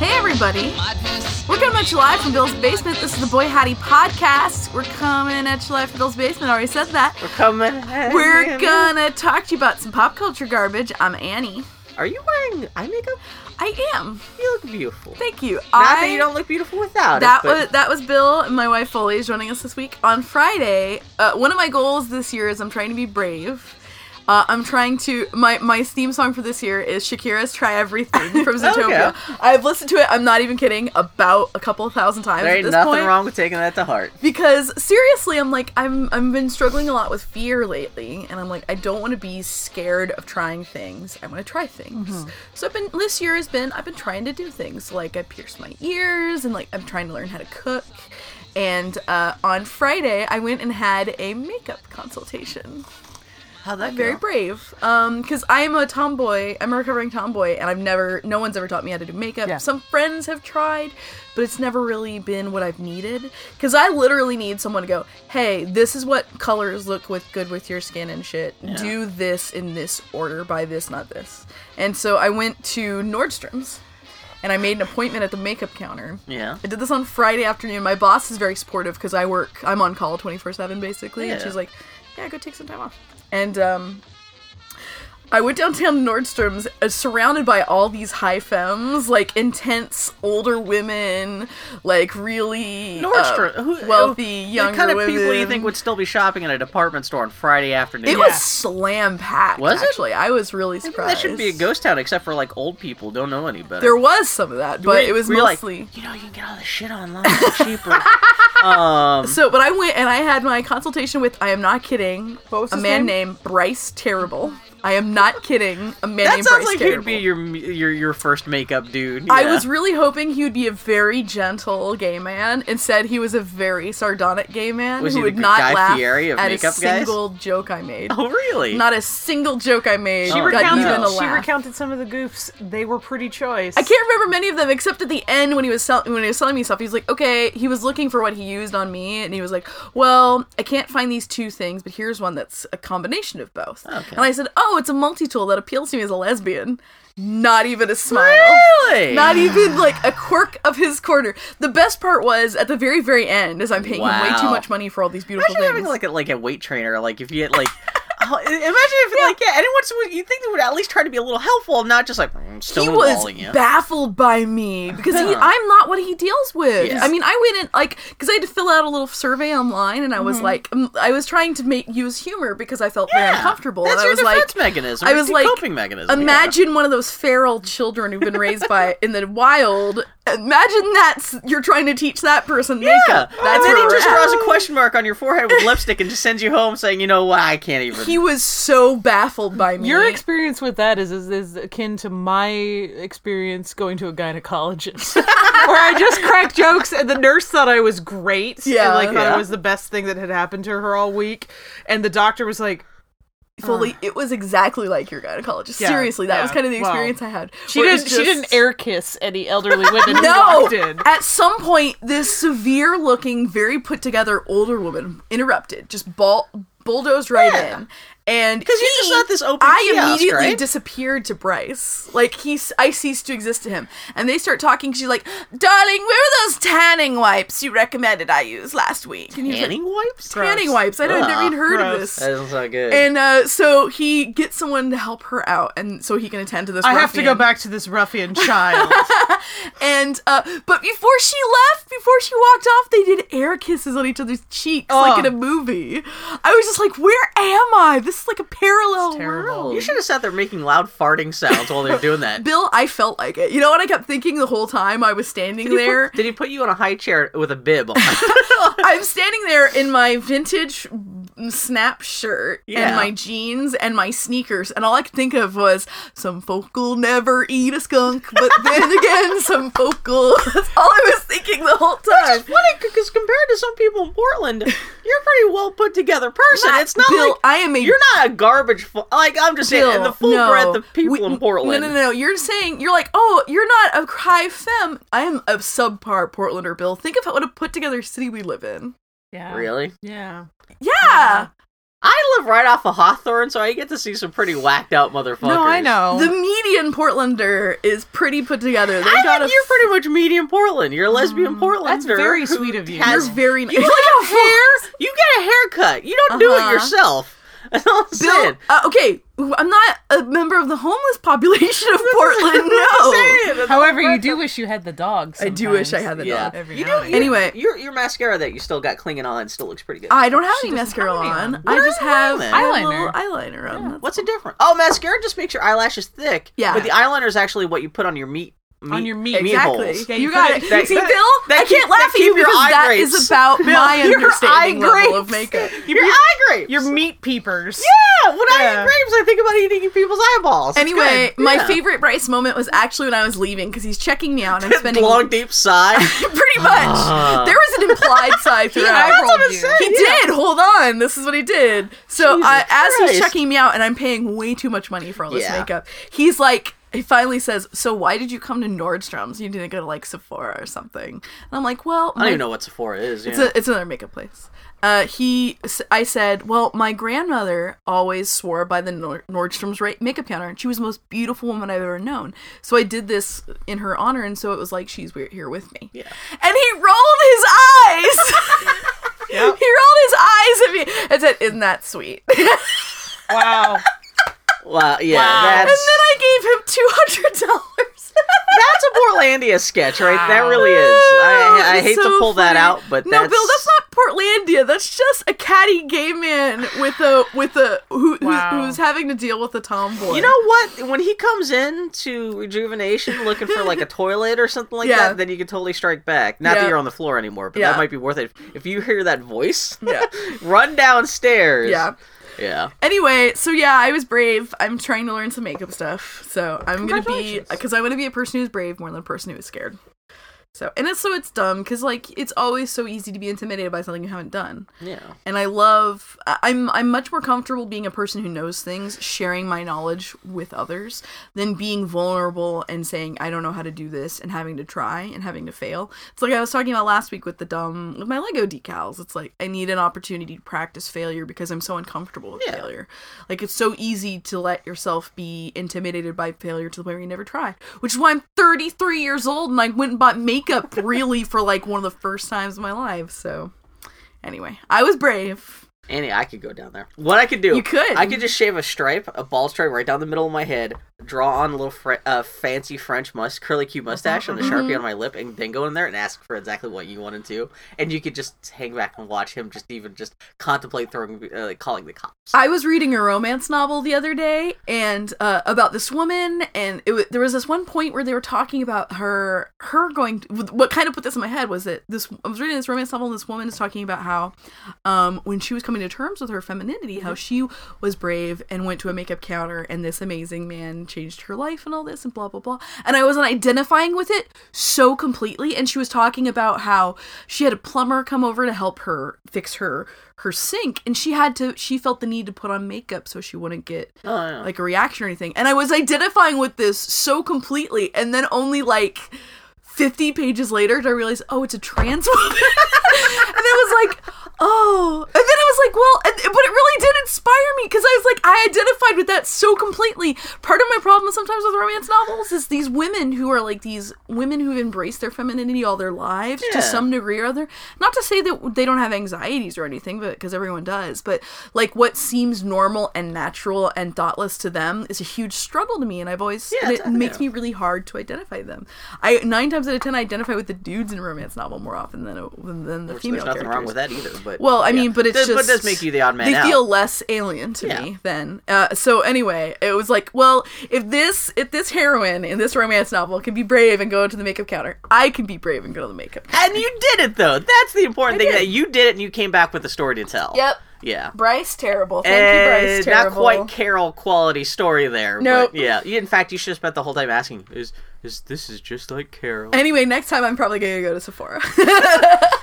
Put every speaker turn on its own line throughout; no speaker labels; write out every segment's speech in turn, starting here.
everybody. We're coming at you live from Bill's basement. This is the Boy Hattie podcast. We're coming at you live from Bill's basement. I already said that.
We're coming.
We're gonna talk to you about some pop culture garbage. I'm Annie.
Are you wearing eye makeup?
I am.
You look beautiful.
Thank you.
Not
I,
that you don't look beautiful without
that
it. but
was that was Bill and my wife Foley is joining us this week on Friday. Uh, one of my goals this year is I'm trying to be brave. Uh, I'm trying to my my theme song for this year is Shakira's "Try Everything" from
Oh,
Zootopia. I've listened to it. I'm not even kidding. About a couple thousand times
there
at
ain't
this
nothing
point.
wrong with taking that to heart.
Because seriously, I'm like I'm I've been struggling a lot with fear lately, and I'm like I don't want to be scared of trying things. I want to try things. So I've been this year has been I've been trying to do things like I pierced my ears, and like I'm trying to learn how to cook. And uh, on Friday, I went and had a makeup consultation
How that
very brave um because i'm a tomboy i'm a recovering tomboy and i've never no one's ever taught me how to do makeup
Yeah.
some friends have tried but it's never really been what i've needed because i literally need someone to go hey this is what colors look with good with your skin and shit do this in this order by this not this and so i went to nordstrom's and i made an appointment at the makeup counter
Yeah.
I did this on Friday afternoon. My boss is very supportive because I work, I'm on call 24 7 basically. And
Yeah.
she's like, yeah, go take some time off. And um, I went downtown to Nordstrom's uh, surrounded by all these high femmes, like intense older women, like really uh,
Nordstrom. who,
wealthy,
who-
younger
The kind of people you
women.
think would still be shopping at a department store on Friday afternoon.
It
Yeah.
was slam packed.
Was it?
actually. I was really
I think
surprised.
That should be a ghost town, except for like old people don't know any better.
There was some of that, but
We-
it was
we were like,
mostly.
you know, you can get all this shit online. It's cheaper. um,
So, but I went and I had my consultation with, I am not kidding,
was
a
his
man
name?
named Bryce Terrible. I am not kidding, a man
that
named
sounds
Bryce
like
Terrible.
he'd be your your your first makeup dude.
I
Yeah.
was really hoping he would be a very gentle gay man. Instead, he was a very sardonic gay man
Was
who
he the
would not
Guy
laugh
Fieri of
at a
makeup guys?
single joke I made.
Oh really?
Not a single joke I made
She
Oh,
got
recounted,
even a
she
laugh.
recounted some of the goofs. They were pretty choice.
I can't remember many of them except at the end when he was sell- when he was selling me stuff. He's like, okay, he was looking for what he used on me, and he was like, well, I can't find these two things, but here's one that's a combination of both.
Okay.
And I said, oh, it's a multi tool that appeals to me as a lesbian. Not even a smile.
really.
Not even like a quirk of his corner. The best part was at the very, very end, as I'm paying him way too
Wow.
much money for all these beautiful
Imagine having
things.
like a, like a weight trainer. Like if you had like, oh, imagine if like yeah, anyone's you think they would at least try to be a little helpful, not just like mm,
he was
stonewalling you.
baffled by me because he,
Huh.
I'm not what he deals with.
Yeah.
I mean, I went in like because I had to fill out a little survey online, and I was like, um, I was trying to make use humor because I felt very
Mm-hmm. Yeah.
uncomfortable.
That's
and
your
I was
defense
like,
mechanism.
I
It's
was
your
like,
coping mechanism. yeah.
Imagine one of those feral children who've been raised by in the wild. Imagine that's you're trying to teach that person makeup.
Yeah,
That's
and then
where
he
we're
just
at.
draws a question mark on your forehead with lipstick and just sends you home saying, you know what, I can't even.
He was so baffled by me.
Your experience with that is, is is akin to my experience going to a gynecologist, where I just cracked jokes and the nurse thought I was great.
Yeah.
and, like thought
Yeah.
it was the best thing that had happened to her all week, and the doctor was like,
fully. It was exactly like your gynecologist.
Yeah,
Seriously, that was
yeah,
kind of the
wow.
experience I had.
she
where it
didn't
was
she
just-
didn't air kiss any elderly women. who
No.
walked in.
At some point, this severe-looking, very put-together older woman interrupted, just ball- bulldozed right in, and because
you just let this open
I
kiosk,
immediately
right?
disappeared to Bryce. Like he's, I ceased to exist to him. And they start talking. She's like, "Darling, where are those tanning wipes you recommended I use last week?" And he's like,
tanning wipes.
"Tanning wipes. I don't, I've never
Ugh,
even heard of
gross.
this."
That doesn't sound good.
And uh, so he gets someone to help her out, and so he can attend to this.
I have to go
ruffian.
back to this ruffian child.
And uh, but before she left, before she walked off, they did air kisses on each other's cheeks, like in
Ugh.
a movie. I was just like, "Where am I? This is like a parallel
terrible.
world."
you should have sat there making loud farting sounds while they're doing that.
Bill, I felt like it. You know what I kept thinking the whole time I was standing
Did he put-
there?
did he put you on a high chair with a bib on?
I'm standing there in my vintage snap shirt
Yeah.
and my jeans and my sneakers, and all I could think of was some folk will never eat a skunk, but then again, some folk will. That's all I was thinking the whole time.
It's funny because compared to some people in Portland, you're a pretty well put together person.
Not-
it's not
Bill,
like
I am a
you're not a garbage. Fu- like I'm just saying,
Bill,
the full
no.
breadth of people
We-
in Portland.
No, no, no. You're saying you're like, oh, you're not a high femme. I am a subpar Portlander, Bill. Think of what a put together city we live in.
yeah.
Really?
Yeah.
Yeah,
I live right off of Hawthorne, so I get to see some pretty whacked out motherfuckers.
No, I know.
The median Portlander is pretty put together. They
I
got
think
a Mm,
you're pretty much medium Portland. You're a lesbian Portlander.
That's very
who
sweet of you.
you're
Has,
very
you
nice.
got a hair. You got a haircut. You don't do
Uh-huh.
it yourself. That's all I'm
Bill,
saying.
uh, okay, I'm not a member of the homeless population of Portland.
I'm
No,
saying. That's all
However,
I'm
you do wish you had the dog.
I do wish I
sometimes.
had the
Yeah.
dog.
Every
You
now
do.
and
You,
then.
Anyway.
your your mascara that you still got clinging on still looks pretty good.
I don't have
She
any
doesn't
mascara
have any
on.
on.
I
What
just
eyeliner?
have I have a little
Eyeliner.
eyeliner on. That's-
What's the difference? Oh, mascara just makes your eyelashes thick.
Yeah.
But the eyeliner is actually what you put on your meat.
On your meat.
meat
Exactly.
holes.
Yeah,
you
you
got
put
it.
it-
that-
See, Bill,
that
I
keep-
can't laugh
that
at you
keep your
because
eye
that
grates.
is about my
your
understanding
eye
level of
grates.
makeup.
Your, eye grapes.
Your meat peepers.
Yeah, when I
Yeah.
eat grapes, I think about eating people's eyeballs. It's
Anyway,
good.
my
Yeah.
favorite Bryce moment was actually when I was leaving because he's checking me out and I'm spending
long deep sigh.
pretty much.
Ah.
There was an implied side throughout.
eyebrows
That's what I'm
you.
saying,
He
yeah.
did. Hold on. This is what he did. So
Jesus
uh, as he's
Christ.
checking me out, and I'm paying way too much money for all this
Yeah.
makeup, he's like, he finally says, "So why did you come to Nordstrom's? You didn't go to like Sephora or something?" And I'm like, "Well,
I don't
my-
even know what Sephora is. You
It's,
know.
a, it's another makeup place." Uh, he, s- I said, "Well, my grandmother always swore by the Nor- Nordstrom's ra- makeup counter, and she was the most beautiful woman I've ever known. So I did this in her honor, and so it was like she's we're here with me."
Yeah.
and he rolled his eyes. He rolled his eyes at me and said, "Isn't that sweet?" and then
Wow.
Wow, yeah,
Wow.
that's
I gave him two hundred dollars.
that's a Portlandia sketch, right? That
Wow.
really is. I,
Ah,
I hate to pull that out, but
no,
that's...
Bill, that's not Portlandia. That's just a catty gay man with a with a who,
Wow.
who's, who's having to deal with a tomboy.
You know what? When he comes in to rejuvenation looking for like a toilet or something like
Yeah.
that, then you can totally strike back. Not
Yeah.
that you're on the floor anymore, but
Yeah.
that might be worth it. If you hear that voice,
Yeah.
run downstairs.
Yeah.
Yeah.
Anyway, so yeah, I was brave. I'm trying to learn some makeup stuff, so I'm gonna be
Congratulations.
because I want to be a person who's brave more than a person who is scared. So and it's so it's dumb because like it's always so easy to be intimidated by something you haven't done.
Yeah.
and I love I- I'm I'm much more comfortable being a person who knows things, sharing my knowledge with others than being vulnerable and saying I don't know how to do this and having to try and having to fail. It's like I was talking about last week with the dumb with my Lego decals. It's like I need an opportunity to practice failure because I'm so uncomfortable with
Yeah.
failure. Like it's so easy to let yourself be intimidated by failure to the point where you never try. Which is why I'm 33 years old and I went and bought makeup really for like one of the first times in my life. So Anyway, I was brave.
Annie, I could go down there. What I could do?
You could.
I could just shave a stripe, a bald stripe, right down the middle of my head. Draw on a little fr- uh, fancy French must curly Q mustache and a
Mm-hmm.
sharpie on my lip, and then go in there and ask for exactly what you wanted to. And you could just hang back and watch him, just even just contemplate throwing, uh, like, calling the cops.
I was reading a romance novel the other day, and uh, about this woman, and it wa there was this one point where they were talking about her, her going. What kind of put this in my head was that this I was reading this romance novel, and this woman is talking about how, um, when she was coming to terms with her femininity, how she was brave and went to a makeup counter, and this amazing man changed her life and all this and blah blah blah. And I wasn't identifying with it so completely, and she was talking about how she had a plumber come over to help her fix her her sink and she had to she felt the need to put on makeup so she wouldn't get
Oh, yeah.
like a reaction or anything and i was identifying with this so completely and then only like 50 pages later did i realize oh it's a trans woman and it was like oh and then i was like well and, but it really did inspire me because i was like i identified with that so completely part of my problem sometimes with romance novels is these women who are like these women who've embraced their femininity all their lives to
Yeah.
some some degree or other. Not to say that they don't have anxieties or anything, but because everyone does. But like what seems normal and natural and thoughtless to them is a huge struggle to me, and I've always
Yeah,
and it
definitely.
makes me really hard to identify them. I nine times out of ten I identify with the dudes in a romance novel more often than than, than the
Which,
female
there's nothing
characters.
wrong with that either. But
Well, I
yeah.
mean, but it's
Does-
just
but it does make you the odd man
They
out.
feel less alien to
Yeah.
me then. Uh, so anyway, it was like, well, if this if this heroine in this romance novel can be brave and go to the makeup counter, I can be brave and go to the makeup. counter.
and you did it though. That's the important
I
thing
did.
that you did it and you came back with a story to tell.
Yep.
Yeah.
Bryce terrible. Thank you,
Eh,
Bryce terrible.
not quite Carol quality story there.
Nope.
But yeah. In fact, you should have spent the whole time asking, "Is is this is just like Carol?"
Anyway, next time I'm probably gonna go to Sephora.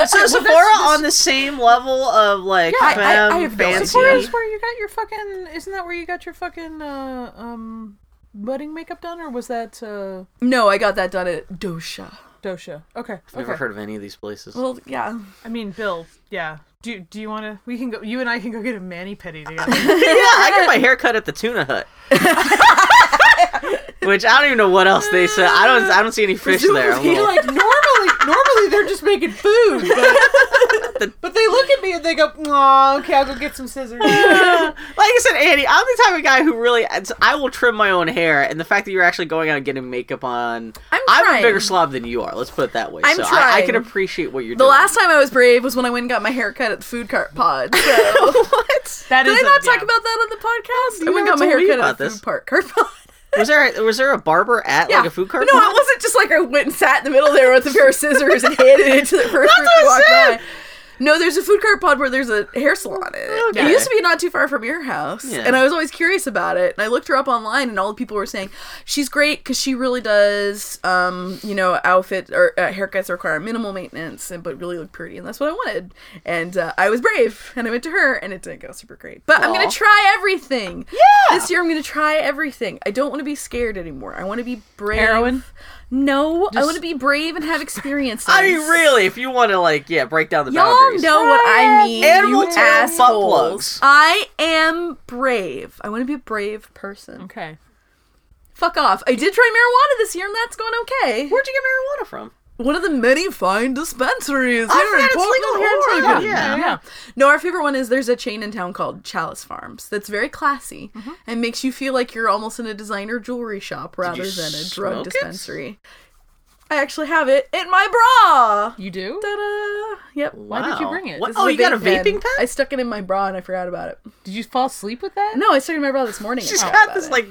so Sephora on the same level of like
Yeah, I- I-
femme
I have no idea.
fancy.
Sephora's where you got your fucking. Isn't that where you got your fucking uh, um budding makeup done, or was that uh,
no, I got that done at Dosha.
Dosha? Okay.
Never
okay.
heard of any of these places.
Well, yeah.
I mean, Bill. Yeah. Do you, do you want to? We can go. You and I can go get a mani pedi together.
yeah, I got my hair cut at the tuna hut. Which I don't even know what else they said. I don't. I don't see any fish there. I'm a
Presumably,
little-
like normally, normally they're just making food, but, but they look at me and they go, "Aw, okay, I'll go get some scissors."
like I said, Andy, I'm the type of guy who really it's- I will trim my own hair, and the fact that you're actually going out and getting makeup on,
I'm
a
trying.
bigger slob than you are. Let's put it that way.
I'm
so I, I
trying.
can appreciate what you're
The
doing.
last time I was brave was when I went and got my hair cut at the food cart pod. So.
what
That
Did I
is a-
not talk
yeah.
about that on the podcast? I
You
went and
never
got my
told
hair
me
cut
about
at the
this.
food park, cart pod.
was there? A, was there a barber at like a food cart?
No, it wasn't just like I went and sat in the middle there with a pair of scissors and handed it to the first person who
what
walked
I
by. No, there's a food cart pod where there's a hair salon in it.
Okay.
It used to be not too far from your house,
Yeah.
and I was always curious about it. And I looked her up online, and all the people were saying she's great because she really does, um, you know, outfit or uh, haircuts that require minimal maintenance, and but really look pretty, and that's what I wanted. And uh, I was brave, and I went to her, and it didn't go super great. But I'm
Aw.
gonna try everything. Yeah, this year I'm gonna try everything. I don't want to be scared anymore. I want to be brave.
Heroin?
No, I want to be brave and have experiences.
I mean, really, if you want to like, yeah, break down the
Y'all
boundaries.
know what I mean. you
Animal tail butt
assholes.
plugs.
I am brave. I want to be a brave person.
Okay.
Fuck off. I did try marijuana this year and that's going okay.
Where'd you get marijuana from?
One of the many fine dispensaries
I
here in
forgot it's
Portland,
legal in
here in
Oregon.
Oregon.
Yeah.
Yeah.
No, our favorite one is there's a chain in town called Chalice Farms that's very classy
Mm-hmm.
and makes you feel like you're almost in a designer jewelry shop rather than a drug
smoke it?
dispensary. I actually have it in my bra.
You do?
Ta-da. Yep.
Wow.
Why did you bring it?
What-
This
Oh,
It's
you got a
vape
vaping pen?
I stuck it in my bra and I forgot about it.
Did you fall asleep with that?
No, I stuck it in my bra this morning. and
She's
forgot
got
about
this
it. Oh.
like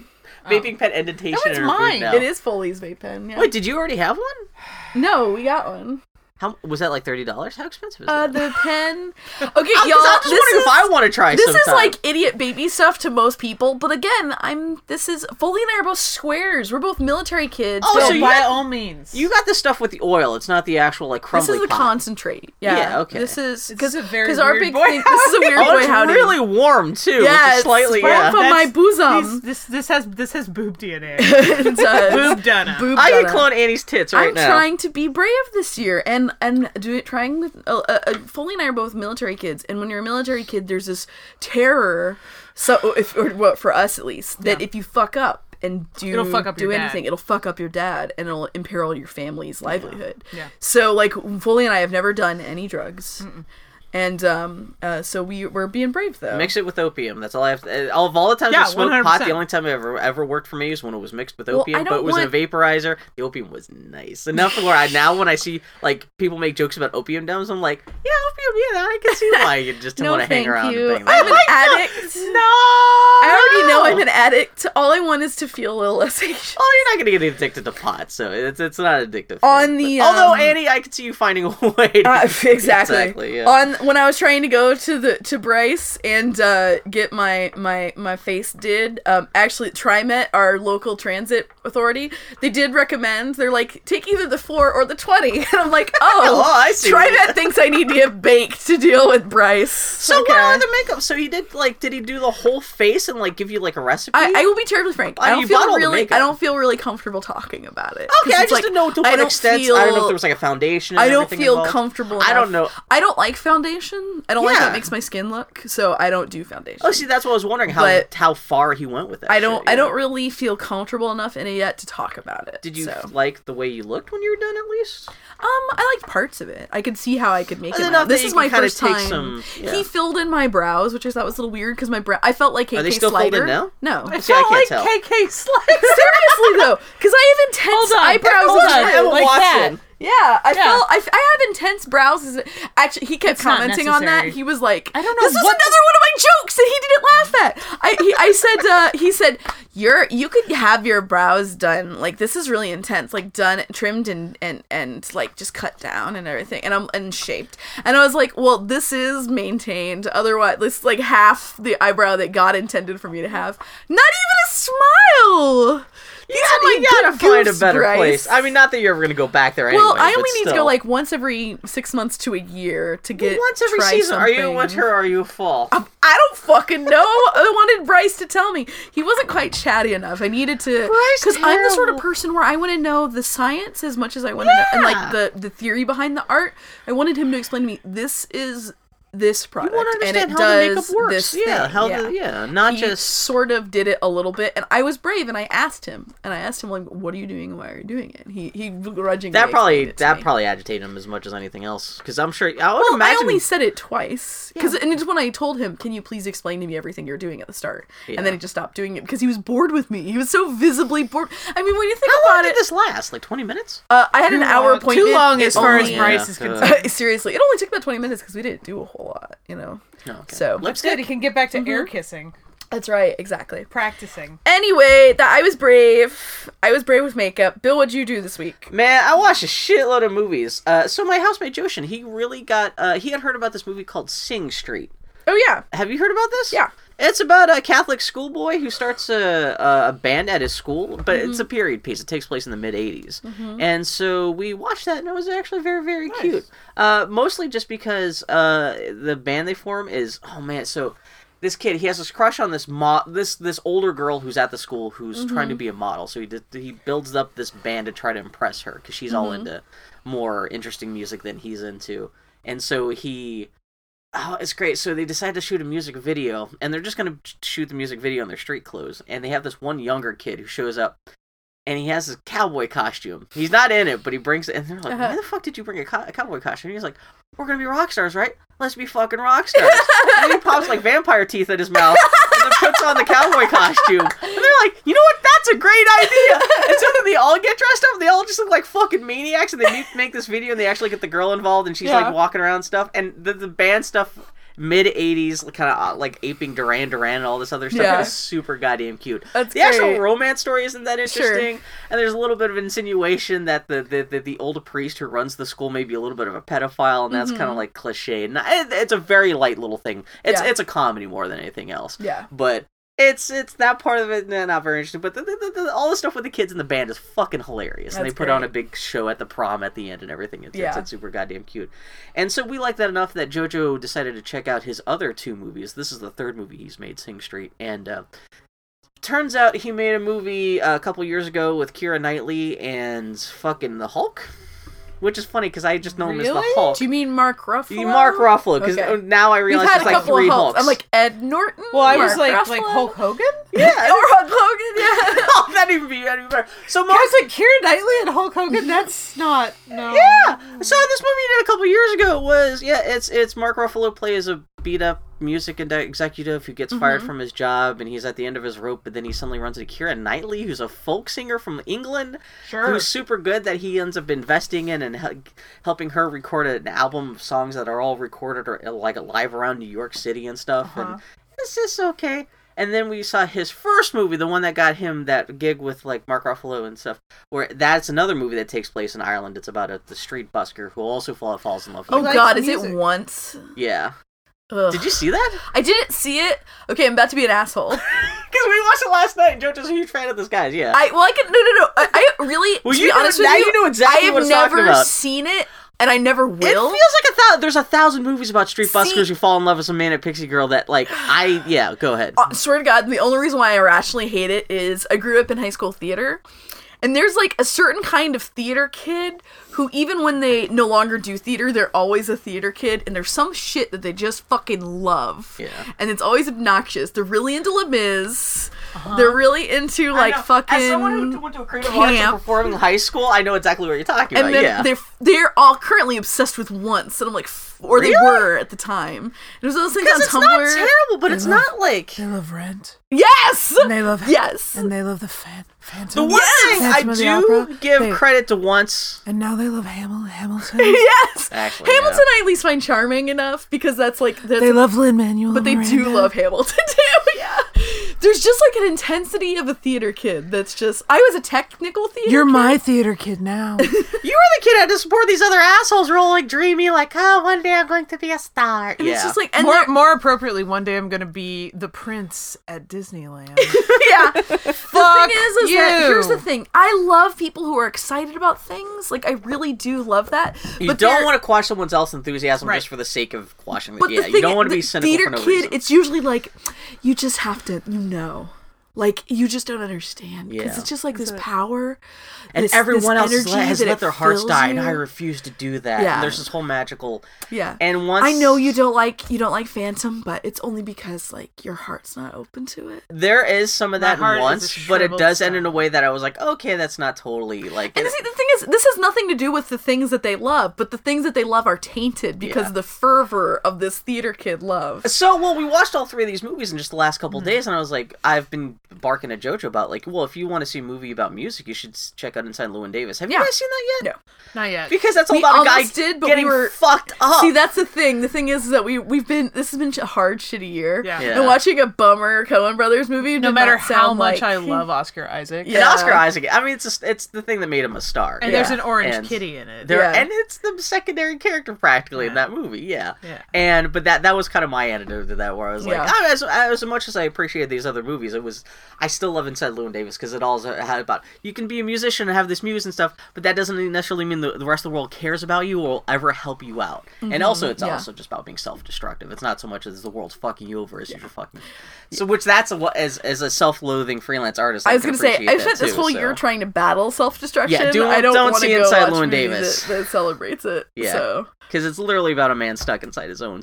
vaping pen indentation
That one's
in her boot
mine.
now.
It is Foley's vape pen. Yeah.
Wait, did you already have one?
No, we got one.
How was that? Like thirty dollars? How expensive is
Uh,
that?
the pen. Okay, y'all.
I'm just, I'm just
this
wondering
is
if I want to try.
this is
sometime.
like idiot baby stuff to most people. But again, I'm. This is Foley and I are both squares. We're both military kids.
Oh,
So,
so you
by
got-
all means,
You got the stuff with the oil. It's not the actual like
this
crumbly
is the
pot.
concentrate. Yeah.
Yeah, okay.
This is because
a very
our
weird
big
boy
thing. This is a weird
oh,
boy
it's
howdy.
really warm too. with
Yeah,
the
it's
slightly.
warm
Yeah.
from my bosom.
Uh, This this has this has boob DNA.
It does.
boob done.
uh, Boob
I can
done up.
clone Annie's tits right
I'm
now.
trying to be brave this year, and and do it. Trying with uh, uh, uh, Foley and I are both military kids, and when you're a military kid, there's this terror. So if or well, for us at least, that if you fuck up and do
It'll fuck up
do
your dad.
anything, it'll fuck up your dad, and it'll imperil your family's livelihood.
Yeah.
So like Foley and I have never done any drugs, and um, uh, so we we're being brave though.
Mix it with opium. That's all I have. To, uh, all of all the times
Yeah,
I smoked pot,
100%.
the only time it ever ever worked for me is when it was mixed with
Well,
opium.
I
but it
don't
was in a
want-
vaporizer. The opium was nice enough where I now when I see like people make jokes about opium dens, I'm like, yeah, opium. Yeah, I can see why you just
no,
want to
thank
hang around
you.
and bang
I'm
that.
an addict.
no,
I already know I'm an addict. All I want is to feel a little less anxious.
Well, Oh, you're not gonna get addicted to pot, so it's it's not addictive.
On
But-
the,
although
um,
Annie, I could see you finding a way. To,
Uh, exactly.
exactly. Yeah.
On when I was trying to go to the to Bryce and uh, get my my my face did um, actually TriMet, our local transit authority, they did recommend. They're like take either the four or the twenty, and I'm like, oh,
Oh, I see.
TriMet thinks I need to get baked to deal with Bryce.
so
okay.
what are the makeup? So he did like, did he do the whole face and like give you like a recipe?
I, I will be terribly frank.
Why
I
do
don't
you
feel
bottle the
really.
makeup?
I don't feel really comfortable talking about it. 'Cause
okay, I
it's
just
like,
didn't know to
I
what
don't
extent. I don't know if there was like a foundation. and
I don't
everything
feel
involved.
comfortable.
I don't know.
enough. I don't like foundation. I don't like how it
Yeah.
makes my skin look, so I don't do foundation.
Oh, see, that's what I was wondering how
But-
how far he went with that.
I don't.
shit,
I
you know?
don't really feel comfortable enough in it yet to talk about it.
Did you
So.
like the way you looked when you were done? At least.
Um, I liked parts of it. I could see how I could make it.
Enough
my own.
that
This
you
is
can
my
kinda
first
take
time.
some- yeah.
He filled in my brows, which I thought was a little weird because my brow. I felt like KK
they still filled in
Slider.
now?
No,
I
seriously
See, I can't
felt like
tell.
KK Slice.
though, because I have intense
Hold on,
eyebrows.
hold
as
on.
well.
Emma
like
Watson.
Yeah, I
Yeah.
felt I, f- I have intense brows. As actually, he kept
It's not
commenting on that.
necessary.
He was like,
I don't know
This was
what
another one of my jokes that he didn't laugh at." I he, I said uh, he said your you could have your brows done like this is really intense like done trimmed and and and like just cut down and everything and I'm and shaped and I was like, "Well, this is maintained. Otherwise, this is like half the eyebrow that God intended for me to have. Not even a smile." These are my
Oh, you gotta
good
find a
goofs,
better
Bryce.
place. I mean, not that you're ever gonna go back there.
Well,
anyway,
I
but
only need to go
still.
like once every six months to a year to get
once every
try
season. Are you a
something.
winter? or Are you a fall?
I don't fucking know. I wanted Bryce to tell me. He wasn't quite chatty enough. I needed to
Bryce
because I'm the sort of
Harrell.
person where I want to know the science as much as I want to know and like the the theory behind the art. I wanted him to explain to me this is this product,
want to
and
understand
it
how the
does
makeup works.
this
yeah,
thing.
how
yeah.
The, yeah, not
he
just
sort of did it a little bit, and I was brave, and I asked him, and I asked him like, "What are you doing? and Why are you doing it?" And he he begrudgingly
that
explained
probably
it to
that
me.
probably agitated him as much as anything else because I'm sure I would
Well,
imagine
I only said it twice because and it's when I told him, "Can you please explain to me everything you're doing at the start?" And
Yeah.
then he just stopped doing it because he was bored with me. He was so visibly bored. I mean, when you think
how long
about
did
it,
this last? Like 20 minutes?
uh, I had an
Too
hour
long-
appointment.
Too long
It
as far as
only-
Yeah.
Bryce is
uh,
concerned.
Seriously, it only took about twenty minutes because we didn't do a whole lot, you know.
No, okay.
So
Looks good. He can get back to air kissing,
that's right, exactly.
practicing.
Anyway, that I was brave. I was brave with makeup. Bill, what'd you do this week?
Man, I watched a shitload of movies. Uh, so my housemate Joshin, he really got uh, he had heard about this movie called Sing Street.
Oh yeah,
Have you heard about this?
Yeah.
It's about a Catholic schoolboy who starts a, a- a band at his school, but it's a period piece. It takes place in the mid 80s. And so we watched that, and it was actually very, very cute. Uh, mostly just because uh, the band they form is, oh man, so this kid, he has this crush on this mo- this this older girl who's at the school who's trying to be a model. So he, d- he builds up this band to try to impress her because she's all into more interesting music than he's into. And so he Oh, it's great. So they decide to shoot a music video, and they're just going to shoot the music video in their street clothes. And they have this one younger kid who shows up, and he has this cowboy costume. He's not in it, but he brings it. And they're like,
Uh-huh.
"Why the fuck did you bring a, co- a cowboy costume?" And he's like, "We're going to be rock stars, right? Let's be fucking rock stars." and he pops like vampire teeth in his mouth, and then puts on the cowboy costume. And they're like, "You know what? That's a great idea." And so then they all get dressed up. They all just look like fucking maniacs, and they meet- make this video, and they actually get the girl involved, and she's
Yeah.
like walking around and stuff, and the, the band stuff. Mid '80s, kind of like aping Duran Duran and all this other stuff.
Yeah.
It was super goddamn cute.
That's
the actual
great.
romance story isn't that
Sure.
interesting, and there's a little bit of insinuation that the the, the the old priest who runs the school may be a little bit of a pedophile, and that's
Mm-hmm.
kind of like cliche. And it, it's a very light little thing. It's
Yeah.
it's a comedy more than anything else.
Yeah.
but. It's it's that part of it nah, not very interesting, but the, the, the, the- all the stuff with the kids in the band is fucking hilarious, and they
That's
put on
great.
a big show at the prom at the end and everything. It's, it's,
Yeah.
it's super goddamn cute, and so we like that enough that JoJo decided to check out his other two movies. This is the third movie he's made, Sing Street, and uh, turns out he made a movie uh, a couple years ago with Kira Knightley and fucking the Hulk, which is funny because I just know him as the
Really?
Hulk.
Do you mean Mark Ruffalo?
You- Mark Ruffalo, because
Okay.
now I
We've
realize
had
there's
a
like
couple
three
of Hulks.
Hulks.
I'm like Ed Norton.
Well, I was
Mark
like, like
Ruffalo,
Hulk Hogan.
or
yeah.
Hulk Hogan. Yeah.
Oh, that'd even be, that'd be better. So
I
Mark
was like Kira Knightley and Hulk Hogan. That's not no.
Yeah. So this movie he did a couple years ago was yeah, it's it's Mark Ruffalo plays a beat up music and executive who gets fired from his job and he's at the end of his rope, but then he suddenly runs into Kira Knightley, who's a folk singer from England,
Sure.
who's super good that he ends up investing in and hel- helping her record an album of songs that are all recorded or like live around New York City and stuff. And it's just okay. And then we saw his first movie, the one that got him that gig with like Mark Ruffalo and stuff. Where that's another movie that takes place in Ireland. It's about a, the street busker who also fall, falls in love.
Oh
with
like
God, is
music.
it once?
Yeah.
Ugh.
Did you see that?
I didn't see it. Okay, I'm about to be an asshole.
Because we watched it last night. and Jojo's a huge fan of this guy's. Yeah.
I well, I can no, no, no. I, I really,
Well,
to
you
be
know-
honest with
now
you,
you know exactly
I have
what it's talking
never
about.
seen it, and I never
it
will.
feels like a thousand. There's a thousand movies about street
See-
buskers who fall in love with some man at Pixie Girl. That like I yeah. Go ahead.
Uh, swear to God, the only reason why I rationally hate it is I grew up in high school theater, and there's like a certain kind of theater kid who, even when they no longer do theater, they're always a theater kid, and there's some shit that they just fucking love.
Yeah.
And it's always obnoxious. They're really into Les Mis. They're really into like fucking.
As someone who went to a creative arts and
camp.
performing high school, I know exactly what you're talking
and
about.
then
Yeah.
they're they're all currently obsessed with once, and I'm like, f- or they
Really?
were at the time. It was those things on
Because it's not
Tumblr.
terrible, but it's not like
They love Rent.
yes,
And they love
yes.
And they love the fan, Phantom.
the one thing I
Phantom of the Opera.
do give
They-
credit to once.
And now they love Hamil- Hamilton.
Yes,
Actually,
Hamilton I
yeah.
at least find charming enough because that's like that's,
they love Lin Manuel.
but they do love Hamilton too. yeah, there's just like an intensity of a theater kid that's just. I was a technical theater.
You're
kid.
my theater kid now.
You were the kid who had to support these other assholes who are all like dreamy, like, oh, one day I'm going to be a star.
And
yeah.
It's just like and
more,
they're-
more appropriately, one day I'm gonna be the prince at Disneyland.
yeah.
Fuck
thing is, is
you.
that here's the thing. I love people who are excited about things. Like I really do love that.
you
but
don't
they're-
want to quash someone else's enthusiasm
Right.
just for the sake of quashing.
But
yeah,
the thing,
you don't want to
the
be cynical
theater
for no
kid,
reason.
it's usually like you just have to, you know, Like you just don't understand because
Yeah.
it's just like this power,
and
this-
everyone
this
else has
energy
let, has
that
let
it
their hearts
fills
die, and
you.
I refuse to do that.
Yeah.
And there's this whole magical.
yeah.
And once
I know you don't like you don't like Phantom, but it's only because like your heart's not open to it.
there is some of
My
that
heart
in
is a
once, but it
shriveled
does end in a
stone.
way that I was like, okay, that's not totally like.
And see, the thing is, this has nothing to do with the things that they love, but the things that they love are tainted because
Yeah.
of the fervor of this theater kid love.
So, well, we watched all three of these movies in just the last couple
Hmm.
days, and I was like, I've been barking at JoJo about, like, well, if you want to see a movie about music, you should s- check out Inside Llewyn Davis. Have
Yeah.
you guys seen that yet?
No.
Not yet.
Because that's all
We
about a guy
almost did, but we
getting
were-
fucked up.
See, that's the thing. The thing is that we we've been this has been a hard, shitty year.
Yeah.
Yeah.
And watching a bummer Coen Brothers movie,
no
did
matter
not
how
sound
much
like-
I love Oscar Isaac.
Yeah.
And Oscar Isaac. I mean, it's just, it's the thing that made him a star.
And
yeah.
there's an orange
And
kitty in it.
There,
Yeah.
and it's the secondary character practically in that movie. Yeah.
Yeah.
And but that that was kind of my antidote to that, where I was like,
Yeah.
I, as as much as I appreciate these other movies, it was I still love Inside Llewyn Davis because it all is about you can be a musician and have this muse and stuff, but that doesn't necessarily mean the, the rest of the world cares about you or will ever help you out. And also, it's
Mm-hmm. yeah.
also just about being self-destructive. It's not so much as the world's fucking you over as you're fucking. So which that's a, what as as a self-loathing freelance artist. I,
I was
can
gonna say
appreciate
I
that
spent this
too,
whole
so.
year trying to battle self destruction.
Yeah, don't-
I don't,
don't
want to
see
go
Inside
watch
Llewyn
movies
Davis.
that, that celebrates it.
Yeah.
So
because it's literally about a man stuck inside his own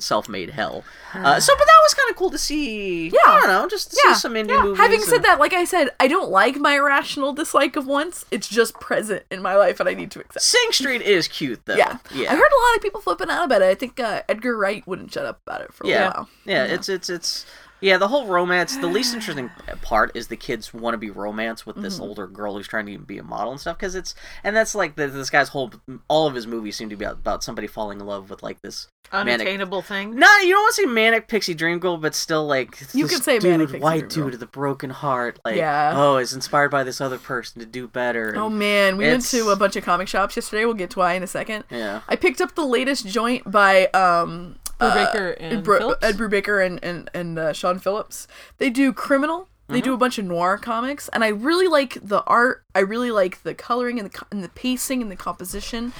self-made hell. Uh, so, but that was kind of cool to see. Yeah, I don't know, just to
Yeah,
see some indie movies.
Having said
and-
that, like I said, I don't like my irrational dislike of once. It's just present in my life, and I need to accept.
Sing Street is cute though.
Yeah.
yeah,
I heard a lot of people flipping out about it. I think uh, Edgar Wright wouldn't shut up about it for a
yeah.
while.
yeah. It's it's it's yeah. The whole romance. The least interesting part is the kids want to be romance with
Mm-hmm.
this older girl who's trying to be a model and stuff. Because it's and that's like the, this guy's whole all of his movies seem to be about somebody falling in love with like this manic
Unattainable thing.
Not you don't want to say manic pixie dream girl, but still like
You
this
could say
dude,
manic pixie
white
dream
dude
girl.
with a broken heart, like
Yeah.
oh, is inspired by this other person to do better. and-
Oh man, we
It's-
went to a bunch of comic shops yesterday. We'll get to why in a second.
yeah,
I picked up the latest joint by um
Brubaker and
Bru-
Phillips?
Ed Brubaker and and and uh, Sean Phillips. They do criminal. They
Mm-hmm.
do a bunch of noir comics, and I really like the art. I really like the coloring and the co- and the pacing and the composition.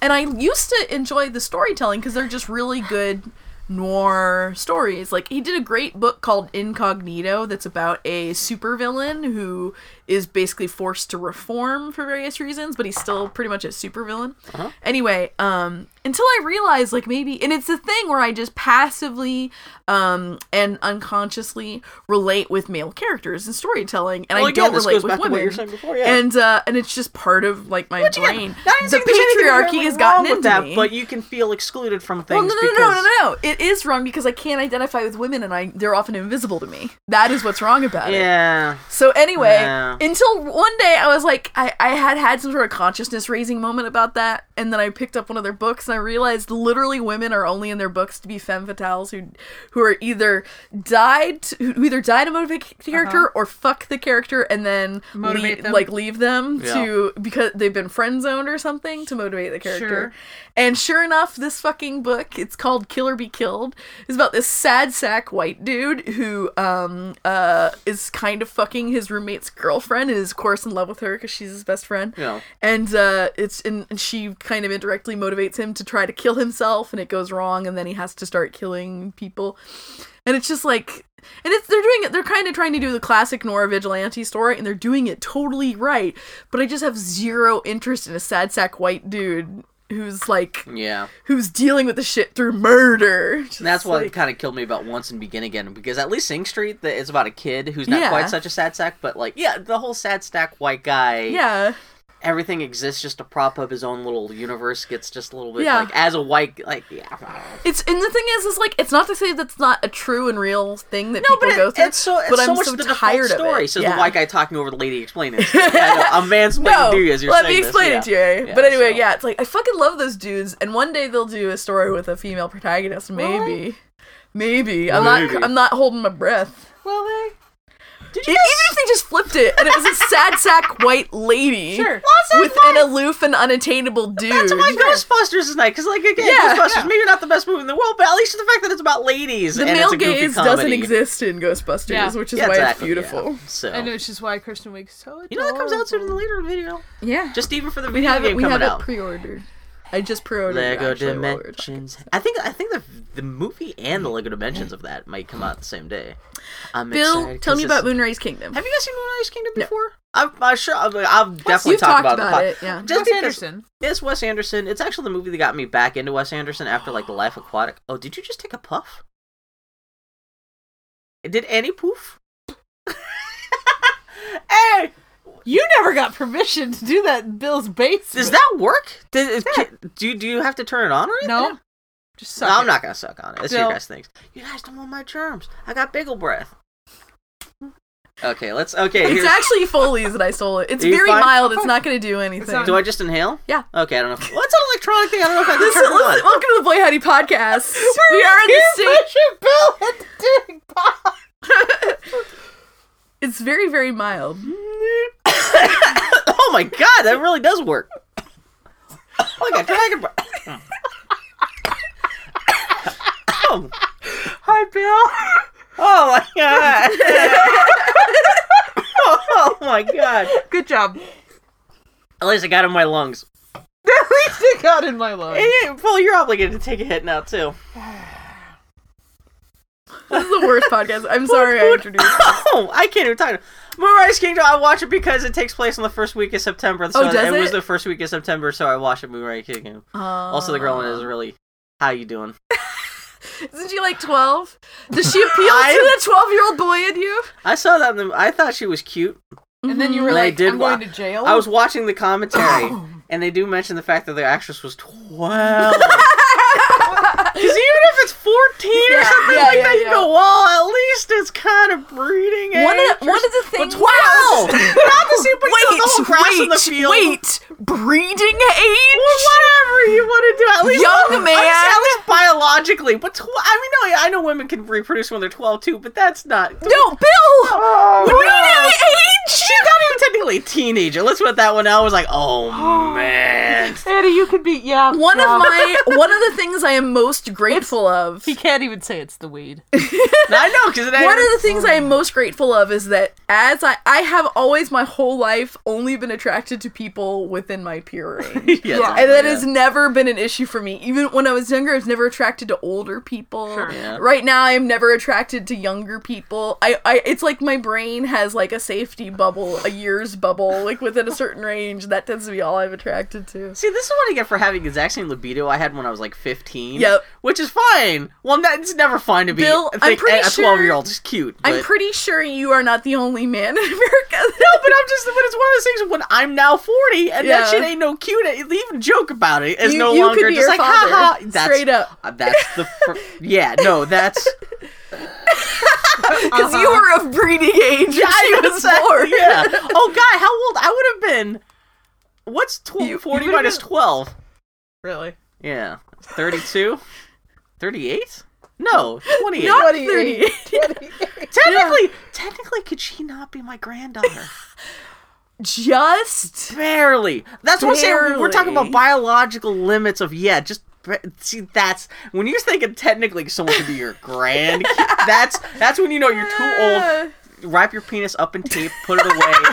And I used to enjoy the storytelling because they're just really good noir stories. Like he did a great book called Incognito that's about a supervillain who is basically forced to reform for various reasons, but he's still pretty much a supervillain.
Uh-huh.
Anyway, um until I realized like maybe and it's the thing where I just passively um and unconsciously relate with male characters and storytelling and
Well,
I
again,
don't
this
relate
goes
with
back to what
women.
you were saying before, yeah.
And uh and it's just part of like my
Again,
brain.
not even
The
saying there's anything
patriarchy
inherently
has gotten
wrong with
into
that,
me.
but you can feel excluded from
Well, no, no,
things.
no,
because...
no, no, no. It is wrong because I can't identify with women, and I they're often invisible to me. That is what's wrong about it.
Yeah,
So anyway,
Yeah.
until one day I was like, I, I had had some sort of consciousness raising moment about that, and then I picked up one of their books and I realized literally women are only in their books to be femme fatales who who are either died who who either die to motivate the character or fuck the character and then
Uh-huh. Motivate
lea-
them.
like leave them
Yeah.
to because they've been friend zoned or something to motivate the character.
Sure.
And sure enough, this fucking book, it's called Kill or Be Killed, is about this sad sack white dude who um uh is kind of fucking his roommate's girlfriend and is of course in love with her because she's his best friend.
Yeah.
And uh it's and, and she kind of indirectly motivates him to try to kill himself and it goes wrong and then he has to start killing people. And it's just like and it's they're doing it they're kind of trying to do the classic Nora vigilante story and they're doing it totally right, but I just have zero interest in a sad sack white dude who's like
yeah.
who's dealing with the shit through murder. Just
And that's what
like-
kind of killed me about Once and Begin Again, because at least Sing Street that is about a kid who's not
Yeah.
quite such a sad sack, but like, yeah, the whole sad sack white guy.
yeah.
everything exists just to prop up his own little universe gets just a little bit
Yeah.
like as a white like yeah
It's and the thing is, is like it's not to say that's not a true and real thing that people
but
go through.
it's so it's
but
so
I'm
much
so
the default
tired of
story
it.
so
yeah.
the white guy talking over the lady explaining it. yeah, no, a man's
No,
to you as you're
let me
saying this,
explain
yeah.
it to you. eh?
Yeah,
but anyway,
so-
yeah, it's like I fucking love those dudes, and one day they'll do a story with a female protagonist. Maybe, maybe. I'm
Maybe.
not. I'm not holding my breath.
Well, they.
Did you Even if they just flipped it and it was a sad sack white lady
Sure.
with an aloof and unattainable dude.
that's why Ghostbusters is nice because, like, again,
Yeah.
Ghostbusters
Yeah.
maybe not the best movie in the world, but at least the fact that it's about ladies
the
and
male
it's a goofy
gaze
comedy.
doesn't exist in Ghostbusters,
Yeah.
which is
Yeah,
why
exactly, yeah.
it's beautiful.
So
And which is why Kristen Wiig's so.
you know that comes out sooner than later video,
Yeah,
just even for the
we
video
have
game
it. We
coming
have it
out.
pre-ordered. I just pre-ordered it,
Lego
actually, while we were talking.
Dimensions. I think I think the the movie and the Lego Dimensions of that might come out the same day. I'm
Bill,
excited
tell
'cause
me
it's-
about Moonrise Kingdom.
Have you guys seen Moonrise Kingdom
No.
before? I'm, I'm sure. I've, I've definitely
you've
talked,
talked
about,
about
it.
it, yeah.
Just
Wes
because
Anderson.
It's Wes Anderson. It's actually the movie that got me back into Wes Anderson after like The Life Aquatic. Oh, did you just take a puff? Did Annie poof? hey,
You never got permission to do that in Bill's basement.
does that work? Does, can- do do you have to turn it on or anything?
No. Just suck.
no,
it.
I'm not gonna suck on it. It's
No.
your guys' things. You guys don't want my germs. I got bagel breath. Okay, let's. Okay,
It's
here's-
actually Foley's that I stole it. It's
Are you
very
fine?
mild. It's not going to do anything.
not-
do I just inhale?
Yeah.
Okay, I don't know. If, well, it's an electronic thing. I don't know if I can
This
turn
is,
it on.
welcome to the Boy Hattie podcast. we are in the same.
Bill had to do it.
It's very, very mild.
oh my god, that really does work. Oh my god, dragon breath. oh,
Hi, Bill.
oh my god. oh my god.
Good job.
At least I got in my lungs.
At least it got in my lungs.
Hey, Paul, you're obligated to take a hit now too.
This is the worst podcast. I'm sorry I introduced. it.
Oh, I can't even talk. Moonrise Kingdom, I watch it because it takes place on the first week of September. So
Oh, does
was
it?
the first week of September, so I watch it Moonrise Kingdom. also, the girl in it is really. How you doing?
Isn't she like 12? Does she appeal to the 12 year old boy in you?
I saw that. In the, I thought she was cute.
And then you were
And I
like,
did
I'm
wa-
going to jail.
I Oh. was watching the commentary, and they do mention the fact that the actress was twelve. Because even if it's fourteen or
Yeah,
something
yeah,
like
yeah,
that, you
yeah.
go, well, at least it's kind of breeding age.
One of the, one of the
but
things.
twelve. Not the same, but you know,
Wait,
the whole grass in the
wait,
field.
wait. Breeding age?
Well, whatever you want to do, at least
Young
I'm
man.
saying at least biologically. But tw- I mean, no, I know women can reproduce when they're twelve too, but that's not.
No, Bill!
Oh, no.
Breeding age?
She's not even technically a teenager. Let's put that one out. I was like, oh man.
Eddie, you could be, yeah.
One of
yeah.
my one of the things I am most grateful of.
He can't even say it's the weed.
I know because it. ain't-
One of the things I am most grateful of is that as I I have always my whole life only been attracted to people within my peer range.
yeah,
and that
yeah.
has never been an issue for me. Even when I was younger, I was never attracted to older people.
Sure.
Yeah.
Right now, I am never attracted to younger people. I, I, it's like my brain has like a safety bubble, a years bubble, like within a certain range. That tends to be all I'm attracted to.
See, this is what I get for having the exact same libido I had when I was like 15.
Yep.
Which is fine. Well, that, it's never fine to be
Bill,
I
I'm
think
pretty
a
sure-
12 year old is cute.
I'm
but-
pretty sure you are not the only man in America.
No, but I'm just, but it's one of those things when I'm now 40 and
Yeah.
that shit ain't no cute. eh, They even joke about it. It's
You-
no
you could
longer
be
just
your
like, haha.
father,
That's,
straight up.
uh, that's the. Fr- yeah, no, that's.
because you
Uh-huh.
were of breeding age. Yeah, she
I
was
said-
born.
Yeah. Oh, God, how old? I would have been. What's tw- 40
you would've
minus
been-
12?
Really?
Yeah. 32? 38? No, 28.
Not 38.
Technically, technically, could she not be my granddaughter?
Just
Barely. That's what I'm saying. We're- We're talking
Barely.
about biological limits of yeah. Just ba- see, that's when you're thinking technically someone could be your grand. that's that's when you know you're too old. Wrap your penis up in tape, put it away.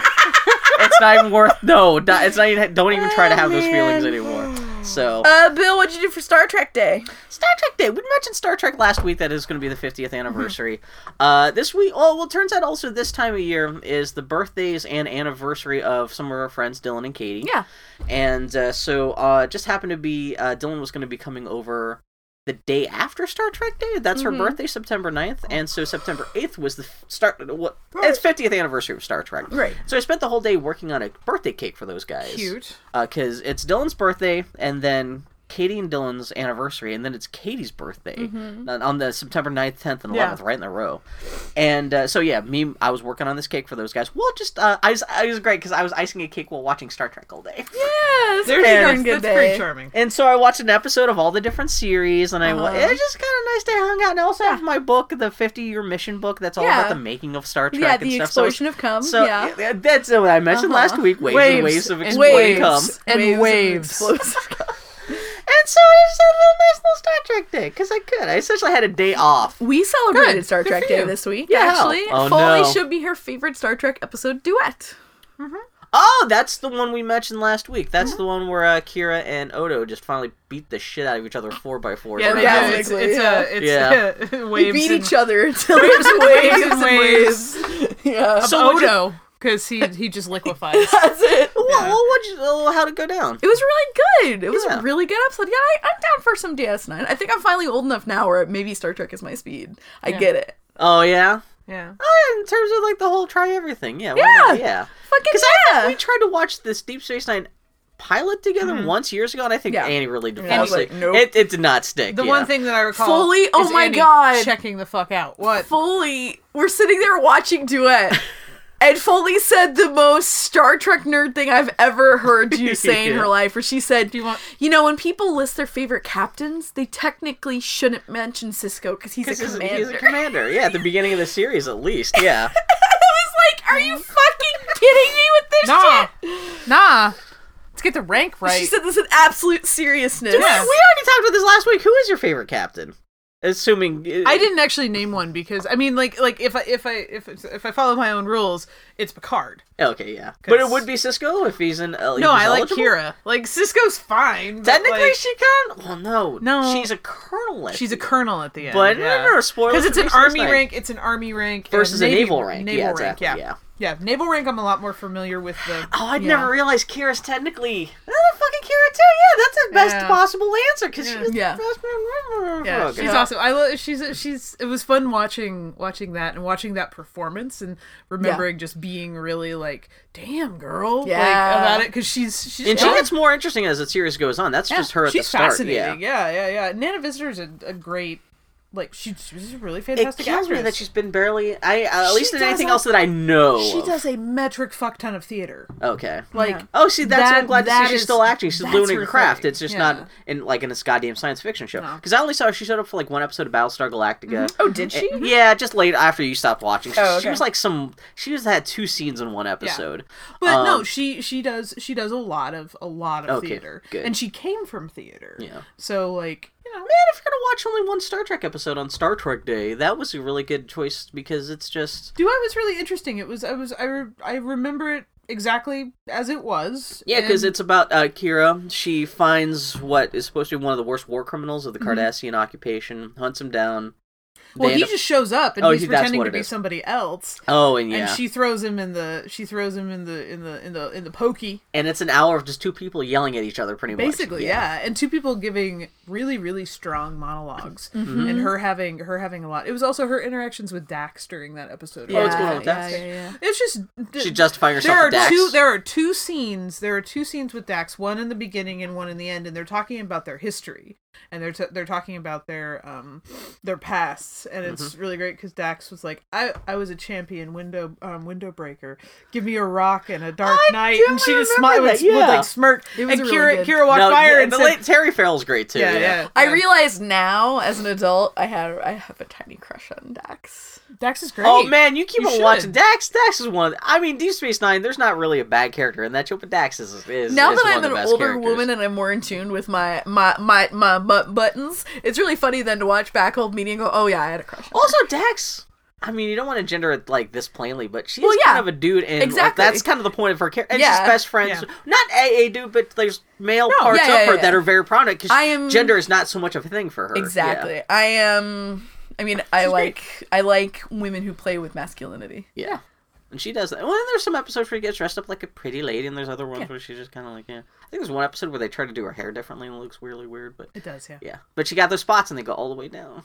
it's not even worth. No, not, it's not even. Don't even try to have those feelings anymore. So
Uh, Bill, what'd you do for Star Trek Day?
Star Trek Day. We mentioned Star Trek last week. That is going to be the 50th anniversary. Uh, this week, oh well, turns out also this time of year is the birthdays and anniversary of some of our friends, Dylan and Katie.
Yeah.
And uh, so, uh, just happened to be uh, Dylan was going to be coming over the day after Star Trek Day. That's
Mm-hmm.
her birthday, September 9th. And so September 8th was the f- start. What? It's 50th anniversary of Star Trek.
Right.
So I spent the whole day working on a birthday cake for those guys
Cute.
because it's Dylan's birthday, and then Katie and Dylan's anniversary, and then it's Katie's birthday on- on the September 9th, 10th, and
Mm-hmm. Yeah.
11th, right in a row. And uh, so yeah, me, I was working on this cake for those guys. Well, just uh, I was, I was great because I was icing a cake while watching Star Trek all day.
Yeah, it's a
There's
pretty
a-
darn good
That's pretty
day.
charming.
And so I watched an episode of all the different series, and I wa-
Uh-huh.
it was just kind of nice to hang out. And I also have my book, the 50 year mission book, that's all
Yeah.
about the making of Star Trek
Yeah,
and
the
stuff. So it's-
explosion of cum.
So
yeah.
that's what I mentioned
Uh-huh.
last week. Waves, and waves of
and
exploding
waves
cum.
and
Waves of
waves.
explosive cum.
And so it was a little nice little Star Trek day because I could. I essentially had a day off.
We celebrated
Good.
Star
Good
Trek
for
Day
you.
this week,
Yeah.
actually.
Oh,
Foley
no.
should be her favorite Star Trek episode duet.
Oh, that's the one we mentioned last week. That's the
Uh-huh.
one where uh, Kira and Odo just finally beat the shit out of each other four by four.
Yeah, they do.
basically,
It's, it's,
yeah.
uh, it's uh,
we
waves.
beat
and-
each other until there's waves
and
and waves. Yeah.
So
Odo.
Odo, because he he just liquefies.
That's it.
Well, what you, well, how'd it go down?
It was really good. It was
Yeah.
a really good episode. Yeah, I, I'm down for some DS9. I think I'm finally old enough now where maybe Star Trek is my speed. I get it.
Oh yeah.
yeah.
Oh, yeah, in terms of like the whole try everything. Yeah. why
Yeah.
not? Yeah. Mm-hmm.
Fucking
Because I
yeah.
think we tried to watch this Deep Space Nine pilot together once years ago, and I think
Yeah.
Annie really did
Annie
fall
was like,
asleep.
nope.
It, it did not stick.
The
yeah.
one thing that I recall
Fully- oh
is
my
Annie
God.
checking the fuck out. What?
Foley, we're sitting there watching Duet. And Foley said the most Star Trek nerd thing I've ever heard you say in
Yeah.
her life, where she said,
you want-
"You know, when people list their favorite captains, they technically shouldn't mention Cisco because he's,
Because
a
he's,
commander."
he's a commander. Yeah, at the beginning of the series, at least.
I
Yeah.
was like, "Are
Mm-hmm.
you fucking kidding me with this
Nah,
shit?"
nah. Let's get the rank right.
She said this in absolute seriousness.
We already talked about this last week. Who is your favorite captain? Assuming uh,
I didn't actually name one because I mean, like, like if I if I if it's- if I follow my own rules, it's Picard.
Okay, yeah, but it
'Cause-
would be Cisco if he's in. Uh,
No,
he's
I like
eligible?
Kira. Like Cisco's fine. but,
Technically,
like,
she can. Well, no,
No.
she's a colonel. at
she's a
the-
colonel at the end.
But no, no, no, spoilers
Because it's
for
an
Deep Space
army
Nine.
rank. It's an army rank and
Versus a
navy-
naval rank.
Naval
Yeah,
rank.
exactly,
Yeah.
yeah.
Yeah, Naval rank. I'm a lot more familiar with the.
Oh, I'd
yeah.
never realized Kira's technically. Oh, fucking Kira too. Yeah, that's the best
Yeah.
possible answer because
Yeah.
she's
Yeah.
Yeah,
okay.
she's awesome. I love she's she's it was fun watching watching that and watching that performance and remembering just being really like, damn girl,
Yeah.
like, about it because she's she's
And she
gone.
gets more interesting as the series goes on. That's just her at
she's
the start.
fascinating.
Yeah.
Yeah, yeah, yeah. Nana Visitor's a, a great like she, she's a really
It
fantastic
kills
actress.
me that she's been barely. I uh, at
She
least in
does
anything
a-
else that I know.
she
of.
does a metric fuck ton of theater.
Okay.
Like
Oh, see, that's
That-
I'm glad to
that
see she's
is-
still acting. She's
that's
doing her
her
craft.
thing.
It's just
Yeah.
not in like in this goddamn science fiction show.
No. Mm-hmm.
Because I only saw she showed up for like one episode of Battlestar Galactica.
Oh, did she?
And- yeah, just late after you stopped watching. She,
Oh,
she
okay.
was like some. She was had two scenes in one episode.
But no,
Um,
she she does she does a lot of a lot of
Okay,
theater,
good.
and she came from theater.
Yeah.
So like you know,
Man, if you're gonna watch only one Star Trek episode on Star Trek Day, that was a really good choice because it's just.
Duet was really interesting. It was I was I re- I remember it exactly as it was.
Yeah, because
and-
it's about uh, Kira. She finds what is supposed to be one of the worst war criminals of the Cardassian occupation, hunts him down.
Mm-hmm. well,
they
he
end up-
just shows up and
Oh,
he's
he- that's
pretending
what
to
it
be
is.
somebody else,
Oh, and yeah.
and she throws him in the she throws him in the in the in the in the pokey
and it's an hour of just two people yelling at each other, pretty much.
basically. yeah. and two people giving really really strong monologs,
Mm-hmm.
and her having her having a lot. It was also her interactions with Dax during that episode.
Oh, what's going on
Yeah,
with that?
yeah, yeah, yeah.
It's just
She justifying herself
There are
with Dax.
two. There are two scenes. There are two scenes with Dax. One in the beginning and one in the end, and they're talking about their history and they're t- they're talking about their um their pasts, and it's
Mm-hmm.
really great because Dax was like, I I was a champion window um window breaker. Give me a rock and a dark
I
night,
do
and she just
remember
smiled, would,
that, yeah.
would like smirk,
It was
and
a
Kira
really good-
Kira walked
No,
by her
yeah,
and
the
said,
late Terry Farrell's great too.
yeah,
Yeah,
yeah.
I
yeah.
realize now, as an adult, I have I have a tiny crush on Dax.
Dax is great.
Oh man, you keep
You
on watching
should.
Dax. Dax is one. Of the, I mean, Deep Space Nine. There's not really a bad character in that show, but Dax is is
Now
is
that
one
I'm
of
an
the best
older
characters.
woman and I'm more in tune with my my my my butt buttons, it's really funny then to watch back old media and go, "Oh yeah, I had a crush." on her."
Also, Dax. I mean, you don't want to gender it like this plainly, but she's
Well,
kind
yeah.
of a dude, and like,
Exactly.
that's kind of the point of her character. And she's
Yeah.
best friends,
Yeah.
not a a dude, but there's male parts
yeah, yeah,
of her
yeah.
that are very prominent because
I am-
gender is not so much of a thing for her. Yeah.
Exactly. I am. I mean, I like I like women who play with masculinity.
Yeah. And she does that. Well, then there's some episodes where she gets dressed up like a pretty lady, and there's other ones where she's just kind of like, yeah. I think there's one episode where they try to do her hair differently and it looks really weird, but
it does, yeah.
yeah. But she got those spots and they go all the way down.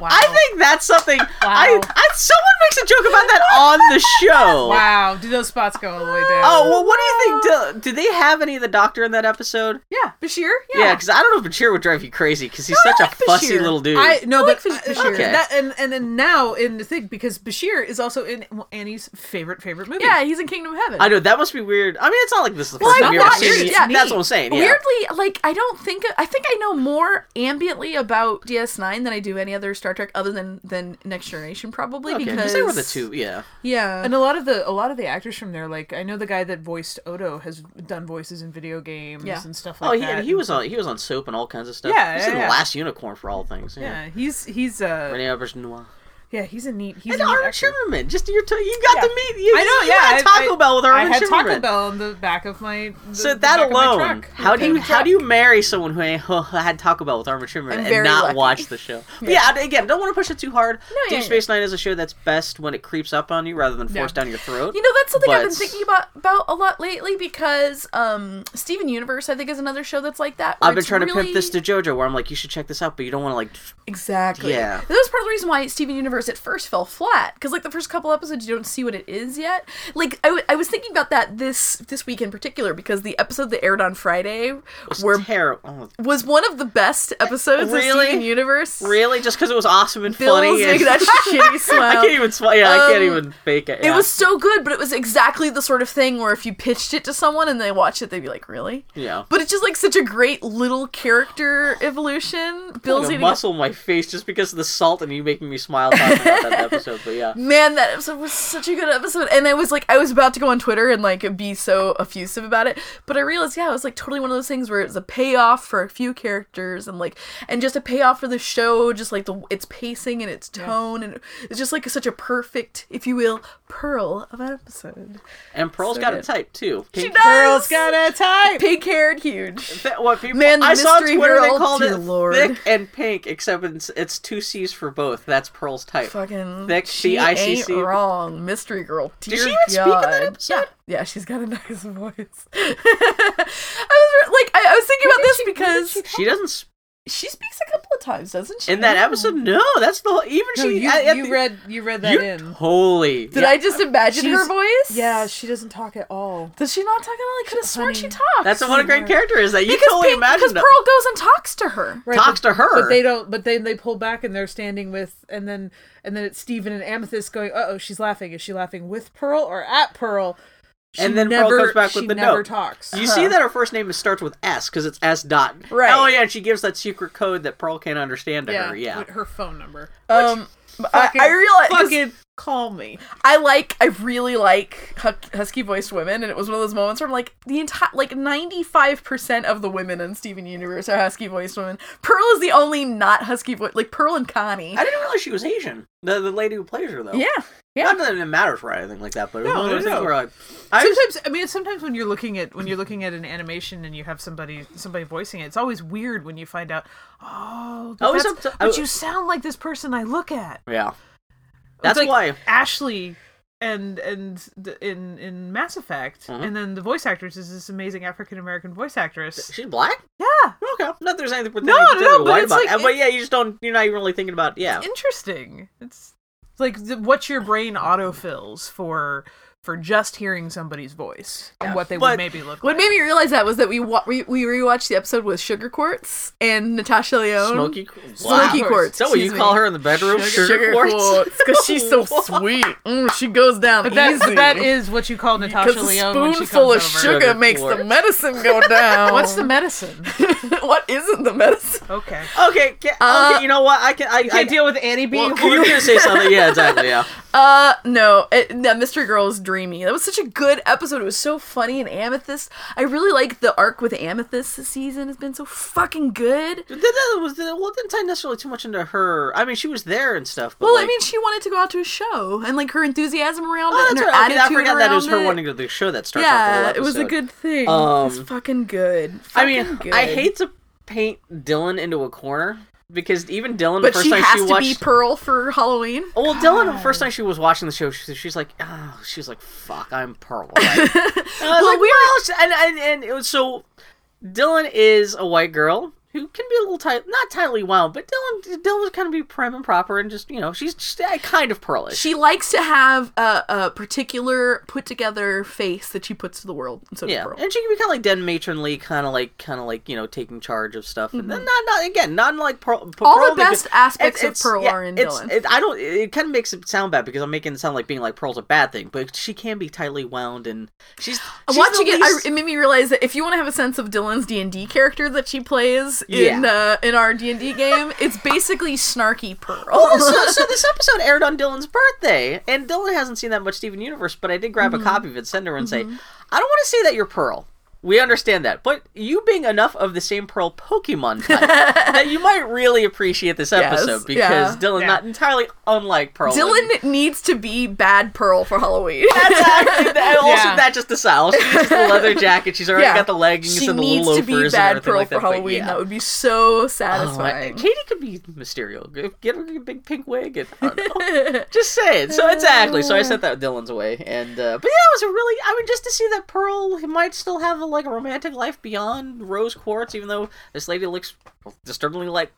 Wow.
I think that's something. I, I someone makes a joke about that on the show.
Wow, do those spots go all the way down?
Oh well, what do you think? Do, do they have any of the doctor in that episode?
yeah,
Bashir,
Yeah, because I don't know if Bashir would drive you crazy because he's such
like
a fussy
Bashir.
little dude.
I no,
like
but
Fish-
uh,
Bashir.
Okay.
that, and and then now in the thing because Bashir is also in Annie's favorite favorite movie.
yeah, he's in Kingdom Heaven.
I know that must be weird. I mean, it's not like this is the
Well,
first
I
time you've ever
watched-
seen. it.
yeah.
That's what I'm saying. Yeah.
Weirdly, like I don't think I think I know more ambiently about DS9 than I do any other Star Trek other than than Next Generation probably
Okay,
because
they were the two. Yeah.
Yeah.
and a lot of the a lot of the actors from there, like I know the guy that voiced Odo has done voices in video games
Yeah.
and stuff like
Oh, he,
that.
and he was on he was on soap and all kinds of stuff.
Yeah,
he's in
yeah,
the
yeah.
Last Unicorn for all things. Yeah,
yeah, he's he's uh
Rene Auberjonois.
Yeah, he's a neat. He's
And
a neat
Armin
actor.
Shimmerman, just your t- you got
Yeah.
to meet. You,
I know,
you
yeah,
had
I-
Taco
I-
Bell with
I
Armin
had
Shimmerman.
Taco Bell in the back of my. The,
So
the
that
back of my
alone,
truck.
how do
Okay.
you how do you marry someone who ain't- who had Taco Bell with Armin Shimmerman
I'm
and
very
not
lucky.
watch the show? But yeah. I- again, don't want to push it too hard.
yeah,
Deep
yeah.
Space Nine is a show that's best when it creeps up on you rather than forced
Yeah.
down your throat.
You know, that's something I've been
But-
thinking about about a lot lately because um Steven Universe, I think, is another show that's like that. where
I've been
it's
trying to
really-
pimp this to JoJo, where I'm like, you should check this out, but you don't want to like.
Exactly.
Yeah.
That was part of the reason why Steven Universe at first fell flat because like the first couple episodes you don't see what it is yet. Like I, w- I was thinking about that this this week in particular because the episode that aired on Friday
It's Oh,
were
terrible.
was one of the best episodes
Really?
of Steven Universe.
Really, just because it was awesome and
Bill's
funny.
making
and-
that shitty smile.
I can't even. Sw- yeah, I can't
Um,
even fake it.
It
yeah.
was so good, but it was exactly the sort of thing where if you pitched it to someone and they watched it, they'd be like, "Really?"
Yeah.
But it's just like such a great little character evolution. Bill's
like a
eating.
muscle in my face just because of the salt and you making me smile talking about that episode. But yeah,
Man, that episode was such a good episode, and I was like, I was about to go on Twitter and like be so effusive about it, but I realized, yeah, it was like totally one of those things where it's a payoff for a few characters, and like, and just a payoff for the show, just like the its pacing and its tone, and it's just like such a perfect, if you will, pearl of an episode.
and Pearl's
So
got a
good.
type too.
She
Pink-
does.
Girls got a type.
pink haired, huge.
That, what people,
Man, the
I saw on
mystery
Twitter they
girl,
called
dear
it
lord.
thick and pink, except it's, it's two C's for both. That's Pearl's type.
fucking
Thick
she ain't
CICC.
wrong mystery girl dear
she even speak in that
God.
episode?
yeah yeah she's got a nice voice i was re- like I, I was thinking about this because she,
She doesn't s-
speaks a couple of times doesn't she
in that episode. No, that's the whole. Even
No,
she.
you,
at- at
you
the-
read you read that
you
in.
Holy.
did i just imagine her
she's-
voice
Yeah, she doesn't talk at all.
does she not talk at all i could have sworn she
Honey.
talks
That's what a great character is that you
because,
can only
Pink- because
imagine. that-
pearl goes and talks to her
Right,
Talks
but-
to her.
but they don't. But then they pull back, and they're standing with, and then and then it's Steven and Amethyst going, "Uh oh, she's laughing. Is she laughing with Pearl or at Pearl?" She
And then Pearl
never,
comes back with
she
the
never
note.
talks.
You see that her first name is starts with S because it's S dot.
Right.
Oh yeah, and she gives that secret code that Pearl can't understand to her. Yeah.
with her phone number.
um I,
Fucking-
I realized 'cause-
fucking call me.
I like, I really like husky voiced women, and it was one of those moments where I'm like, the entire, like, 95% of the women in Steven Universe are husky voiced women. Pearl is the only not husky voiced, like, Pearl and Connie.
I didn't realize she was Asian. The the lady who plays her though.
yeah.
Not that it matters for anything like that, but
No,
no, no,
no, no.
Where, like, I was-
sometimes I mean sometimes when you're looking at when you're looking at an animation and you have somebody somebody voicing it, it's always weird when you find out. Oh,
I
but,
was
that's-
up to- I
but
w-
you sound like this person I look at.
yeah.
It's
That's
like
why.
Ashley and and the, in in Mass Effect, and then the voice actress is this amazing African American voice actress.
She's black.
Yeah,
Okay. Not that there's anything
No, no,
particularly
but
white
it's
about
like-
it, but yeah, you just don't. You're not even really thinking about. Yeah.
interesting. It's, it's like the, what your brain autofills for for just hearing somebody's voice and what they
But-
would maybe look
What
like.
made me realize that was that we wa- we, we rewatched the episode with Sugar Quartz and Natasha Leone.
Smoky.
Smoky quartz,
Is that what you
excuse
call
me.
her in the bedroom? Sugar,
Because she's so sweet. Mm, she goes down
But that,
easy.
but that is what you call Natasha
Because a
Leone when she comes
spoonful of
over.
sugar,
Sugar
makes the
quartz.
medicine go down.
What's the medicine?
what isn't the medicine?
Okay.
Okay. Can,
Uh,
okay. You know what? I can. I, I
I deal with Annie being
Well, you were gonna say something. Yeah. Exactly. Yeah.
Uh, no, it, that Mystery Girl is dreamy. That was such a good episode. It was so funny and Amethyst. I really like the arc with Amethyst this season. It's been so fucking good.
But That, that was well. it Didn't tie necessarily too much into her. I mean, she was there and stuff. But
Well,
like-
I mean, she wanted to go out to a show, and like her enthusiasm around
Oh,
it and
that's
her
right. Okay,
attitude
I forgot that it was
around
her
it.
wanting to do the show that starts off the whole
Yeah,
episode.
it was a good thing. it's
Um,
fucking good.
I mean,
Fucking
I
good.
hate to paint Dylan into a corner because even Dylan,
But
the first
she
time
has
she
to be
watched.
Pearl for Halloween.
well, Dylan, the first time she was watching the show, she, she's like, "Oh, she's like, fuck, I'm Pearl." Like, and I was
Well,
like,
we were-
"Well," she- and and and it was so. Dylan is a white girl who can be a little tight, not tightly wound, but Dylan, Dylan would kind of be prim and proper and just you know, she's, she's eh, kind of pearlish.
She likes to have a, a particular put together face that she puts to the world. And so does
Yeah,
Pearl.
and she can be kind of like den matronly, kind of like, kind of like you know, taking charge of stuff, and then not, not again, not like Pearl. P-
All
Pearl
the best aspects of Pearl
yeah,
are in
it's-
Dylan.
It, I don't. It kind of makes it sound bad because I'm making it sound like being like Pearl's a bad thing, but she can be tightly wound, and she's, she's
Watching
the
it,
least-
I, it made me realize that if you want to have a sense of Dylan's D and D character that she plays in uh, in our D and D game, it's basically snarky Pearl.
Oh, so, so this episode aired on Dylan's birthday, and
Mm-hmm.
Dylan hasn't seen that much Steven Universe, but I did grab a copy of it, send her, and say, I don't want to say that you're Pearl. We understand that, but you being enough of the same Pearl Pokemon type that you might really appreciate this
Yes,
episode because
yeah.
Dylan,
Yeah.
not entirely unlike Pearl. and-
Dylan needs to be bad Pearl for Halloween.
That's actually that, also
Yeah.
that just the style. She needs the leather jacket. She's already
Yeah.
got the leggings
she
and the little
needs to
loafers
be
and
bad
everything
Pearl
like that.
for
but
Halloween.
yeah.
That would be so
Oh, I-
satisfying.
Katie could be Mysterio. G- Get her a big pink wig. And, I don't know. just saying. So exactly. So I sent that Dylan's away, and uh, but yeah, it was a really. I mean, just to see that Pearl might still have a like romantic life beyond Rose Quartz, even though this lady looks disturbingly like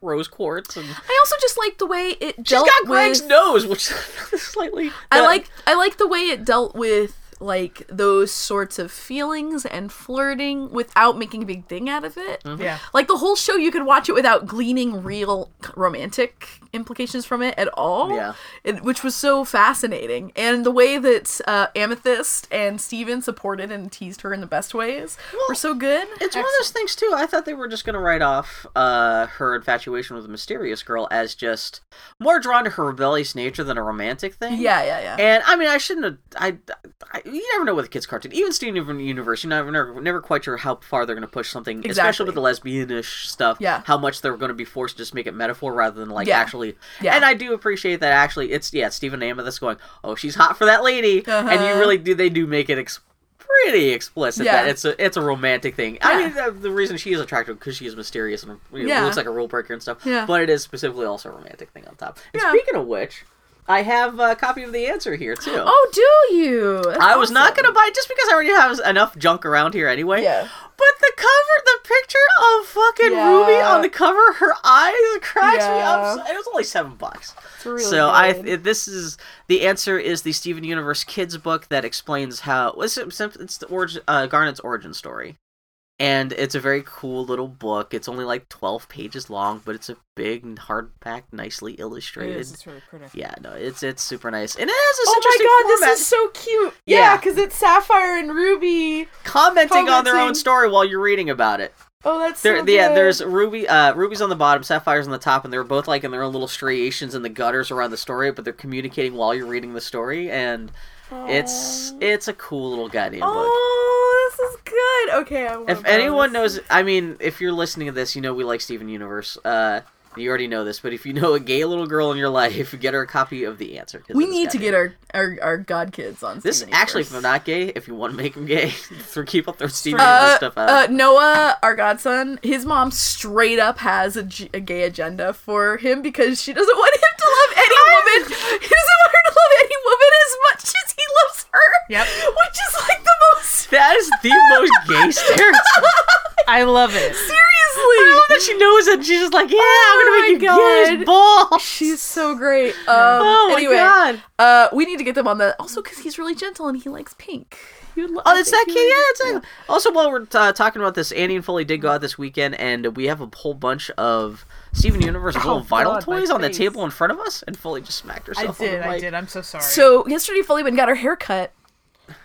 Rose Quartz, and
I also just like the way it
she's
dealt
got Greg's
with.
nose, which is slightly.
I
that-
like I like the way it dealt with like those sorts of feelings and flirting without making a big thing out of it.
Mm-hmm.
Yeah.
Like the whole show, you could watch it without gleaning real romantic implications from it at all.
Yeah.
It- which was so fascinating, and the way that uh, Amethyst and Steven supported and teased her in the best ways were so good.
It's one of those things too. I thought they were just going to write off uh, her infatuation with the mysterious girl as just more drawn to her rebellious nature than a romantic thing.
Yeah, yeah, yeah.
And I mean, I shouldn't have. I, I you never know with a kids' cartoon, even Steven Universe. You never, never, never quite sure how far they're going to push something,
Exactly.
especially with the lesbianish stuff.
Yeah.
How much they're going to be forced to just make it metaphor rather than like
Yeah.
actually.
Yeah.
And I do appreciate that. Actually, it's yeah, Steven Amethyst going, oh, she's hot for that lady, and you
Uh-huh.
really do. They do make it. Ex- pretty explicit
Yeah.
that it's a it's a romantic thing. I
Yeah.
mean, the, the reason she is attractive because she is mysterious and you know,
Yeah.
looks like a rule breaker and stuff.
Yeah.
But it is specifically also a romantic thing on top. And
Yeah.
speaking of which, I have a copy of the answer here too.
Oh, do you? That's
I was not
awesome.
gonna buy it just because I already have enough junk around here anyway.
Yeah.
But the cover, the picture of fucking
Yeah.
Ruby on the cover, her eyes cracks me
Yeah.
up. so- It was only seven bucks.
It's really
so I,
good.
it, this is the answer is the Steven Universe kids book that explains how what's it- it's, it's the origin, uh, Garnet's origin story, and it's a very cool little book. It's only like twelve pages long, but it's a big hardback, nicely
It
illustrated.
is. It's really pretty.
Yeah, no, it's it's super nice, and it has this
Oh my
interesting
god,
format
this is so cute.
Yeah.
Yeah, because it's Sapphire and Ruby.
commenting, on their own
Commenting.
story while you're reading about it.
Oh, that's
There,
so
yeah,
good.
there's Ruby. Uh, Ruby's on the bottom, Sapphire's on the top, and they're both like in their own little striations in the gutters around the story, but they're communicating while you're reading the story, and it's it's a cool little goddamn book.
Oh, this is good. Okay, I wanna
If
borrow
anyone
this.
knows, I mean, if you're listening to this, you know we like Steven Universe. Uh, you already know this, but if you know a gay little girl in your life, get her a copy of the answer. 'cause
We
it is
need to
goddamn-
get our, our, our god kids on
This
Steven
actually, if
Universe.
they're not gay, if you want to make them gay, through keep up their Steven Universe
Uh,
stuff out.
uh, Noah, our godson, his mom straight up has a, g- a gay agenda for him because she doesn't want him to love any woman. He doesn't want her to love any woman as much as he loves her.
Yep.
Which is like the most
That is the most gay stereotype.
I love it.
seriously.
I love that she knows it. She's just like, yeah, I'm gonna
my
make you gay as balls.
She's so great. Um,
oh my
anyway,
god.
uh, we need to get them on the also because he's really gentle and he likes pink. He would lo-
Oh,
I
it's that
think he
kid.
would-
Yeah, it's that. Also, while we're uh, talking about this, Annie and Foley did go out this weekend, and we have a whole bunch of Steven Universe little vinyl
God, my
toys on the
face.
table in front of us, and Foley just smacked
I
herself. on
did.
the
I
mic.
did. I'm so sorry.
So yesterday, Fully went and got her hair cut.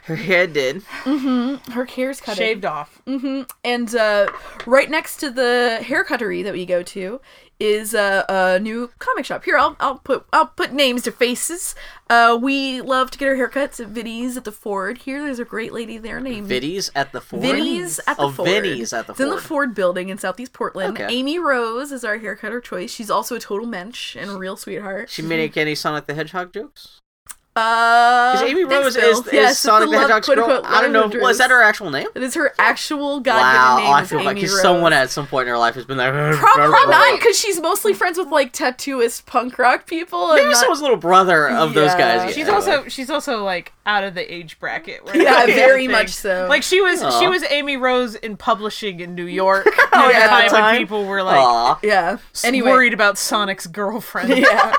Her head did.
Her hair's cut. Mm.
shaved off.
And uh, right next to the hair cuttery that we go to is uh, a new comic shop. Here, I'll, I'll put I'll put names to faces. Uh, we love to get our haircuts at Vinny's at the Ford. Here, there's a great lady there named
Vinny's at the Ford.
Vinny's at the
oh,
Ford.
Vinny's at the
it's
Ford.
in the Ford building in Southeast Portland.
Okay.
Amy Rose is our haircutter choice. She's also a total mensch and a real sweetheart.
She made any Sonic the Hedgehog jokes.
uh,
Because Amy
thanks,
Rose
Bill.
is, is
Yes, it's
Sonic the
love-
Hedgehog's
quote,
girl.
unquote,
I don't know.
love
Was that
interest.
her actual name?
That is her actual god-given
Wow,
name.
I
is
feel like
Amy
he's someone
Rose.
at some point in her life has been like,
Probably not, because she's mostly friends with like tattooist punk rock people. And
Maybe
not-
someone's little brother of those
Yeah.
guys. yeah,
She's
anyway.
also she's also like out of the age bracket. where
Yeah,
that is a
very
thing.
much so.
Like she was
Aw.
she was Amy Rose in publishing in New York. at
Oh, yeah.
the time,
Time.
when people were like
Aw.
yeah. Anyway,
worried about Sonic's girlfriend.
yeah.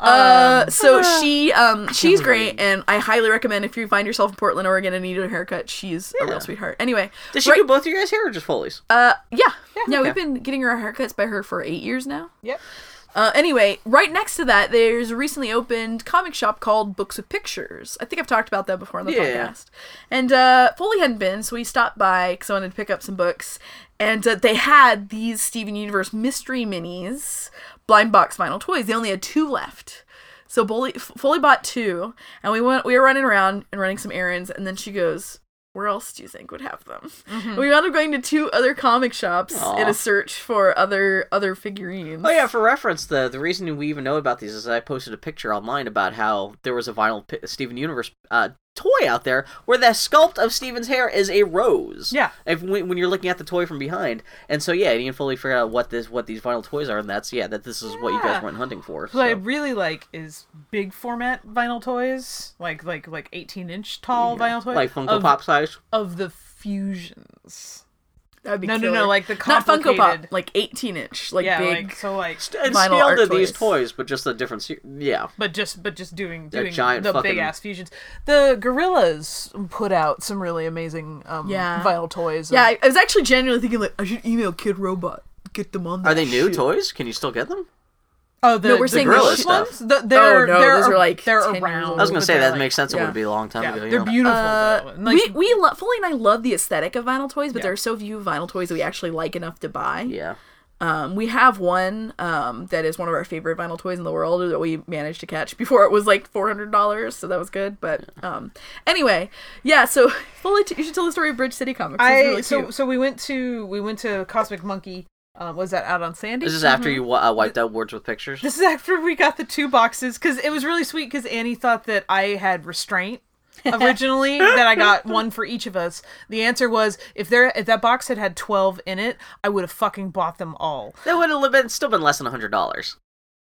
Uh, so she um she's great, and I highly recommend if you find yourself in Portland, Oregon, and need a haircut, she's a
Yeah.
real sweetheart. Anyway,
Does she
right-
do both of you guys' hair or just Foley's?
Uh, yeah, yeah.
okay.
we've been getting our haircuts by her for eight years now.
Yep.
Uh, anyway, right next to that, there's a recently opened comic shop called Books with Pictures. I think I've talked about that before on the
Yeah.
podcast. And uh, Foley hadn't been, so we stopped by because I wanted to pick up some books. And uh, they had these Steven Universe mystery minis, blind box vinyl toys. They only had two left. So Foley, Foley bought two, and we went. We were running around and running some errands, and then she goes,
where else do you think would have them? We wound up going to two other comic shops in
Mm-hmm. Aw.
a search for other other figurines.
Oh yeah, for reference, the the reason we even know about these is I posted a picture online about how there was a vinyl pi- Steven Universe uh, toy out there where the sculpt of Steven's hair is a rose.
Yeah.
If, when, when you're looking at the toy from behind, and so yeah, Ian Foley figured out what this what these vinyl toys are, and that's yeah that this is what you guys
Yeah.
went hunting for.
What I
so.
really like is big format vinyl toys, like like like eighteen inch tall vinyl toys,
Like Funko
of,
Pop size.
of the fusions.
That'd be
No, no,
killer.
no, like the
not Funko Pop,
complicated-
like eighteen inch, like
yeah,
big.
like so like,
And
Vinyl
scaled
art
to these
toys.
toys, but just a different. se- Yeah.
but just but just doing doing
giant
the
fucking-
big ass fusions. The gorillas put out some really amazing um,
Yeah.
vinyl toys.
yeah, I, I was actually genuinely thinking like I should email Kid Robot, get them on. that
Are they new
shit.
toys? Can you still get them?
Oh, the,
No, we're
the
saying
the
gorilla
shit-
ones. The, they're,
Oh, no,
they're,
those are, like,
they're
10 years
around.
old.
I was gonna
but
say
they're,
that
like-
makes sense. It
yeah.
would be a long time ago.
Yeah,
you
they're
know?
beautiful.
Uh,
though. And, like,
we we love Foley and I love the aesthetic of vinyl toys, but
Yeah.
there are so few vinyl toys that we actually like enough to buy.
Yeah.
Um, we have one um, that is one of our favorite vinyl toys in the world that we managed to catch before it was like four hundred dollars, so that was good. But um, anyway, yeah. So Foley, t- you should tell the story of Bridge City Comics. It's
I
really
so
cute.
so we went to we went to Cosmic Monkey. Uh, was that out on Sandy?
This is after you wa- uh, wiped out words with pictures.
This is after we got the two boxes because it was really sweet because Annie thought that I had restraint originally that I got one for each of us. The answer was if there if that box had had twelve in it, I would have fucking bought them all.
That would have been still been less than hundred dollars.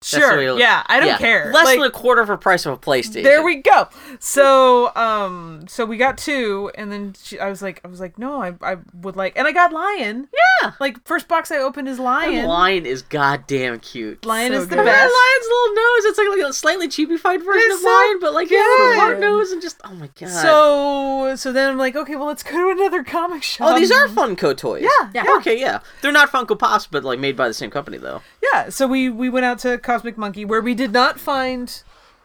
Sure, yeah, I don't care.
Less
Like,
than a quarter of a price of a PlayStation.
There we go. So, um, so we got two, and then she, I was like, I was like, no, I, I would like, and I got lion.
Yeah.
Like first box I opened is
Lion.
lion.
lion is goddamn cute.
Lion
So
is the
good.
Look at that
best.
lion's little nose. It's like, like a slightly cheapified version
It's
of
so
lion, but like it has a
good.
little hard nose and just oh my god.
So, so then I'm like, okay, well, let's go to another comic shop.
oh, these are Funko toys.
um, Yeah, yeah.
Okay, yeah. They're not Funko Pops, but like made by the same company though.
Yeah, so we we went out to Cosmic Monkey where we did not find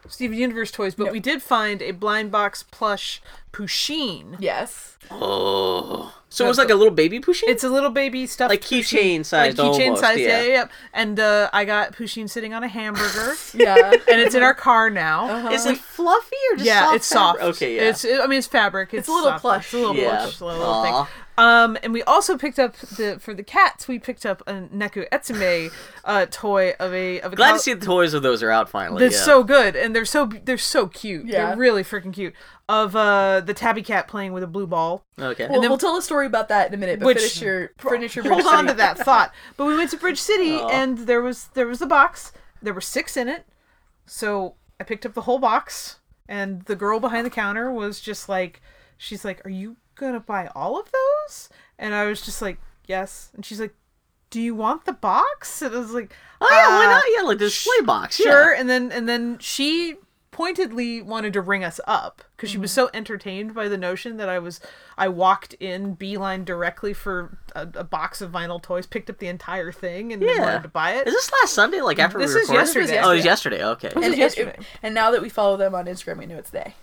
Steven Universe toys, but we did find a blind box plush Pusheen.
yes,
Oh. So it was like a little baby pushing.
It's a little baby stuff,
like keychain
like
sized.
keychain
almost,
size. Yeah,
Yeah.
yeah. yeah. And uh, I got Pusheen sitting on a hamburger,
yeah.
and it's in our car now.
Is it fluffy or just
Yeah,
Oh, soft
it's soft.
fabric? Okay, yeah.
It's I mean it's fabric. It's,
a little
soft.
plush.
It's a little
Yeah.
plush. It's a little
Aw.
thing. Um, and we also picked up the for the cats. We picked up a Neku Etsume uh, toy of a of a
Glad
cow-
to see the toys of those are out finally.
That's
yeah.
so good, and they're so they're so cute.
Yeah.
They're really freaking cute. Of uh the tabby cat playing with a blue ball.
okay.
We'll,
then-
we'll tell a story about that in a minute. But
Which-
finish your finish your Bridge
Hold on
City.
to that thought. But we went to Bridge City, and there was there was the box. There were six in it, so I picked up the whole box. And the girl behind the counter was just like, she's like, "Are you gonna buy all of those?" And I was just like, "Yes." And she's like, "Do you want the box?" And I was like,
Oh yeah, why
"Uh,
not? Yeah, like this display box.
sure
Yeah.
and then and then she pointedly wanted to ring us up because she was
Mm-hmm.
so entertained by the notion that i was i walked in beeline directly for a, a box of vinyl toys picked up the entire thing and then
Yeah.
wanted to buy it
Is this last Sunday? Like after
This
we
is
recorded?
yesterday.
Oh, it was yesterday. Okay.
And,
was
and-
yesterday.
and now that we follow them on Instagram, we know it's they.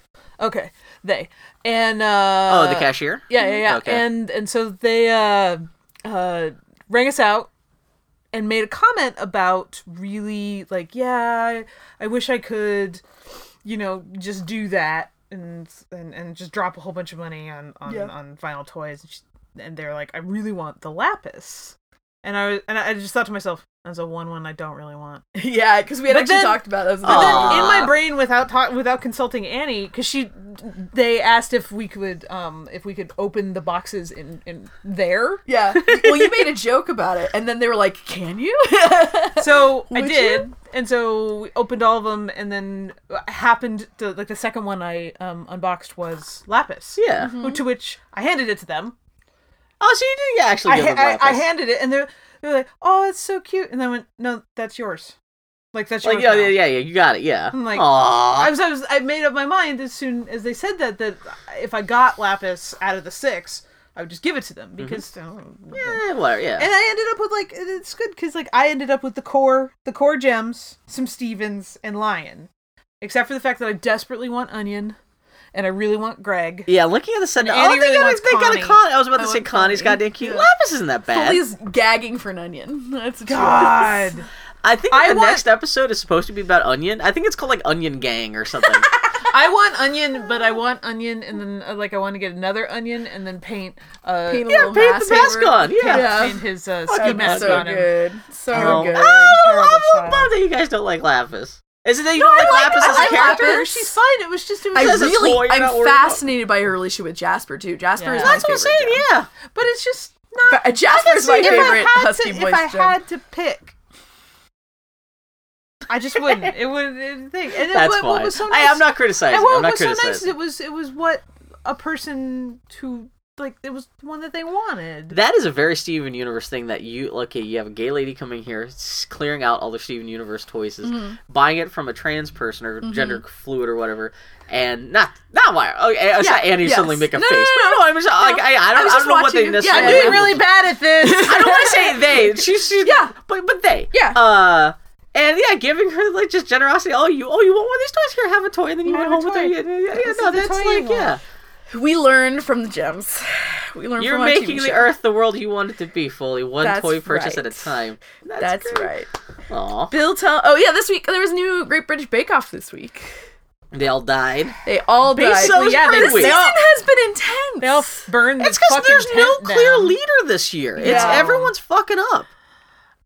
okay they and uh
oh, the cashier.
yeah yeah yeah
Okay.
and and so they uh uh rang us out and made a comment about really like yeah I, I wish i could you know just do that and and, and just drop a whole bunch of money on on,
Yeah.
on vinyl toys and, she, and they're like i really want the lapis and i was- and i just thought to myself that's a one one i don't really want
yeah, because we had
But
actually
then-
talked about those.
but then
Aw.
in my brain, without talk, without consulting Annie, because she, they asked if we could, um, if we could open the boxes in in there.
yeah. Well, you made a joke about it, and then they were like, "Can you?"
So I
Would
did, and so we opened all of them, and then happened to like the second one I um unboxed was lapis.
Yeah.
Who- To which I handed it to them.
Oh, so you did actually
I,
give
ha-
them
I, I
lapis.
handed it, and they're they're like, "Oh, it's so cute," and I went, "No, that's yours." Like that's yours.
Like, yeah,
now."
yeah, yeah, yeah, you got it. Yeah.
I'm like-
Aw.
I was, I was I made up my mind as soon as they said that that if I got Lapis out of the six, I would just give it to them because uh,
Eh, whatever, yeah.
and I ended up with like and it's good because like I ended up with the core the core gems, some Stevens and Lion, except for the fact that I desperately want Onion, and I really want Greg.
yeah, looking at the Sunday. Oh,
Andy
they,
really
got a,
wants
they got a
Connie.
con. I was about to say
want
Connie's
Connie.
goddamn cute. Lapis isn't that bad.
Foley's gagging for an onion. That's what she wants.
God,
I think
I
the
want-
next episode is supposed to be about Onion. I think it's called like Onion Gang or something.
I want onion, but I want onion, and then uh, like I want to get another onion, and then paint. Uh,
Paint a
Yeah,
little
paint the mask
over-
on. Yeah.
Yeah.
paint his uh,
Fucking
ski
That'd be
mask
so
on him.
good. So
Oh.
good.
Oh, I
Terrible
love
child.
that you guys don't like Lapis. Is it that you don't like, Lapis as a
I like
character?
Lapis.
She's fine. It was just. It was
I
Because
just
it's
really,
law, you're not
I'm
worried about-
fascinated by her relationship with Jasper too. Jasper is
Yeah.
my
That's what I'm
favorite.
saying. Yeah.
but it's just not.
Fa- Jasper's my
if I
favorite
had
husky
to,
voice.
If I
Jen.
had to pick. I just wouldn't. It wouldn't it think. And it,
That's
what,
fine.
what was so
I
nice?
am not criticizing.
And what
I'm not
was so nice is
criticizing.
it was it was what a person to like. It was the one that they wanted.
That is a very Steven Universe thing that you okay. You have a gay lady coming here, s- clearing out all the Steven Universe toys, is
Mm-hmm.
buying it from a trans person or gender fluid or whatever, and not not why. oh, Okay, I saw
Yeah,
Annie
yes.
suddenly make a
No,
face.
no, no,
but
no.
I'm just like I, I
I
don't,
was
I
just
don't know what they
watching you. Yeah,
necessarily.
I'm
labeled
doing really bad at this.
I don't want to say they. She's, she's
Yeah.
but but they.
Yeah.
Uh, and yeah, giving her like just generosity. Oh, you oh you want one of these toys? Here, have a toy, and then you
Have
went
a
home with her.
toy.
Yeah, yeah, yeah,
This
no,
is the
that's
toy you
like yeah.
we learned from the gems. We learned
You're
from our TV
making
show.
the Earth the world you want it to be, Foley. One
That's
toy purchase at a
right.
time.
That's,
great.
right.
Aw,
Bill tell. Oh yeah, this week there was new Great British Bake Off this week.
they all died.
They all died.
so
yeah, they-
this
we-
season has been intense.
They'll f- burn the
It's because
fucking
there's no
tent
clear
down.
leader this year. It's
Yeah.
everyone's fucking up.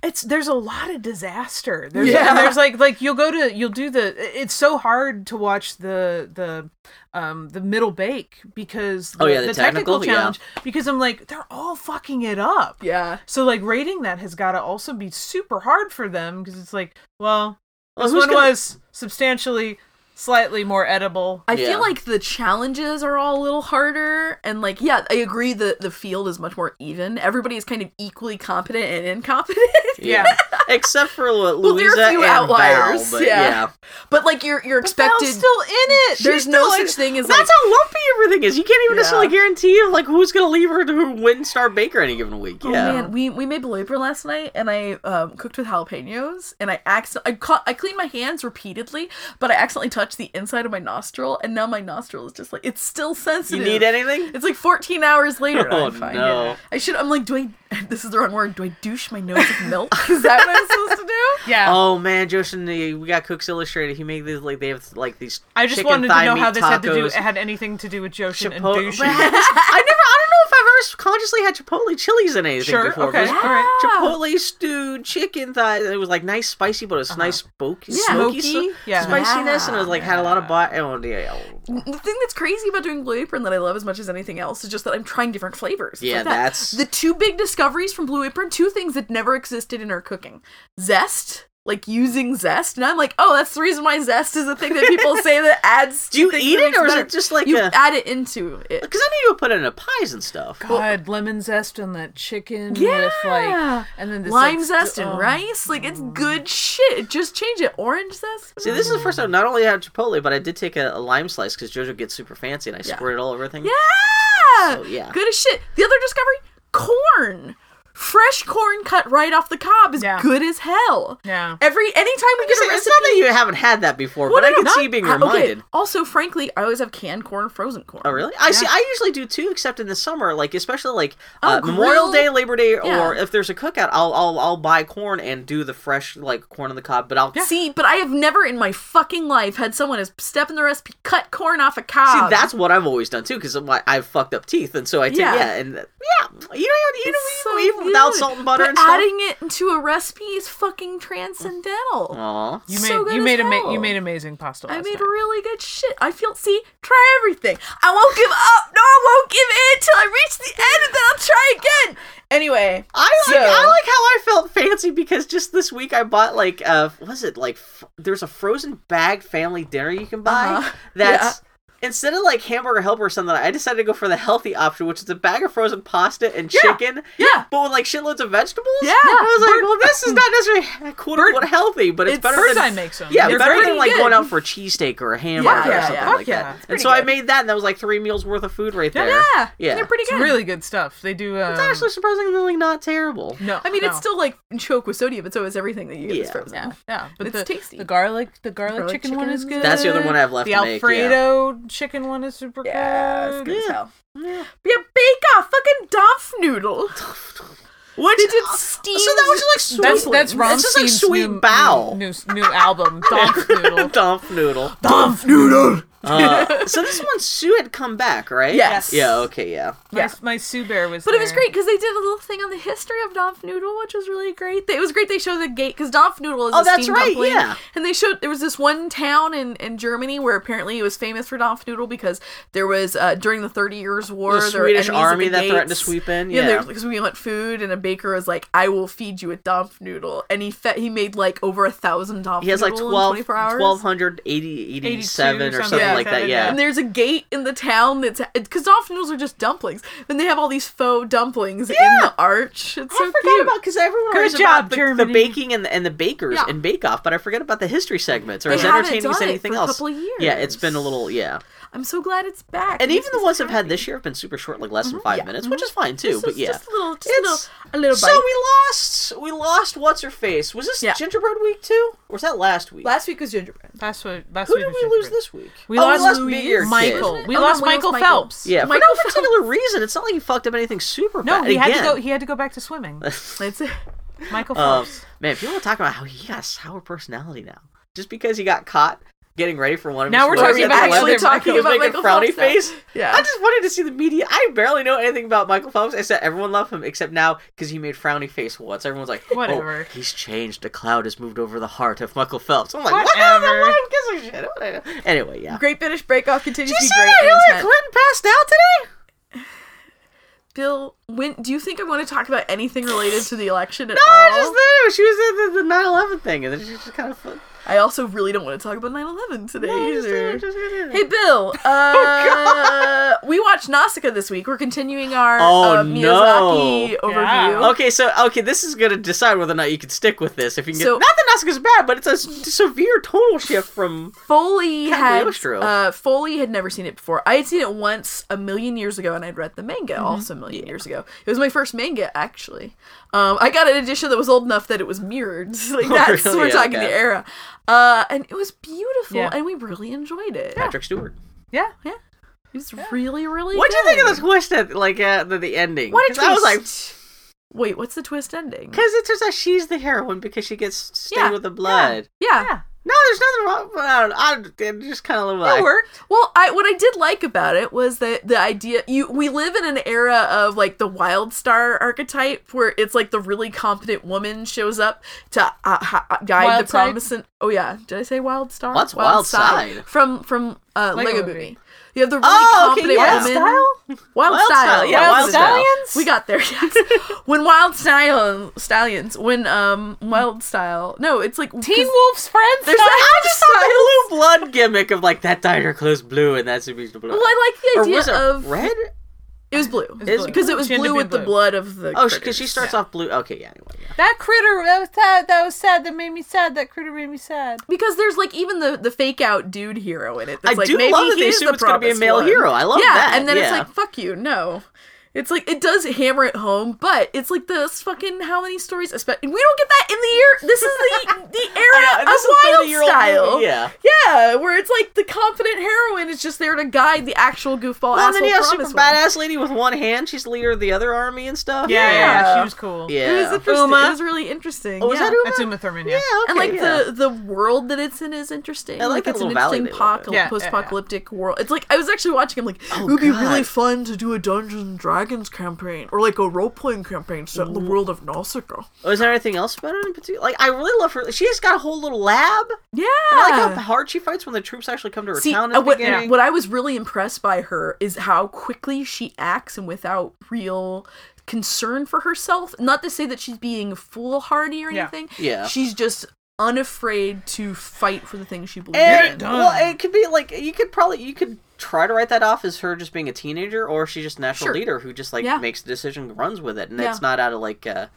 It's there's a lot of disaster. There's,
Yeah.
and there's like like you'll go to you'll do the. It's so hard to watch the the um the middle bake because the,
Oh, yeah, the technical, yeah.
challenge because I'm like they're all fucking it up.
yeah.
So like rating that has got to also be super hard for them because it's like well
Well,
this
who's
one
gonna-
was substantially slightly more edible.
I
Yeah.
feel like the challenges are all a little harder, and like, yeah, I agree that the field is much more even. Everybody is kind of equally competent and incompetent,
Yeah, except for Lu-
Well, there are a
Louisa
few
and
outliers,
Val, but
yeah.
yeah.
but like you're you're
Val's
expected.
still in it.
there's
She's
no
still in-
such thing as like
That's how lumpy everything is. You can't even
Yeah.
necessarily guarantee like who's gonna leave or who win Star Baker any given week. Yeah.
Oh man, we we made blooper last night, and I um, cooked with jalapenos, and I accident I caught I cleaned my hands repeatedly, but I accidentally touched the inside of my nostril, and now my nostril is just like it's still
You
sensitive.
need anything?
It's like 14 hours later. and
Oh,
I'm fine.
no.
I should. I'm like, do I? This is the wrong word. Do I douche my nose with milk? Is that what I'm supposed to do?
Yeah.
Oh man, Josh and the, we got Cooks Illustrated. He made these like they have like these.
I just
chicken
wanted to
thigh
know
meat
how this had to do
tacos.
had anything to do with Joshin and
Chipotle.
douche.
I never. I don't know if I've ever consciously had Chipotle chilies in anything
Sure,
before. but
okay,
it was
all right.
Chipotle stewed chicken thigh. It was like nice spicy, but it was nice spoky,
Yeah.
smoky,
Uh-huh. Smoky?
so-
Yeah.
spiciness, and it was like had a lot of
Yeah.
bite. Oh, yeah. oh.
The thing that's crazy about doing Blue Apron that I love as much as anything else is just that I'm trying different flavors. It's
Yeah,
like
that's-
the two big discoveries from Blue Apron. Two things that never existed in our cooking: zest, like using zest, and I'm like, oh, that's the reason why zest is a thing that people say that adds.
Do you
to things
eat
that
it,
makes
or is
better.
it just like
you
a?
add it into it?
Because I know you put it in a pies and stuff.
God, lemon zest on that chicken with
Yeah.
like and then this
Lime
like,
zest and
oh.
rice, like it's good shit. Just change it. Orange zest.
See, this is the first time not only I had Chipotle, but I did take a, a lime slice because JoJo gets super fancy, and I squirted all over everything.
Yeah.
Mm-hmm. So, yeah.
Good as shit. The other discovery, corn. Fresh corn cut right off the cob is
Yeah.
good as hell.
Yeah.
Every anytime we get
It's,
a
it's
recipe,
not that you haven't had that before, but I can see you being
Uh, okay.
reminded.
Also, frankly, I always have canned corn, frozen corn.
Oh really? I see. I usually do too, except in the summer, like especially like
Oh,
uh, Memorial
grill-
Day, Labor Day, or
Yeah.
if there's a cookout, I'll I'll I'll buy corn and do the fresh like corn on the cob. But I'll see
See, but I have never in my fucking life had someone as step in the recipe cut corn off a cob.
that's what I've always done too, because I've fucked up teeth, and so I take yeah,
Yeah.
and uh, yeah, you know you
It's
know
so
even without
good.
salt and butter
But
and stuff.
adding it into a recipe is fucking transcendental.
Aw.
You made
So good
you
as
made ama-
hell.
you made amazing pasta.
I
last
made
night.
really good shit. I feel see, try everything. I won't give up. No, I won't give in till I reach the end and then I'll try again. Anyway,
I like
So-
I like how I felt fancy because just this week I bought like uh was it like f- there's a frozen bag family dinner you can buy
Uh-huh.
that's instead of like hamburger helper or something I decided to go for the healthy option which is a bag of frozen pasta and chicken
yeah.
but with like shitloads of vegetables
Yeah.
I was like well this is not necessarily quote unquote healthy but it's,
it's
better than
Bird Eye makes them.
yeah,
They're
better
pretty
than like
good.
going out for a cheesesteak or a hamburger or
yeah,
something
yeah.
like that.
Yeah.
And
Pretty
so I
good.
made that, and that was like three meals worth of food right there.
yeah,
yeah.
They're pretty
It's
good.
really good stuff. They do um,
It's actually surprisingly not terrible.
no.
I mean,
no.
it's still like choke with sodium, but so is everything that you get
Yeah.
that's frozen.
yeah, yeah, but
It's
the,
tasty.
The garlic, the garlic,
garlic
chicken, one is
chicken.
good.
That's the other one I have left
The
to make, yeah.
Alfredo chicken one is super
Yeah, it's
good.
good as hell.
Yeah.
But yeah, bake off fucking dumpf noodle.
What
They did steam.
So that was just like
That's
sweet.
that's Ron
It's just like
Steen's
sweet
new,
bow.
new, new new album, Donk Noodle.
Dump noodle.
Dumpf noodle.
Uh, so this one, Sue had come back, right?
Yes.
Yeah. Okay. Yeah.
My,
Yeah.
my Sue Bear was
But it was
there.
great because they did a little thing on the history of Donf Noodle, which was really great. They- It was great they showed the gate because Donf Noodle is
Oh,
a
that's
steam
right,
dumpling,
yeah.
And they showed there was this one town in, in Germany where apparently it was famous for Donf Noodle because there was uh, during the Thirty Years' War
The
there were
Swedish
enemies at
army
the
that threatened to
gates.
sweep in.
Yeah,
Yeah.
because we want food, and a baker was like, "I will feed you a Donf Noodle," and he fed he made like over a thousand Donf.
he has like
Noodle
12,
in 24 hours.
1280, 87 or
82,
something
something
like that.
like
Yeah.
And there's a gate in the town that's because donf noodles are just dumplings. Then they have all these faux dumplings in the arch. It's so
I forgot
cute.
about because everyone
Good
worries
job,
about the- the,
Germany.
baking and the, and the bakers
Yeah.
and Bake Off, but I forget about the history segments or
They
as
haven't
entertaining as
done it
anything
for a
else.
couple of
Yeah, it's been a
years.
little yeah,
I'm so glad it's back.
and
It
even
makes
the
me
ones
so
I've had
happy.
this year have been super short, like less than 5 minutes, which is fine too.
Mm-hmm. This
but
is
yeah,
just a little, just a little,
It's-
a little
so e-
bite.
we lost we lost what's her face was this
Yeah.
gingerbread week too or was that last week
Last week was gingerbread.
Last week, last
who
week
did
was
we lose
Gingerbread.
this week
We
Oh,
lost
lost
Louise,
Beard Kid.
Michael. We
Oh, no,
lost
we
Michael,
lost Michael.
Phelps.
yeah
Michael
for no particular reason it's not like he fucked up anything super
No,
bad
he
Again.
had to go. He had to go back to swimming.
That's it.
Michael
Um,
Phelps.
man, people are talking about how he got a sour personality now, just because he got caught getting ready for one of
Now
his
we're
looks
talking
at the
about-
wedding.
actually
He
talking
was
about
making
Michael
a frowny
Phelps now.
face.
Yeah.
I just wanted to see the media. I barely know anything about Michael Phelps except everyone loved him except now because he made frowny face once. Everyone's like,
Whatever.
Oh, he's changed. A cloud has moved over the heart of Michael Phelps. I'm like,
Whatever.
whatever. What? Who gives a shit? What do I know? Anyway, yeah.
Great British Break Off continues
Did
to
you
be
see
great.
that
and
Hillary
intense.
Clinton passed out today?
Bill, when do you think I want to talk about anything related to the election at
No,
all?
Oh, I just knew she was at the- the 9/11 thing, and then she just kind of. flipped.
I also really don't want to talk about 9/11 today
I just-
either.
I just-
Hey Bill,
Oh,
uh, we watched Nausicaa this week. We're continuing our
Oh,
uh, Miyazaki
no.
overview.
Yeah.
Okay, so okay, this is gonna decide whether or not you can stick with this. If you can get
So-
not that Nausicaa's bad, but it's a s- severe tonal shift from.
Foley had
Cagliostro.
uh, Foley had never seen it before. I had seen it once a million years ago, and I'd read the manga
Mm-hmm.
also a million years ago. It was my first manga actually. Um, I got an edition that was old enough that it was mirrored. like that's
Oh, really?
we're
Yeah,
talking
okay.
the era, uh, and it was beautiful,
Yeah.
and we really enjoyed it.
Patrick Stewart.
Yeah.
It was really really.
What do you
good.
think of the twist at like uh, the, the ending?
What a
'Cause I was like,
twist. Wait, what's the twist ending?
because it turns out she's the heroine because she gets stained
Yeah,
with the blood.
yeah.
Yeah.
No, there's nothing wrong. But I, don't- I it just kind of little.
It
like,
worked.
Well, I what I did like about it was that the idea you we live in an era of like the wild star archetype where it's like the really competent woman shows up to uh, ha- uh, guide
Wild
the
Side?
promising. Oh yeah, did I say wild star?
What's Wild Side?
From from uh,
Lego
Lego,
Movie.
movie. You have the really
Oh, okay,
competent
yeah.
woman. Wild,
Wild
style.
Style, yeah, Wild Style.
Stallions?
We got there. Yes. when wild style stallions. When um wild style. No, it's like
Teen
'cause-
Wolf's friends.
There's
not-
that-
I just thought the blue blood gimmick of like that dyed her clothes blue and that's the reason blue.
Well, I like the
or
idea
was it
of
red?
It was blue.
It's
because
blue.
it was
She had to
blue
be
with the
blue.
blood of the.
Oh, because she
critters.
starts off blue. Okay, yeah. Anyway, yeah.
that critter that was sad. That was sad. That made me sad. That critter made me sad.
Because there's like even the the fake out dude hero in it. That's
I
like,
do
maybe
love that they
he's
assume
the
it's gonna be a
promised
male
one.
hero. I love
yeah,
that,
and then it's
yeah.
like fuck you, no. It's like it does hammer it home, but it's like this fucking how many stories? Espe- we don't get that in the year. This is the the era
Yeah, this is a
of
30-year-old
wild style.
movie, Yeah.
Yeah, where it's like the competent heroine is just there to guide the actual goofball
Well, and
asshole
then you have super
promised one.
badass lady with one hand. She's the leader of the other army and stuff.
Yeah, yeah,
Yeah.
she was cool.
Yeah.
It was interesting.
Uma.
It was really interesting.
Oh, was
yeah.
that Uma?
That's Uma Thurman. Yeah.
yeah. Okay,
and like
yeah.
the the world that it's in is interesting.
I like
like
that
it's an
little valley
interesting
they live
poco-
in. Yeah, yeah, yeah.
post-apocalyptic world. It's like I was actually watching. I'm like,
Oh,
it would be really
God.
fun to do a Dungeons and Dragons campaign or like a role-playing campaign set in the world of Nausicaa.
Was Oh, there anything else about it in particular? Like, I really love her. She has got a whole little lab.
Yeah.
I like how hard she fights when the troops actually come to her
See,
town. At
uh,
the
what,
beginning.
what I was really impressed by her is how quickly she acts and without real concern for herself. Not to say that she's being foolhardy or
Yeah.
anything.
Yeah.
She's just unafraid to fight for the things she believes in.
And,
done.
well, it could be like you could probably you could try to write that off as her just being a teenager, or she's just a natural
Sure.
leader who just like
Yeah.
makes the decision, and runs with it, and
Yeah.
it's not out of like. Uh,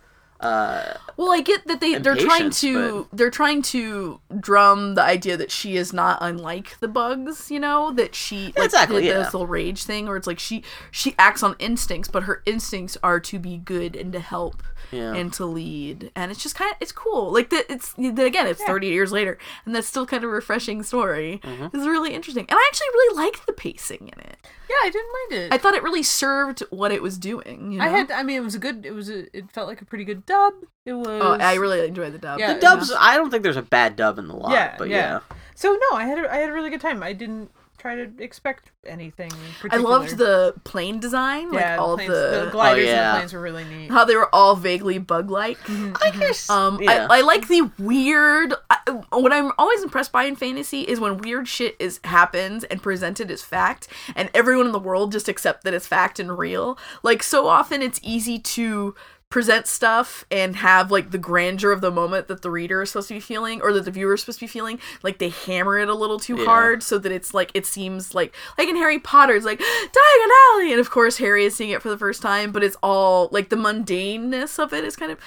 uh,
Well, I get that they
and
they're trying
patience,
to they're trying to drum the idea that she is not unlike the bugs, you know, that she like,
Exactly,
did
yeah.
this little rage thing, or it's like she she acts on instincts, but her instincts are to be good and to help
Yeah.
and to lead, and it's just kind of it's cool. Like that it's that again, it's thirty years later, and that's still kind of a refreshing story.
Mm-hmm.
It's really interesting, and I actually really liked the pacing in it.
Yeah, I didn't mind it.
I thought it really served what it was doing. You know?
I had. I mean, it was a good. It was. A, it felt like a pretty good dub. It was.
oh, I really enjoyed the dub.
Yeah,
The
it was
dub
dubs. I don't think there's a bad dub in the lot,
Yeah,
but
yeah. So no, I had. A, I had a really good time. I didn't try to expect anything.
I
Particular.
loved the plane design, like
yeah,
all
planes,
the,
gliders and
yeah.
the Oh, planes were really neat.
how they were all vaguely bug-like.
I guess.
Um,
yeah.
I, I like the weird. I, what I'm always impressed by in fantasy is when weird shit is happens and presented as fact, and everyone in the world just accept that it's fact and real. Like so often, it's easy to present stuff and have like the grandeur of the moment that the reader is supposed to be feeling or that the viewer is supposed to be feeling like they hammer it a little too
Yeah.
hard so that it's like it seems like like in harry potter it's like diagon alley and of course harry is seeing it for the first time but it's all like the mundaneness of it is kind of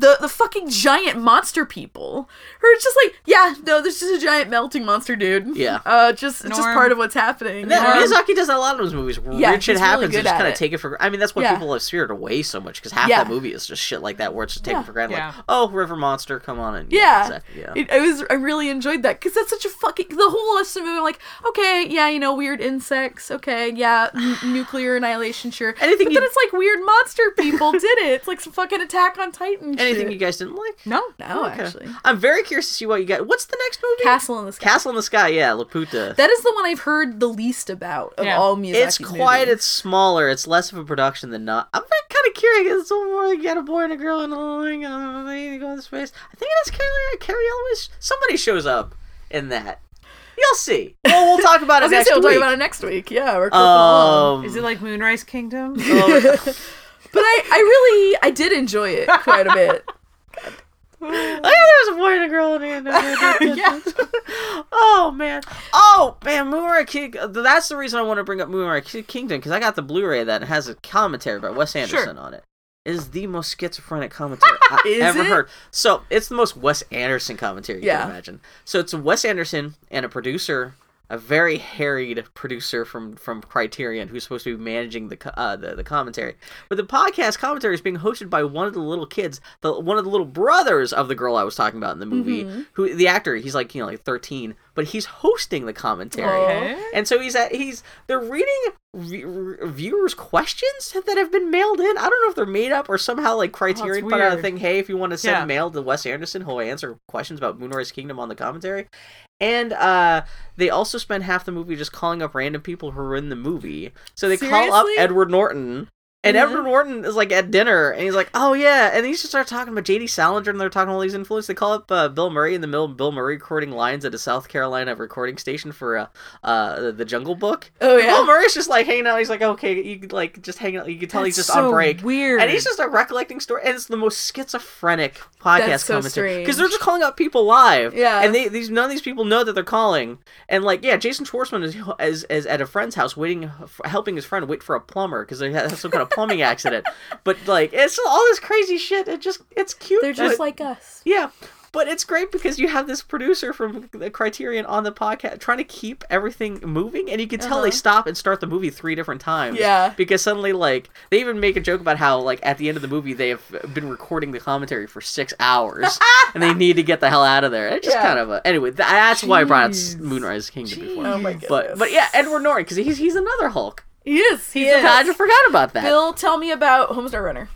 the the fucking giant monster people who are just like yeah no there's just a giant melting monster dude
Yeah.
uh just it's just
Norm.
part of what's happening
That,
Norm.
Miyazaki does that a lot in his movies. Where
Um, Yeah,
weird shit
he's really
happens,
good
and just
at
kind
it.
of take it for. I mean, that's why
Yeah.
people have spirited away so much because half
Yeah.
that movie is just shit like that, where it's just taken
Yeah.
for granted.
Yeah.
Like, oh, river monster, come on in.
Yeah.
exactly, yeah.
It, I was I really enjoyed that because that's such a fucking the whole rest of it. I'm like, okay, yeah, you know, weird insects. Okay, yeah, n- nuclear annihilation. Sure,
Anything
But
you-
then it's like weird monster people did it. It's like some fucking Attack on Titan.
Anything
shit.
you guys didn't like?
no,
No,
Okay.
actually,
I'm very curious to see what you got. What's the next movie?
Castle in the Sky.
Castle in the Sky. Yeah, Laputa.
That is the one I've heard the least about of
Yeah.
all Miyazaki's
it's quiet.
movies.
It's smaller. It's less of a production than not. I'm kind of curious. It's a little more like you got a boy and a girl and a thing and they go into space. I think that's Carrie uh, Carrie Elwes. Somebody shows up in that. You'll see. Well, we'll talk about
I
it
was gonna
next
say we'll talk
week.
about it next week. Yeah, we're cool.
Um,
is it like Moonrise Kingdom?
well,
but I, I really, I did enjoy it quite a bit.
oh, there's a boy and a girl in it.
yeah,
Oh man. Oh man, Moonrise King. uh, That's the reason I want to bring up Moonrise Ki- Kingdom because I got the Blu-ray of that and it has a commentary by Wes Anderson on it. It Is the most schizophrenic commentary I've
Is
ever
it?
heard. So it's the most Wes Anderson commentary you
Yeah.
can imagine. So it's Wes Anderson and a producer, a very harried producer from from Criterion who's supposed to be managing the co- uh, the, the commentary. But the podcast commentary is being hosted by one of the little kids, the one of the little brothers of the girl I was talking about in the movie, who the actor, he's like, you know, like 13, but he's hosting the commentary.
Okay.
And so he's at, he's they're reading re- re- viewers' questions that have been mailed in. I don't know if they're made up or somehow like Criterion put out a
Oh, weird.
thing. Hey, if you want to send
Yeah.
mail to Wes Anderson, he'll answer questions about Moonrise Kingdom on the commentary. And uh, they also spend half the movie just calling up random people who are in the movie. So they call up
Seriously?
Edward Norton. And
Yeah.
Edward Norton is like at dinner, and he's like, "Oh yeah," and he just start talking about J.D. Salinger, and they're talking all these influences. They call up uh, Bill Murray in the middle of Bill Murray recording lines at a South Carolina recording station for uh, uh, the- the Jungle Book.
Oh
Bill
yeah,
Murray's just like hanging out. He's like, "Okay, you could, like just hanging out." You can tell he's just on break.
Weird.
And he's just like recollecting story, and it's the most schizophrenic podcast
That's so
commentary
strange.
because they're just calling up people live.
Yeah.
and they these none of these people know that they're calling. And like, yeah, Jason Schwartzman is is, is at a friend's house waiting, for, helping his friend wait for a plumber because they had some kind of plumbing accident. But like, it's all this crazy shit. It just it's cute.
they're just
but-
like us.
yeah. But it's great because you have this producer from the Criterion on the podcast trying to keep everything moving, and you can tell they
Uh-huh.
stop and start the movie three different times.
Yeah.
Because suddenly, like, they even make a joke about how, like, at the end of the movie, they have been recording the commentary for six hours, and they need to get the hell out of there. It's just
Yeah.
kind of a anyway. th- That's why I brought up
Jeez.
Moonrise Kingdom before.
Oh my goodness.
But but yeah, Edward Norton because he's he's another Hulk.
he is. He is.
I just forgot about that.
Bill, tell me about Homestar Runner.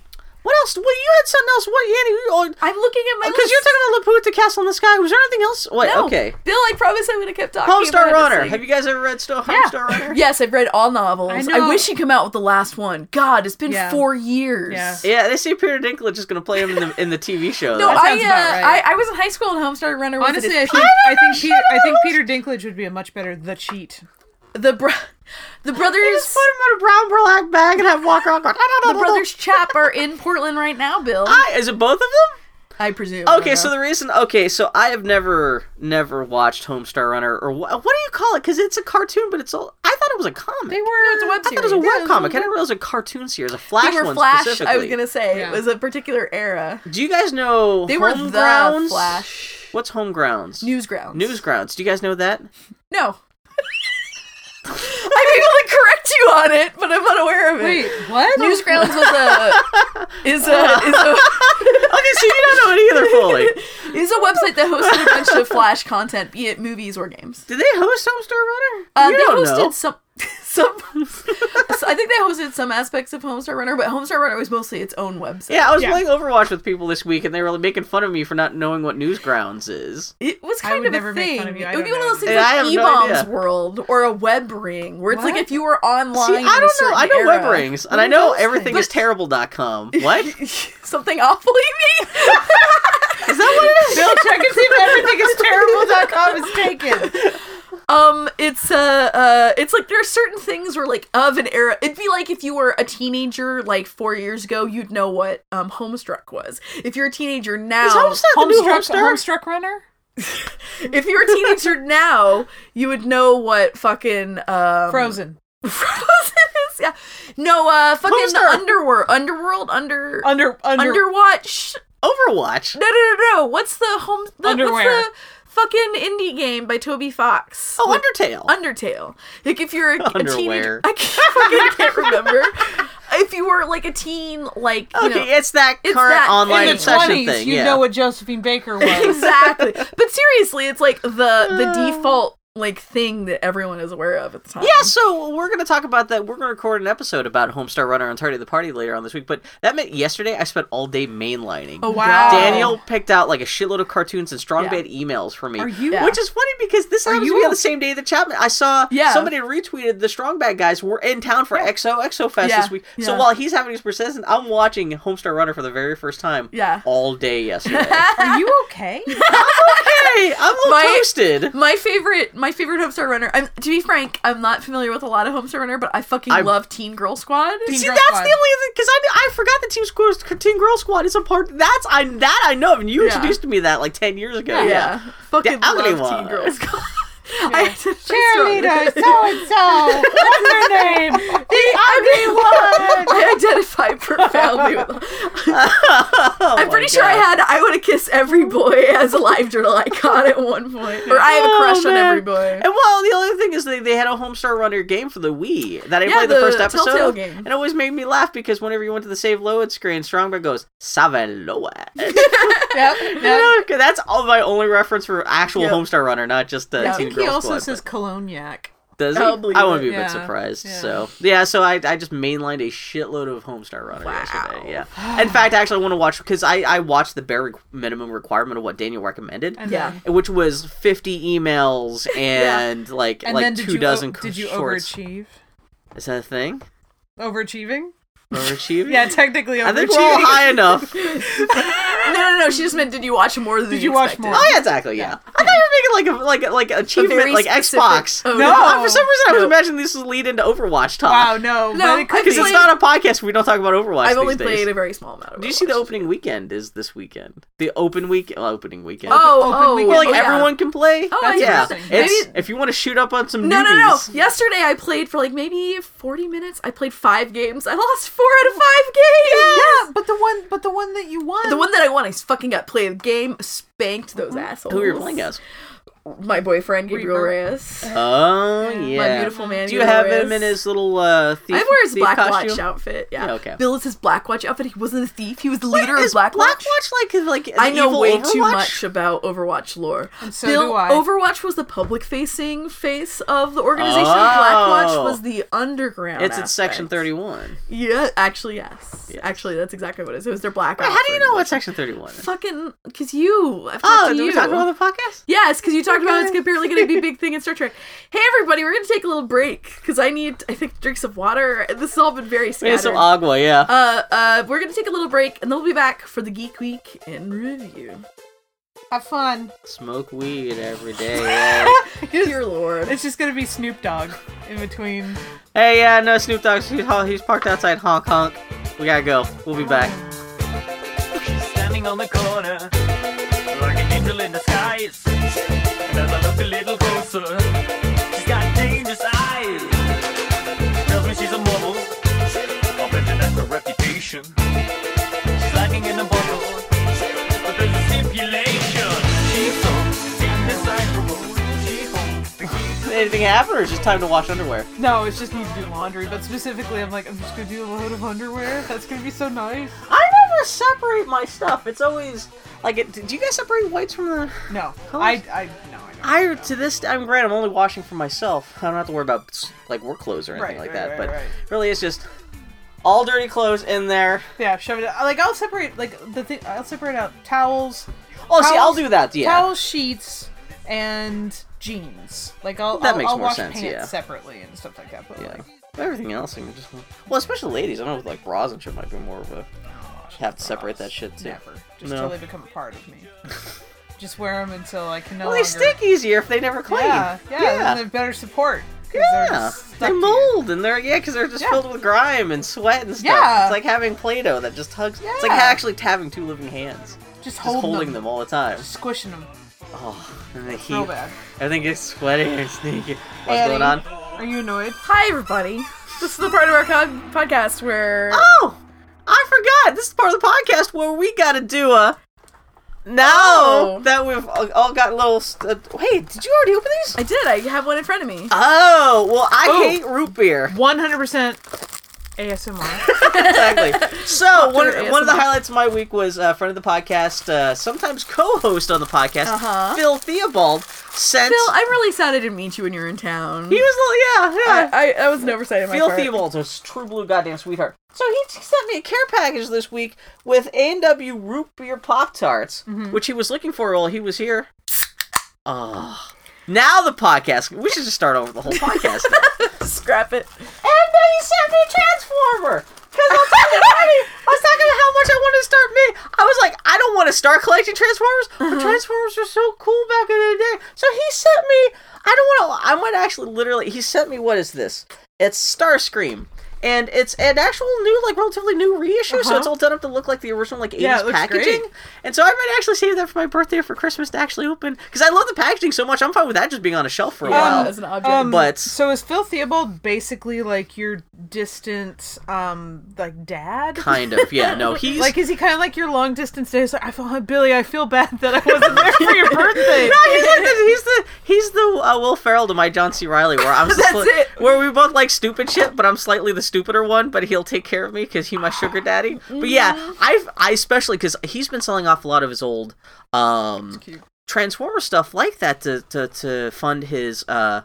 What else? Well, you had something else. What? Yeah, you- oh,
I'm looking at my
because
list.
you're talking about Laputa Castle in the Sky. Was there anything else? What?
No.
Okay.
Bill, I promise I would have kept talking.
Homestar
about
Runner. Have you guys ever read Sto- Homestar Runner?
Yes, I've read all novels.
I
I,
know.
wish he'd come out with the last one. God, it's been
Yeah.
four years.
Yeah.
Yeah, they say Peter Dinklage is going to play him in the in the TV show.
No,
though.
I,
sounds
uh,
about right.
I I was in high school and Homestar Runner was
honestly,
at
I
its
think I think Peter, I think Peter Dinklage would be a much better the cheat.
peak. the bro- the brothers
just put him in a brown burlap bag and have walk around. Going,
the brothers Chap are in Portland right now. Bill, I,
I, is it both of them?
presume.
Okay, so the reason. Okay, so I have never, never watched Homestar Runner, or wha- what do you call it? Because it's a cartoon, but it's all. I thought it was a comic.
They were
it's a web
I thought it was a
series.
web comic. I didn't realize it was a cartoon series, a Flash
they were
one
Flash.
specifically.
I was gonna say
Yeah.
it was a particular era.
Do you guys know
They were
Home
the
Grounds?
Flash.
What's Home Grounds?
Newsgrounds.
Newsgrounds. Do you guys know that?
No. I can only correct you on it, but I'm unaware of it.
Wait, what?
Newsgrounds was a is a is a
Okay, so you don't know it either fully.
is a website that hosted a bunch of Flash content, be it movies or games.
Did they host Homestar Runner?
Uh,
you
they
don't
hosted
know.
some. some. so I think they hosted some aspects of Homestar Runner, but Homestar Runner was mostly its own website.
Yeah, I was
Yeah.
playing Overwatch with people this week, and they were like, making fun of me for not knowing what Newsgrounds is.
It was
I
kind
would
of a
never
thing.
make fun of you. I
It would be
don't
one of those
know.
things
Yeah, I
like
have no
E-Bombs
idea.
World or a web ring, where it's like
What?
if you were online.
See,
in
I
a
don't know.
certain
I know
era,
web rings, and
What
I
are
know
those
everything
things?
is terrible.com. What? is
Something awful, you mean?
that what it is?
Bill, check and see if everything is terrible.com is taken.
Um, it's uh, uh, it's like there are certain things where like of an era. It'd be like if you were a teenager like four years ago, you'd know what um Homestruck was. If you're a teenager now,
Homestuck the new Homestar?
Homestruck Runner?
if you're a teenager now, you would know what fucking um,
Frozen.
Frozen is. Yeah, no, uh, fucking
Homestar.
underworld, underworld, under,
Under, under,
underwatch.
Overwatch.
No, no, no, no. What's the home? The,
Underwear.
What's the fucking indie game by Toby Fox?
Oh, Undertale.
Undertale. Like if you're a, a teenager,
Underwear.
I can't, fucking can't remember. If you were like a teen, like you
okay,
know,
it's that
It's
current
that-
online
in the
obsession
20s,
thing.
you
yeah.
know what Josephine Baker was.
exactly. But seriously, it's like the the
Uh.
default like thing that everyone is aware of at the time.
yeah, so we're going to talk about that. We're going to record an episode about Homestar Runner and Tardy the Party later on this week, but that meant yesterday I spent all day mainlining.
Oh
Wow.
wow,
Daniel picked out like a shitload of cartoons and strong
Yeah.
bad emails for me.
Are you-
Which is funny because this happens to
you
be on
a-
the same day that Chapman. I saw
Yeah.
somebody retweeted the strong bad guys were in town for XOXO Fest
Yeah.
this week. So
Yeah.
while he's having his persistence, I'm watching Homestar Runner for the very first time
Yeah.
all day yesterday.
Are you okay?
hey, I'm a little
My-
toasted.
My favorite, my favorite Homestar Runner. I'm, to be frank, I'm not familiar with a lot of Homestar Runner, but I fucking
I-
love Teen Girl Squad.
Teen
See,
Girl
that's
Squad.
the only because I I forgot the Team Squad, Teen Girl Squad is a part. That's I that I know of, and you
Yeah.
introduced me to that like ten years ago.
yeah. fucking
The ugly
love
one.
Teen Girl Squad. I had to-
Cheerleader, so and so. What's her name? The ugly one.
I identify profoundly with.
Oh
I'm
my
pretty sure I
God.
had I want to kiss every boy as a live journal icon at one point. Or I have a
Oh,
crush on
man.
every boy.
And well, the other thing is they, they had a Homestar Runner game for the Wii that I
Yeah,
played the,
the
first episode
Telltale
of,
game.
and it always made me laugh because whenever you went to the save load screen, Strongbow goes Saveloa.
Yep, yep.
Okay, That's all my only reference for actual
Yep.
Homestar Runner, not just uh,
Yeah. I
I
Teen
think
Girl
he also
Squad,
says
but-
Colognac.
Does he?
I don't believe
I wouldn't
it.
be a bit
Yeah.
surprised.
Yeah.
So yeah, so I, I just mainlined a shitload of Homestar Runner yesterday. Yeah. In fact, actually, I want to watch because I I watched the bare re- minimum requirement of what Daniel recommended.
And
Yeah.
Then,
which was 50 emails and like
and
like
then did
two
you,
dozen
o- did you
shorts.
overachieve?
Is that a thing?
Overachieving?
Overachieving?
Yeah, technically overachieving.
I think we're all high enough.
No, no, no. She just meant did you watch more than
Did you watch
expected?
more?
Oh yeah, exactly. Yeah, I thought you were making like a like a, like
A very
achievement like
specific-
Xbox.
Oh,
No.
Uh, for some reason, I was
No.
imagining this would lead into Overwatch talk.
Wow, no,
No,
but it
I
could be.
Because it's not a podcast. We don't talk about Overwatch.
I've only
these days.
played a very small amount of
Do you see the
Overwatch.
opening weekend is this weekend? The open week well, opening weekend.
Oh,
Open
oh,
weekend.
where like
oh, yeah.
everyone can play.
Oh, that's
yeah.
interesting.
It's,
Maybe-
if you want to shoot up on some
No, no, no.
newbies.
Yesterday I played for like maybe 40 minutes. I played five games. I lost four out of five games.
yeah, but the one, but the one that you won.
The one that I won, I fucking got played. The game spanked those assholes.
Who are you playing as?
My boyfriend, Gabriel
Reaper.
Reyes.
Oh yeah.
My beautiful man.
Do you
Gabriel
have him
Reyes.
in his little uh thief?
I wear his
thief
Black
costume?
Watch outfit. Yeah.
Yeah, okay.
Bill is his Black Watch outfit. He wasn't a thief. He was the
What
leader
is
of Black, Watch.
like like an
I know
evil
way
Overwatch?
too much about Overwatch lore.
And so
Bill,
do I.
Overwatch was the public-facing face of the organization. Black Watch
Oh.
was the underground.
It's in section
aspect.
thirty-one.
Yeah, actually, yes. Actually, that's exactly what it is. It was their Black.
Wait,
Ops
how do you know
organization.
what section thirty-one? is?
Fucking, cause you. I've talked
Oh,
to
do
you.
we talk about the podcast?
Yes, because you talked about it's apparently going to be a big thing in Star Trek. Hey, everybody, we're going to take a little break because I need, I think, drinks of water. This has all been very
Yeah,
scattered.
some agua, yeah.
uh, uh, we're going to take a little break, and then we'll be back for the Geek Week in review.
Have fun.
Smoke weed every day. yeah.
Dear Lord.
It's just gonna be Snoop Dogg in between.
hey, yeah, no Snoop Dogg. He's, he's parked outside Hong Kong. We gotta go. We'll be back.
She's standing on the corner, like an angel in disguise. And as I look a little closer, she's got dangerous eyes. Tells me she's a model. I'll bet you that's her reputation. She's lacking in a bottle, but there's a stipulation. She's so indecipherable. She holds the key.
Anything happen, or is it just time to wash underwear?
No, it's just need to do laundry. But specifically, I'm like, I'm just gonna do a load of underwear. That's gonna be so nice.
I never separate my stuff. It's always like, it, do you guys separate whites from the?
No,
Colors?
I, I, no, I don't.
I to this I'm great. I'm only washing for myself. I don't have to worry about like work clothes or anything
Right,
like that.
right, right,
but
right.
really, it's just all dirty clothes in there.
Yeah, shove it. Like I'll separate like the thing. I'll separate out towels,
Oh, see, I'll
Towels-
do that. Yeah,
towel sheets, and jeans. Like I'll
That
I'll,
makes
I'll
more
wash
sense,
pants
yeah.
separately and stuff like that. But
yeah.
like,
But Everything else, I can just well, especially ladies. I know like bras and shit might be more of a have to separate that shit too.
Oh, never, just
No.
till they become a part of me. just wear them until I can no
Well, they
longer.
stick easier if they never clean.
Yeah, yeah,
yeah.
And they're better support. 'cause they're
Yeah.
just stuck
They
to you.
mold and they're yeah, because they're just
Yeah.
filled with grime and sweat and stuff.
Yeah.
It's like having Play-Doh that just hugs. It's like
Yeah.
actually having two living hands,
Just,
just holding them.
them,
all the time.
squishing them.
Oh, and the
Real
heat.
bad.
Everything gets sweaty and sneaky. What's
Annie,
going on?
Are you annoyed?
Hi, everybody. This is the part of our co- podcast where
Ah.
Oh, I forgot. This is part of the podcast where we got to do a. Now
Oh.
that we've all all got little. St- uh, Wait, did you already open these?
I did. I have one in front of me.
Ah.
Oh, well, I
Oh.
hate root beer.
One hundred percent ASMR.
Exactly. So, one,
through
one of the
ASMR.
highlights of my week was a friend of the podcast, uh, sometimes co host on the podcast, Phil Theobald, sent.
Uh-huh. Phil, I'm really sad I didn't meet you when you were in town.
he was a little. Yeah,
I,
yeah.
I, that was an oversight on my
Phil
part.
Theobald's a true blue goddamn sweetheart. So he t- sent me a care package this week with A&W root beer Pop Tarts, which he was looking for while he was here. Oh. Now the podcast. We should just start over the whole podcast. now.
Scrap it.
and then he sent me Transformer. Because I was talking to Patty, I was talking about how much I wanted to start me. I was like, I don't want to start collecting Transformers, but
Uh-huh.
Transformers were so cool back in the day. So he sent me, I don't want to, I might actually literally, he sent me, what is this? It's Starscream. And it's an actual new, like relatively new reissue, so it's all done up to look like the original, like 80s
Uh-huh. Yeah, it looks
packaging.
great.
And so I might actually save that for my birthday or for Christmas to actually open. Because I love the packaging so much, I'm fine with that just being on a shelf for a
Yeah,
while.
as an object.
Um,
But-
so is Phil Theobald basically like your distant, um, like dad?
Kind of, yeah. No, he's
Like, is he kind of like your long distance dad? He's like, I feel, Billy, I feel bad that I wasn't there for your birthday.
No, he's like the, he's the he's the uh, Will Ferrell to my John C. Riley, where I'm
That's
sli-
it.
where we both like stupid shit, but I'm slightly the stupider one. But he'll take care of me because he my sugar daddy. But yeah,
Mm-hmm.
I I especially because he's been selling off a lot of his old um
cute.
Transformer stuff like that to to to fund his uh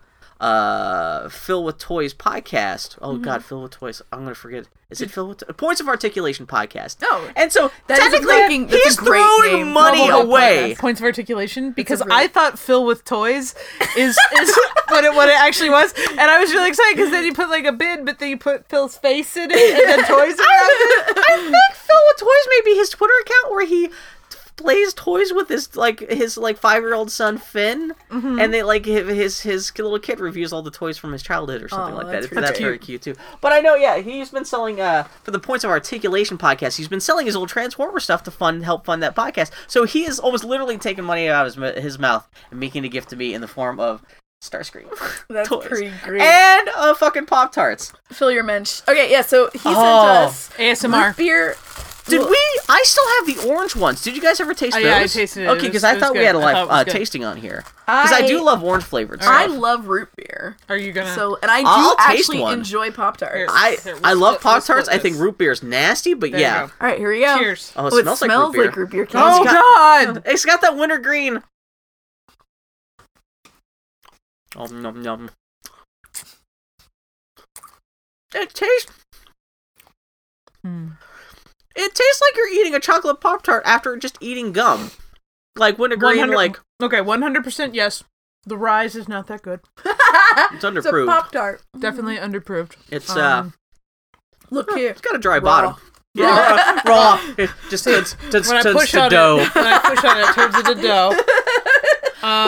uh Phil with Toys podcast.
Mm-hmm.
Oh God, Phil with Toys. I'm gonna forget. Is it Phil with Toys? Points of Articulation podcast?
Oh.
and so
That is a
technically
fucking- that's a
he's
great
throwing
name.
money
Level head
away.
Points of articulation because
really-
I thought Phil with toys is is what it what it actually was, and I was really excited because then you put like a bid, but then you put Phil's face in it and then toys. around it.
I think Phil with Toys may be his Twitter account where he t- plays toys with his like his like five year old son Finn,
Mm-hmm.
and they like hi- his his little kid reviews all the toys from his childhood or something
Aw,
like
Oh,
that.
that's
If-
really
That's, very cute too. But I know, yeah, he's been selling uh for the Points of Articulation podcast. He's been selling his old Transformer stuff to fund help fund that podcast. So he is almost literally taking money out of his, m- his mouth and making a gift to me in the form of Starscream
That's
toys.
pretty great.
and uh, fucking Pop Tarts.
Phil, your mensch. Okay, yeah. So he sent
Oh.
us
ASMR.
root beer.
Did
Well-
we? I still have the orange ones. Did you guys ever taste
Oh,
those?
yeah, I tasted it. It
Okay,
was-
because I
it was
thought we
good.
had a
I
live
thought it was
uh,
good.
tasting on here. Because I, do
I-
love orange flavored stuff.
I
I,
love root beer.
Are you gonna?
So, and I do
I'll taste
actually
one.
enjoy Pop Tarts.
Here.
I,
Here, we'll
love
split- we'll
Pop Tarts. I
split
think
this.
root beer's nasty, but
There you
yeah.
go.
All right, here we go.
Cheers.
Oh, it
Oh,
smells, like root beer.
Can
Oh
you-
God!
It's got that wintergreen. Oh yum yum. It tastes.
Hmm.
It tastes like you're eating a chocolate pop tart after just eating gum, like wintergreen.
100
Like
Oh. okay, one hundred percent yes. The rise is not that good.
it's
It's a
underproved.
Pop Tart.
Definitely underproved.
It's uh,
Um,
Look here.
It's got a dry
Raw.
bottom. Yeah, raw. It just turns, turns,
when I
turns
push
to
on
dough.
it, when I push on it, it turns into dough. Um,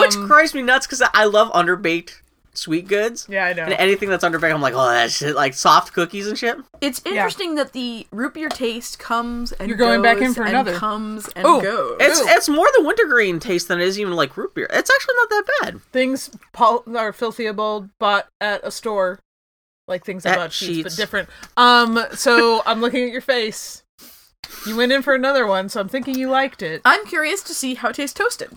Which drives me nuts because I love underbaked sweet goods.
yeah, I know.
And anything that's underbaked, I'm like, oh, that shit, like soft cookies and shit.
It's interesting that the root beer taste comes and
You're going back
goes
in for
and
another.
comes and
Oh,
goes.
It's
Ooh.
it's more the wintergreen taste than it is even like root beer. It's actually not that bad.
things Paul or Phil Theobald bought at a store, like things I
At
bought sheets,
Sheetz.
but different. Um, so I'm looking at your face. You went in for another one, so I'm thinking you liked it.
I'm curious to see how it tastes toasted,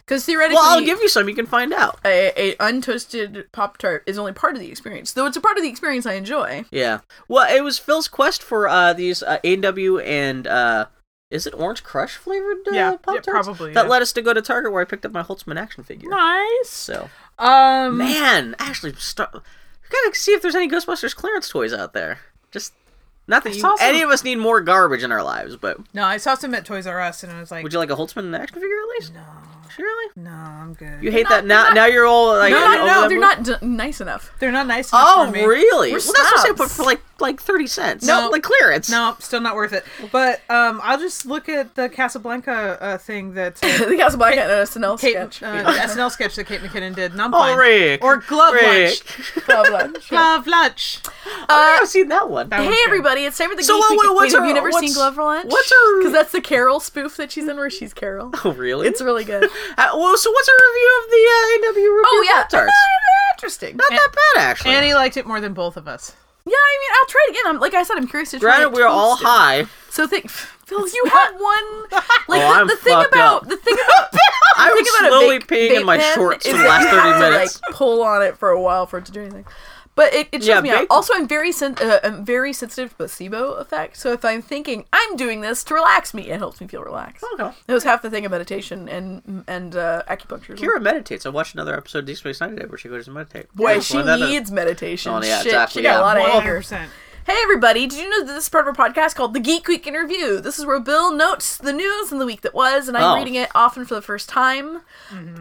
because theoretically,
Well, I'll give you some. You can find out.
a, a untoasted pop tart is only part of the experience, though it's a part of the experience I enjoy.
Yeah. Well, it was Phil's quest for uh, these uh, A&W and uh, Is it orange crush flavored? Uh,
Yeah, yeah,
Pop-Tarts?
probably,
That
yeah.
led us to go to Target where I picked up my Holtzman action figure.
Nice.
So
Um,
man, actually, start. We gotta see if there's any Ghostbusters clearance toys out there. Just not that you,
saw some-
any of us need more garbage in our lives, but
no, I saw some at Toys R Us, and I was like,
would you like a Holtzman action figure at least? No, surely.
no, I'm good.
You hate that now. now you're all like,
No,
oh,
no, no,
that
they're
one?
not d- nice enough.
They're not nice enough
Oh,
for me.
really?
We're
well, that's what I
snobs.
put for like like thirty cents.
No.
like clearance.
No, still not worth it. But um, I'll just look at the Casablanca uh, thing that uh,
I think that's why I got an SNL
Kate,
sketch.
uh, the SNL sketch that Kate McKinnon did. And I'm
Oh,
fine.
Rick.
Or glove
Rick.
lunch.
Blah, blah, blah.
Glove lunch.
Oh, I've seen that one.
That
Hey
one's good.
everybody! It's time for the
So
Geek
what-
Week.
what-
Wait,
what's
have
her-
you never seen
what's-
Glover Lunch?
what's her-
Because that's the Carol spoof that she's in, where she's Carol.
Oh, really?
It's really good.
Uh, well, so what's our review of the uh, AW review
oh yeah,
Pop-Tarts?
interesting.
Not that bad, actually.
Annie liked it more than both of us.
Yeah, I mean, I'll try it again. I'm like I said, I'm curious to try.
Granted,
it
we are all
toasted.
high.
So think, Phil, you had one. Like
Oh,
the,
I'm
the thing
fucked
about
up.
the thing about
I
think
was
about a
slowly
vape-
peeing in
vape
my
pen
shorts for
is
the
that
last
you
thirty
have to,
minutes.
Like pull on it for a while for it to do anything. But it, it shows
Yeah,
me
vape-
out. Also, I'm very sen- uh, I'm very sensitive to placebo effect. So if I'm thinking I'm doing this to relax me, it helps me feel relaxed.
Okay.
That was half the thing of meditation and and uh, acupuncture.
Kira meditates. I watched another episode of Deep Space Nine today where she goes to meditate.
Boy,
Just
she
learned that at-
needs meditation.
Oh, yeah,
Shit,
exactly,
she got
yeah.
a lot of anger.
100%.
Hey everybody, did you know that this is part of our podcast called The Geek Week in Review? This is where Bill notes the news in the week that was, and I'm
Oh.
reading it often for the first time.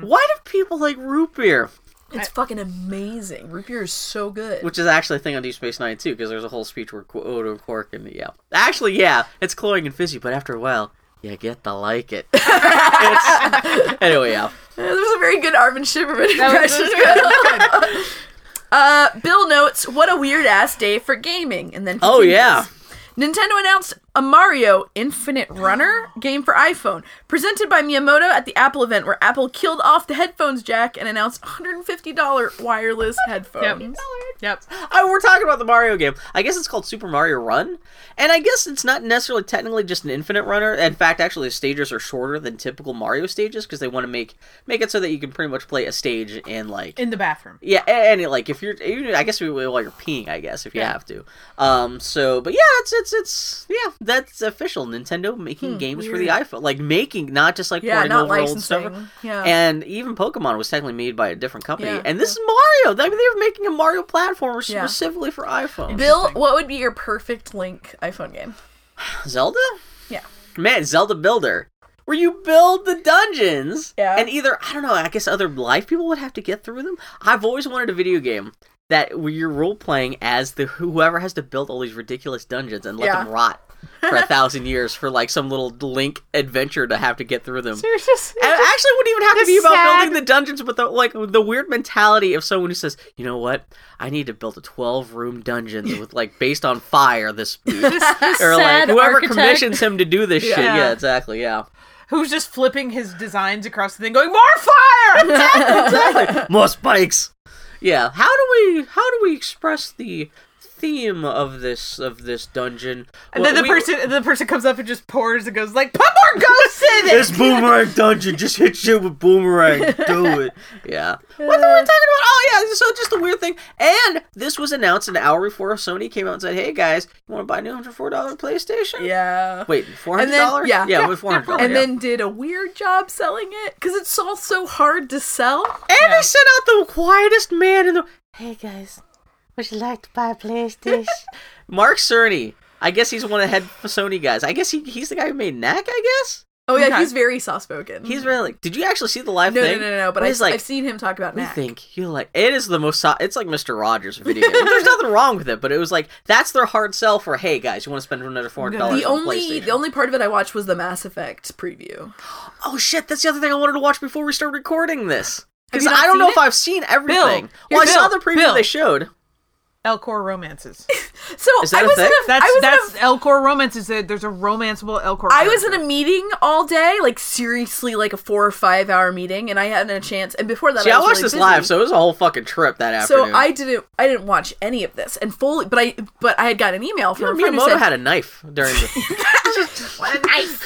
Why do people like root beer?
It's fucking amazing. Root beer is so good.
Which is actually a thing on Deep Space Nine too, because there's a whole speech where Qu- Odo and Quark and yeah, actually yeah, it's cloying and fizzy, but after a while, you get to like it. It's- anyway, yeah.
Uh, There's a very good Arvin Shiverman
was-
impression. uh, Bill notes, "What a weird ass day for gaming." And then
Oh
continues.
yeah.
Nintendo announced a Mario Infinite Runner game for iPhone, presented by Miyamoto at the Apple event, where Apple killed off the headphones jack and announced $150 wireless headphones.
Yep.
I, we're talking about the Mario game. I guess it's called Super Mario Run, and I guess it's not necessarily technically just an infinite runner. In fact, actually, the stages are shorter than typical Mario stages because they want to make make it so that you can pretty much play a stage in like
In the bathroom.
yeah, and, and like if you're, even- I guess we will while you're peeing, I guess if you have to. Um, so but yeah, it's it's it's yeah, that's official. Nintendo making games for the iPhone, like making not just like
Hmm, Yeah,
porting
not
over old stuff.
licensing. Yeah.
And even Pokemon was technically made by a different company,
Yeah,
and this is Mario. I mean, they're making a Mario platformer
Yeah.
specifically for iPhone.
Bill, what would be your perfect Link iPhone game?
Zelda,
Yeah.
man, Zelda Builder. Where you build the dungeons,
Yeah.
and either I don't know, I guess other live people would have to get through them. I've always wanted a video game that where you're role playing as the whoever has to build all these ridiculous dungeons and let
Yeah.
them rot for a thousand years for like some little Link adventure to have to get through them.
There's just
And it actually wouldn't even have to be about
sad-
building the dungeons, but the like the weird mentality of someone who says, "You know what? I need to build a twelve-room dungeon with like based on fire this week," or like
sad
whoever
architect.
commissions him to do this shit.
Yeah.
Yeah, exactly. Yeah,
who's just flipping his designs across the thing, going more fire.
exactly. More spikes. Yeah. How do we how do we express the theme of this of this dungeon?
and then the
Well, we-
person, the person comes up and just pours and goes like, "Put more ghosts in it."
This boomerang dungeon, just hit shit with boomerang. Do it. Yeah. What were we talking about? Oh yeah, so just a weird thing. And this was announced an hour before Sony came out and said, "Hey guys, you want to buy a new hundred four dollar PlayStation?"
Yeah.
Wait, four hundred dollars?
yeah.
yeah, with four hundred dollars.
and then did a weird job selling it because it's all so hard to sell.
and they sent out the quietest man in the.
Hey guys, would you like to buy a PlayStation?
Mark Cerny. I guess he's one of the head Sony guys. I guess he, he's the guy who made Knack. I guess
Oh yeah,
Okay.
he's very soft spoken.
he's really. Like, did you actually see the live
Mm-hmm. no, no,
thing?
no, no, no. But
Where
I,
he's like,
I've seen him talk about
We
Knack.
think you like it is the most. So- it's like Mister Rogers video game. There's nothing wrong with it, but it was like that's their hard sell for. Hey guys, you want to spend another four hundred dollars
the
on
only
PlayStation?"
the only part of it I watched was the Mass Effect preview.
oh shit, that's the other thing I wanted to watch before we started recording this
Have
because
you not
I don't
seen
know
it?
if I've seen everything. well, I
here's
saw the
Bill.
preview
Bill.
they showed.
Elcor romances.
So
Is that
I
a
was in
thing?
a,
That's
I was
that's
in a,
Elcor romances. There- There's a romanceable Elcor.
I was in
character.
a meeting all day, like seriously, like a four or five hour meeting, and I hadn't a chance. And before that,
See,
I,
I
was
watched
really
this
busy.
live, so it was a whole fucking trip that
So
afternoon.
I didn't, I didn't watch any of this, and fully, but I, but I had got an email
You know,
from a friend who
Miyamoto
said,
had a knife during the.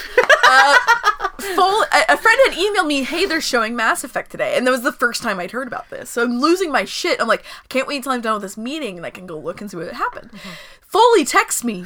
full a a friend had emailed me hey they're showing mass effect today and that was the first time i'd heard about this so i'm losing my shit i'm like i can't wait until i'm done with this meeting and i can go look and see what happened foley texts me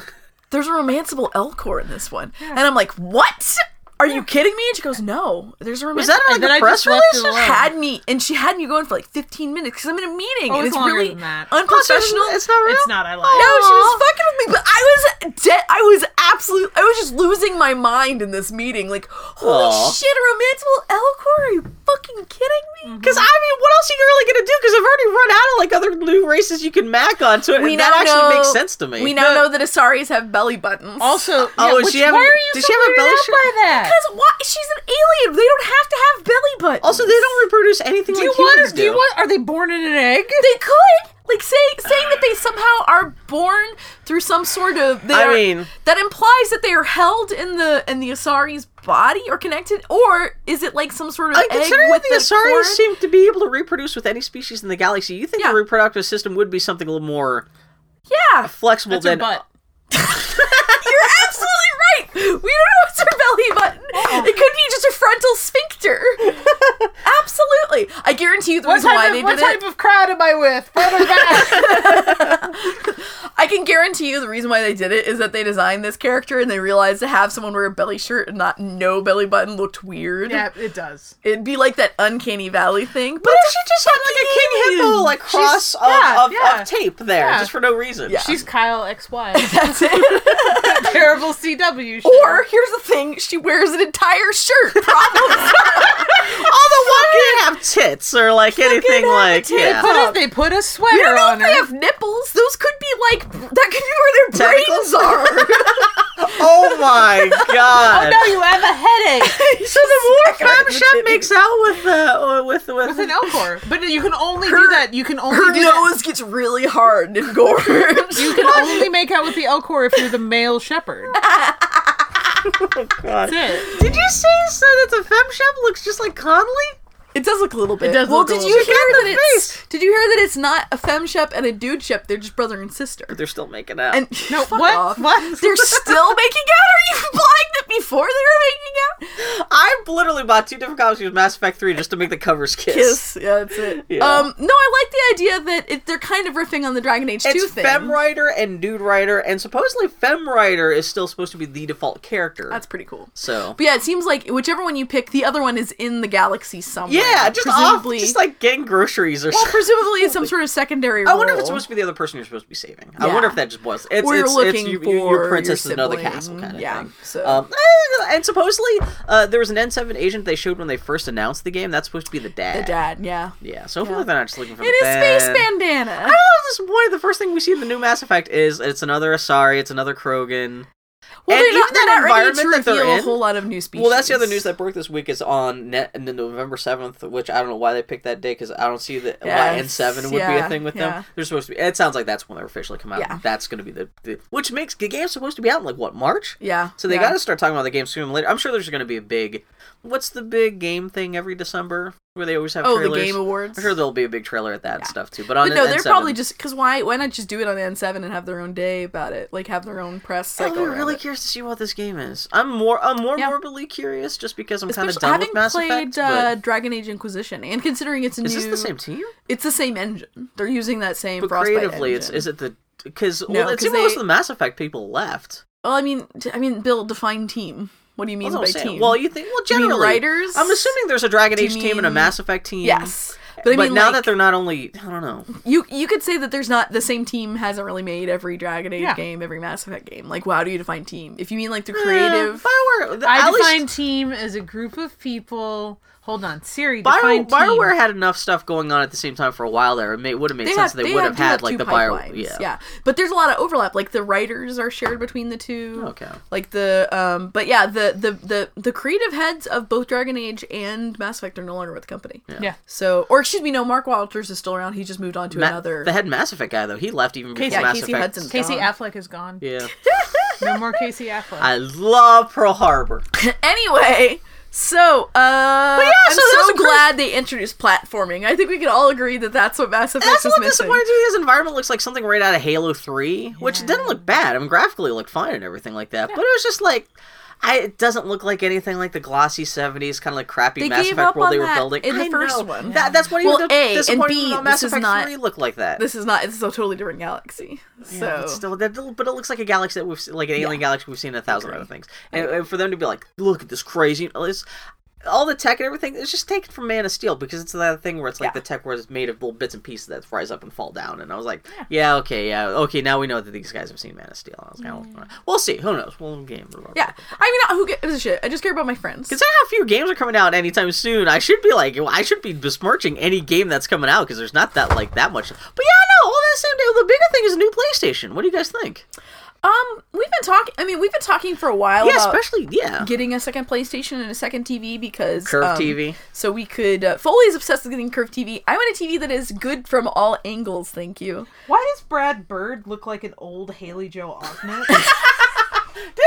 there's a romanceable Elcor in this one. And I'm like, what? Are you kidding me? And she goes, no, there's a romanceable.
Was that like
And then
a
I
press
just left
release?
it
or
alone.
had me and she had me going for like 15 minutes because I'm in a meeting
Oh,
and
it's
it's
longer
really
than that.
unprofessional.
something? It's not real.
It's not. I lied.
no, she was fucking with me, but I was dead. I was absolute. I was just losing my mind in this meeting. Like, holy
Aw.
shit, a romanceable Elcor? Are you fucking kidding me?
Because I mean, what else are you really gonna do? Because I've already run out of like other new races you can mac on. So
We
and that
now
actually
know-
makes sense to me.
We now know that Asaris have belly buttons.
Also,
Oh,
yeah,
is
which,
she having-
why are you
does
so
she have a
weirded
belly
out
shirt?
by that?
because why? She's an alien. They don't have to have belly buttons.
Also, they don't reproduce anything
Do you
like humans
want?
do.
Do you want? Are they born in an egg?
They could like say saying that they somehow are born through some sort of. They
I
are-
mean-
that implies that they are held in the in the Asari's body or connected, or is it like some sort of
I
egg
consider that
with
the Asari
cord?
seem to be able to reproduce with any species in the galaxy. You think
Yeah.
the reproductive system would be something a little more
Yeah,
flexible
That's her
than
butt.
you're absolutely right. We don't know what's her belly button. It could be just a frontal sphincter. absolutely, I guarantee you the
What
reason why
type,
they
of, what
did it.
type of crowd am I with? Front or back?
I can guarantee you the reason why they did it is that they designed this character and they realized to have someone wear a belly shirt and not no belly button looked weird.
Yeah, it does.
It'd be like that uncanny valley thing. But
But she just had like a king hippo like cross of,
yeah,
of,
yeah.
of tape there
Yeah.
just for no reason.
Yeah.
She's Kyle XY.
that's it.
Terrible CW show.
or here's the thing, she wears an entire shirt. Problem.
Although why do they have tits or like anything like yeah?
What if they put a
I
sweater
don't know
on
if they
her?
have nipples. Those could be like that could be where their
Tentacles?
brains are.
Oh my god!
No, you have a headache
So the more Femshot makes out with uh, with with,
with an Elcor. But you can only do
Her-
that. You can only
Her
do
nose gets really hard and gorged.
that. You can only make out with the Elcor if you're the male shepherd.
God.
That's it.
Did you say so that the Femshot looks just like Conley?
It does look a little bit.
does
well,
look a
did
little
you
bit.
hear
Look at the
that it's?
face.
Did you hear that it's not a femme shep and a dude shep? They're just brother and sister.
They're still making out.
And
No,
fuck
what?
off.
What?
They're still making out. Are you implying that before they were making out?
I literally bought two different copies of Mass Effect 3 just to make the covers kiss.
Kiss. Yeah, that's it.
Yeah.
Um, no, I like the idea that it, they're kind of riffing on the Dragon Age Two
It's
thing.
Femwriter and Dude Writer, and supposedly Femwriter is still supposed to be the default character.
that's pretty cool.
so.
But yeah, it seems like whichever one you pick, the other one is in the galaxy somewhere.
Yeah, just
presumably,
off, just like getting groceries or
well,
something.
presumably in some sort of secondary.
I wonder if it's
role.
supposed to be the other person you're supposed to be saving. I
Yeah.
wonder if that just was. It's,
Or you're
it's,
looking
it's you,
for
you- your princess
your
in another
sibling.
castle kind of
Yeah,
thing.
so-
Um, and supposedly uh, there was an N7 agent they showed when they first announced the game. That's supposed to be the dad.
the dad. Yeah,
Yeah, so hopefully they're not just looking for
it
the
is space
dad.
bandana.
I was disappointed. The first thing we see in the new Mass Effect is it's another Asari, it's another Krogan.
Well,
And
they're not,
even
they're
that
not ready to
environment that they're
reveal a
in-
whole lot of new species.
Well, that's the other news that broke this week is on net n- November seventh, which I don't know why they picked that day because I don't see that why N
Yes,
seven would be
yeah,
a thing with
yeah.
them. They're supposed to be. It sounds like that's when they're officially come out.
Yeah.
That's going to be the, the which makes the game's supposed to be out in like what March.
Yeah.
So they
yeah.
got to start talking about the game sooner or later. I'm sure there's going to be a big. What's the big game thing every December where they always have
Oh,
trailers?
the Game Awards.
I'm sure there'll be a big trailer at that and stuff too. But on
But no, they're
N7
probably just because why? Why not just do it on the N7 and have their own day about it? Like have their own press cycle.
I'm
around
Oh, really
it.
curious to see what this game is. I'm more, I'm more
Yeah.
morbidly curious just because I'm kind of
Especially
done
having
with Mass
played
Effect.
uh,
but
Dragon Age Inquisition, and considering it's a
is
new,
this the same team?
it's the same engine. They're using that same.
But
Frostbite
creatively, it's
engine.
is it the because
No,
well, it
'cause
seemed most
they-
of the Mass Effect people left.
Well, I mean, t- I mean, Bill, define team. What do you mean
That's what
by
I'm saying.
team?
Well, you think well
Do you mean
generally
writers?
I'm assuming there's a Dragon
Do you
Age team and a
mean-
Mass Effect team.
yes,
But,
but I mean,
now
like,
that they're not only, I don't know.
you you could say that there's not the same team hasn't really made every Dragon Age
Yeah.
game, every Mass Effect game. Like, how do you define team? If you mean like the
Creative.
creative,
Uh, Bioware. the-
I
at least
define team as a group of people. Hold on, Siri.
Bio,
Define team.
Bioware had enough stuff going on at the same time for a while there. It, may, it would have made
they
sense
have
that they would have
do
had like
two
the Bioware.
pipelines, But there's a lot of overlap. Like the writers are shared between the two.
Okay.
Like the um, but yeah, the the the the creative heads of both Dragon Age and Mass Effect are no longer with the company.
Yeah.
So, or excuse me, no, Mark Walters is still around. He just moved on to
Ma-
another.
The head Mass Effect guy though, he left even before
Casey-
Mass
Casey
Effect.
Hudson.
Casey
Gone.
Affleck is gone.
Yeah.
No more Casey Affleck.
I love Pearl Harbor.
anyway, so uh, I'm
so there's
so
a cra-
glad they introduced platforming. I think we can all agree that that's what Mass Effect
That's
is
what
missing.
disappointed me. His environment looks like something right out of Halo Three, which didn't look bad. I mean, graphically it looked fine and everything like that, but it was just like. I, it doesn't look like anything like the glossy '70s kind of like crappy
They
Mass
gave
Effect
up
world
on
they were
that
building.
in the
I
first
know.
one.
That, that's what
Well,
even
A, and
the disappointment
B,
about Mass
this is
Effect
not-
Three looked like that.
This is not. This is a totally different galaxy.
Yeah, but
so
still, that little- but it looks like a galaxy that we've seen, like an alien galaxy we've seen in a thousand other things. And, and for them to be like, look at this crazy, it's, all the tech and everything is just taken from Man of Steel because it's that thing where it's like the tech was made of little bits and pieces that rise up and fall down. And I was like, yeah, okay, yeah, okay, now we know that these guys have seen Man of Steel. I was like, "Oh, we'll see, who knows? We'll game.
yeah, I mean, who gives a shit? I just care about my friends.
Considering how few games are coming out anytime soon, I should be like, I should be besmirching any game that's coming out because there's not that like that much. But yeah, no, all that same day. The bigger thing is a new PlayStation. What do you guys think?
Um, we've been talking. I mean, we've been talking for a while
Yeah,
about
especially yeah.
getting a second PlayStation and a second TV because
Curve
um,
TV.
So we could. Uh, Foley is obsessed with getting curved TV. I want a TV that is good from all angles. Thank you.
Why does Brad Bird look like an old Haley Joel Osment?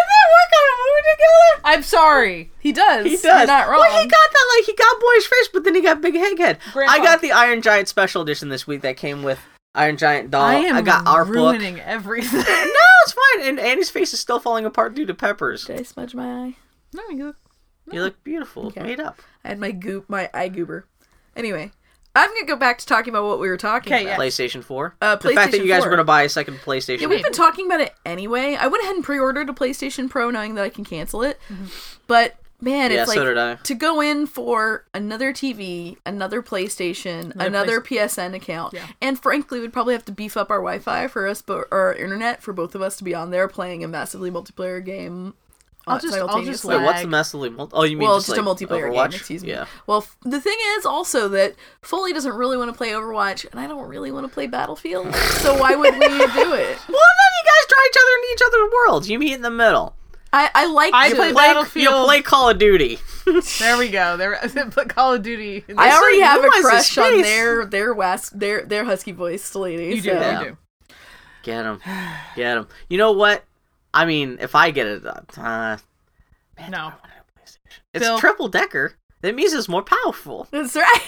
I'm sorry.
He does.
He does.
You're not wrong.
Well, he got that like he got boyish face, but then he got big egghead.
Grandpa.
I got the Iron Giant Special Edition this week that came with Iron Giant doll.
I
I,
am
got our book.
ruining everything.
No, it's fine. And Annie's face is still falling apart due to peppers.
Did I smudge my eye?
no, you look
You look beautiful, made up.
I had my goop, my eye goober. Anyway, I'm gonna go back to talking about what we were talking about.
PlayStation Four.
Uh,
the fact that
PlayStation
you guys
4.
were going to buy a second PlayStation.
Yeah, we've been talking about it anyway. I went ahead and pre-ordered a PlayStation Pro, knowing that I can cancel it. But man,
Yeah,
it's like
so did I.
to go in for another TV, another PlayStation, another PSN account, and frankly, we'd probably have to beef up our Wi-Fi for us, but our internet for both of us to be on there playing a massively multiplayer game.
I'll
uh,
just- I'll just
simultaneously.
Wait, what's
Flag.
the massively multi? Oh, you mean
well,
just,
just,
like,
a multiplayer
Overwatch?
game. Excuse me.
Yeah.
Well, f- the thing is also that Foley doesn't really want to play Overwatch, and I don't really want to play Battlefield. so why would we do it?
Well, then you guys draw each other in each other's worlds. You meet in the middle.
I, I like.
I
to-
play
Play, you
Battlefield.
play Call of Duty.
There we go. There, put Call of Duty. in
I
there.
already
Who
have a
wants this
crush on
space?
their their west their their husky voice lady.
you do.
so-
Yeah.
You do.
Get him. Get him. You know what? I mean, if I get it, uh, man,
No.
it's
Bill.
triple decker. That means it's more powerful.
That's right.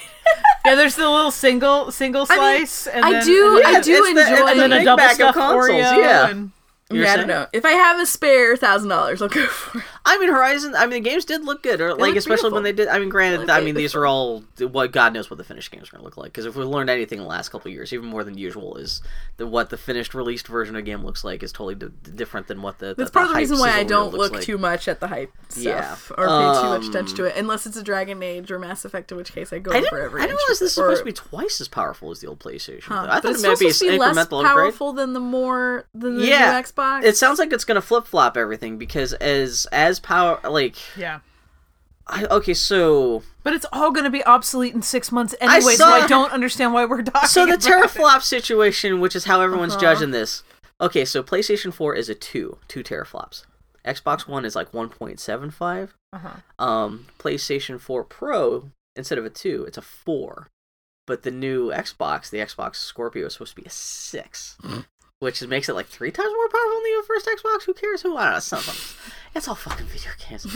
Yeah, there's the little single single
I mean,
slice. and
I
then-
do-
and
I
then-
do
it's the-
enjoy-
it's
and
the
then a
big
double
bag of
stuffed
consoles,
Oreo.
Yeah.
and-
You're
yeah, I
saying?
don't know. If I have a spare thousand dollars, I'll go for it.
I mean, Horizon. I mean, the games did look good, or like
look
especially
beautiful.
when they did. I mean, granted,
look
I mean, these are all what God knows what the finished games are going to look like. Because if we learned anything in the last couple of years, even more than usual, is that what the finished released version of a game looks like is totally d- different than what the. the-
That's part of the
hype
reason why I
sizzle
don't
reel
look
looks like.
too much at the hype stuff
Yeah.
or pay too much
Um,
attention to it, unless it's a Dragon Age or Mass Effect, in which case I go
I
for
didn't,
every.
I didn't
inch
realize
of it.
this is
Or-
supposed to be twice as powerful as the old PlayStation.
Huh.
though. I
Um, But
thought
it's
it might be an
supposed to be less
incremental upgrade.
powerful than the more than the
Yeah,
new Xbox.
It sounds like it's gonna flip flop everything because as as power like
Yeah.
I, okay so
But it's all going to be obsolete in six months anyway, so
saw-
I don't understand why we're talking.
so the
about
teraflop situation which is how everyone's
Uh-huh.
judging this okay so PlayStation Four is a two two teraflops Xbox One is like one point seven five
Uh-huh.
um PlayStation Four Pro instead of a two it's a four but the new Xbox the Xbox Scorpio is supposed to be a six. Which is- makes it like three times more powerful than the first Xbox. Who cares? Who I don't know something. It's all fucking video games.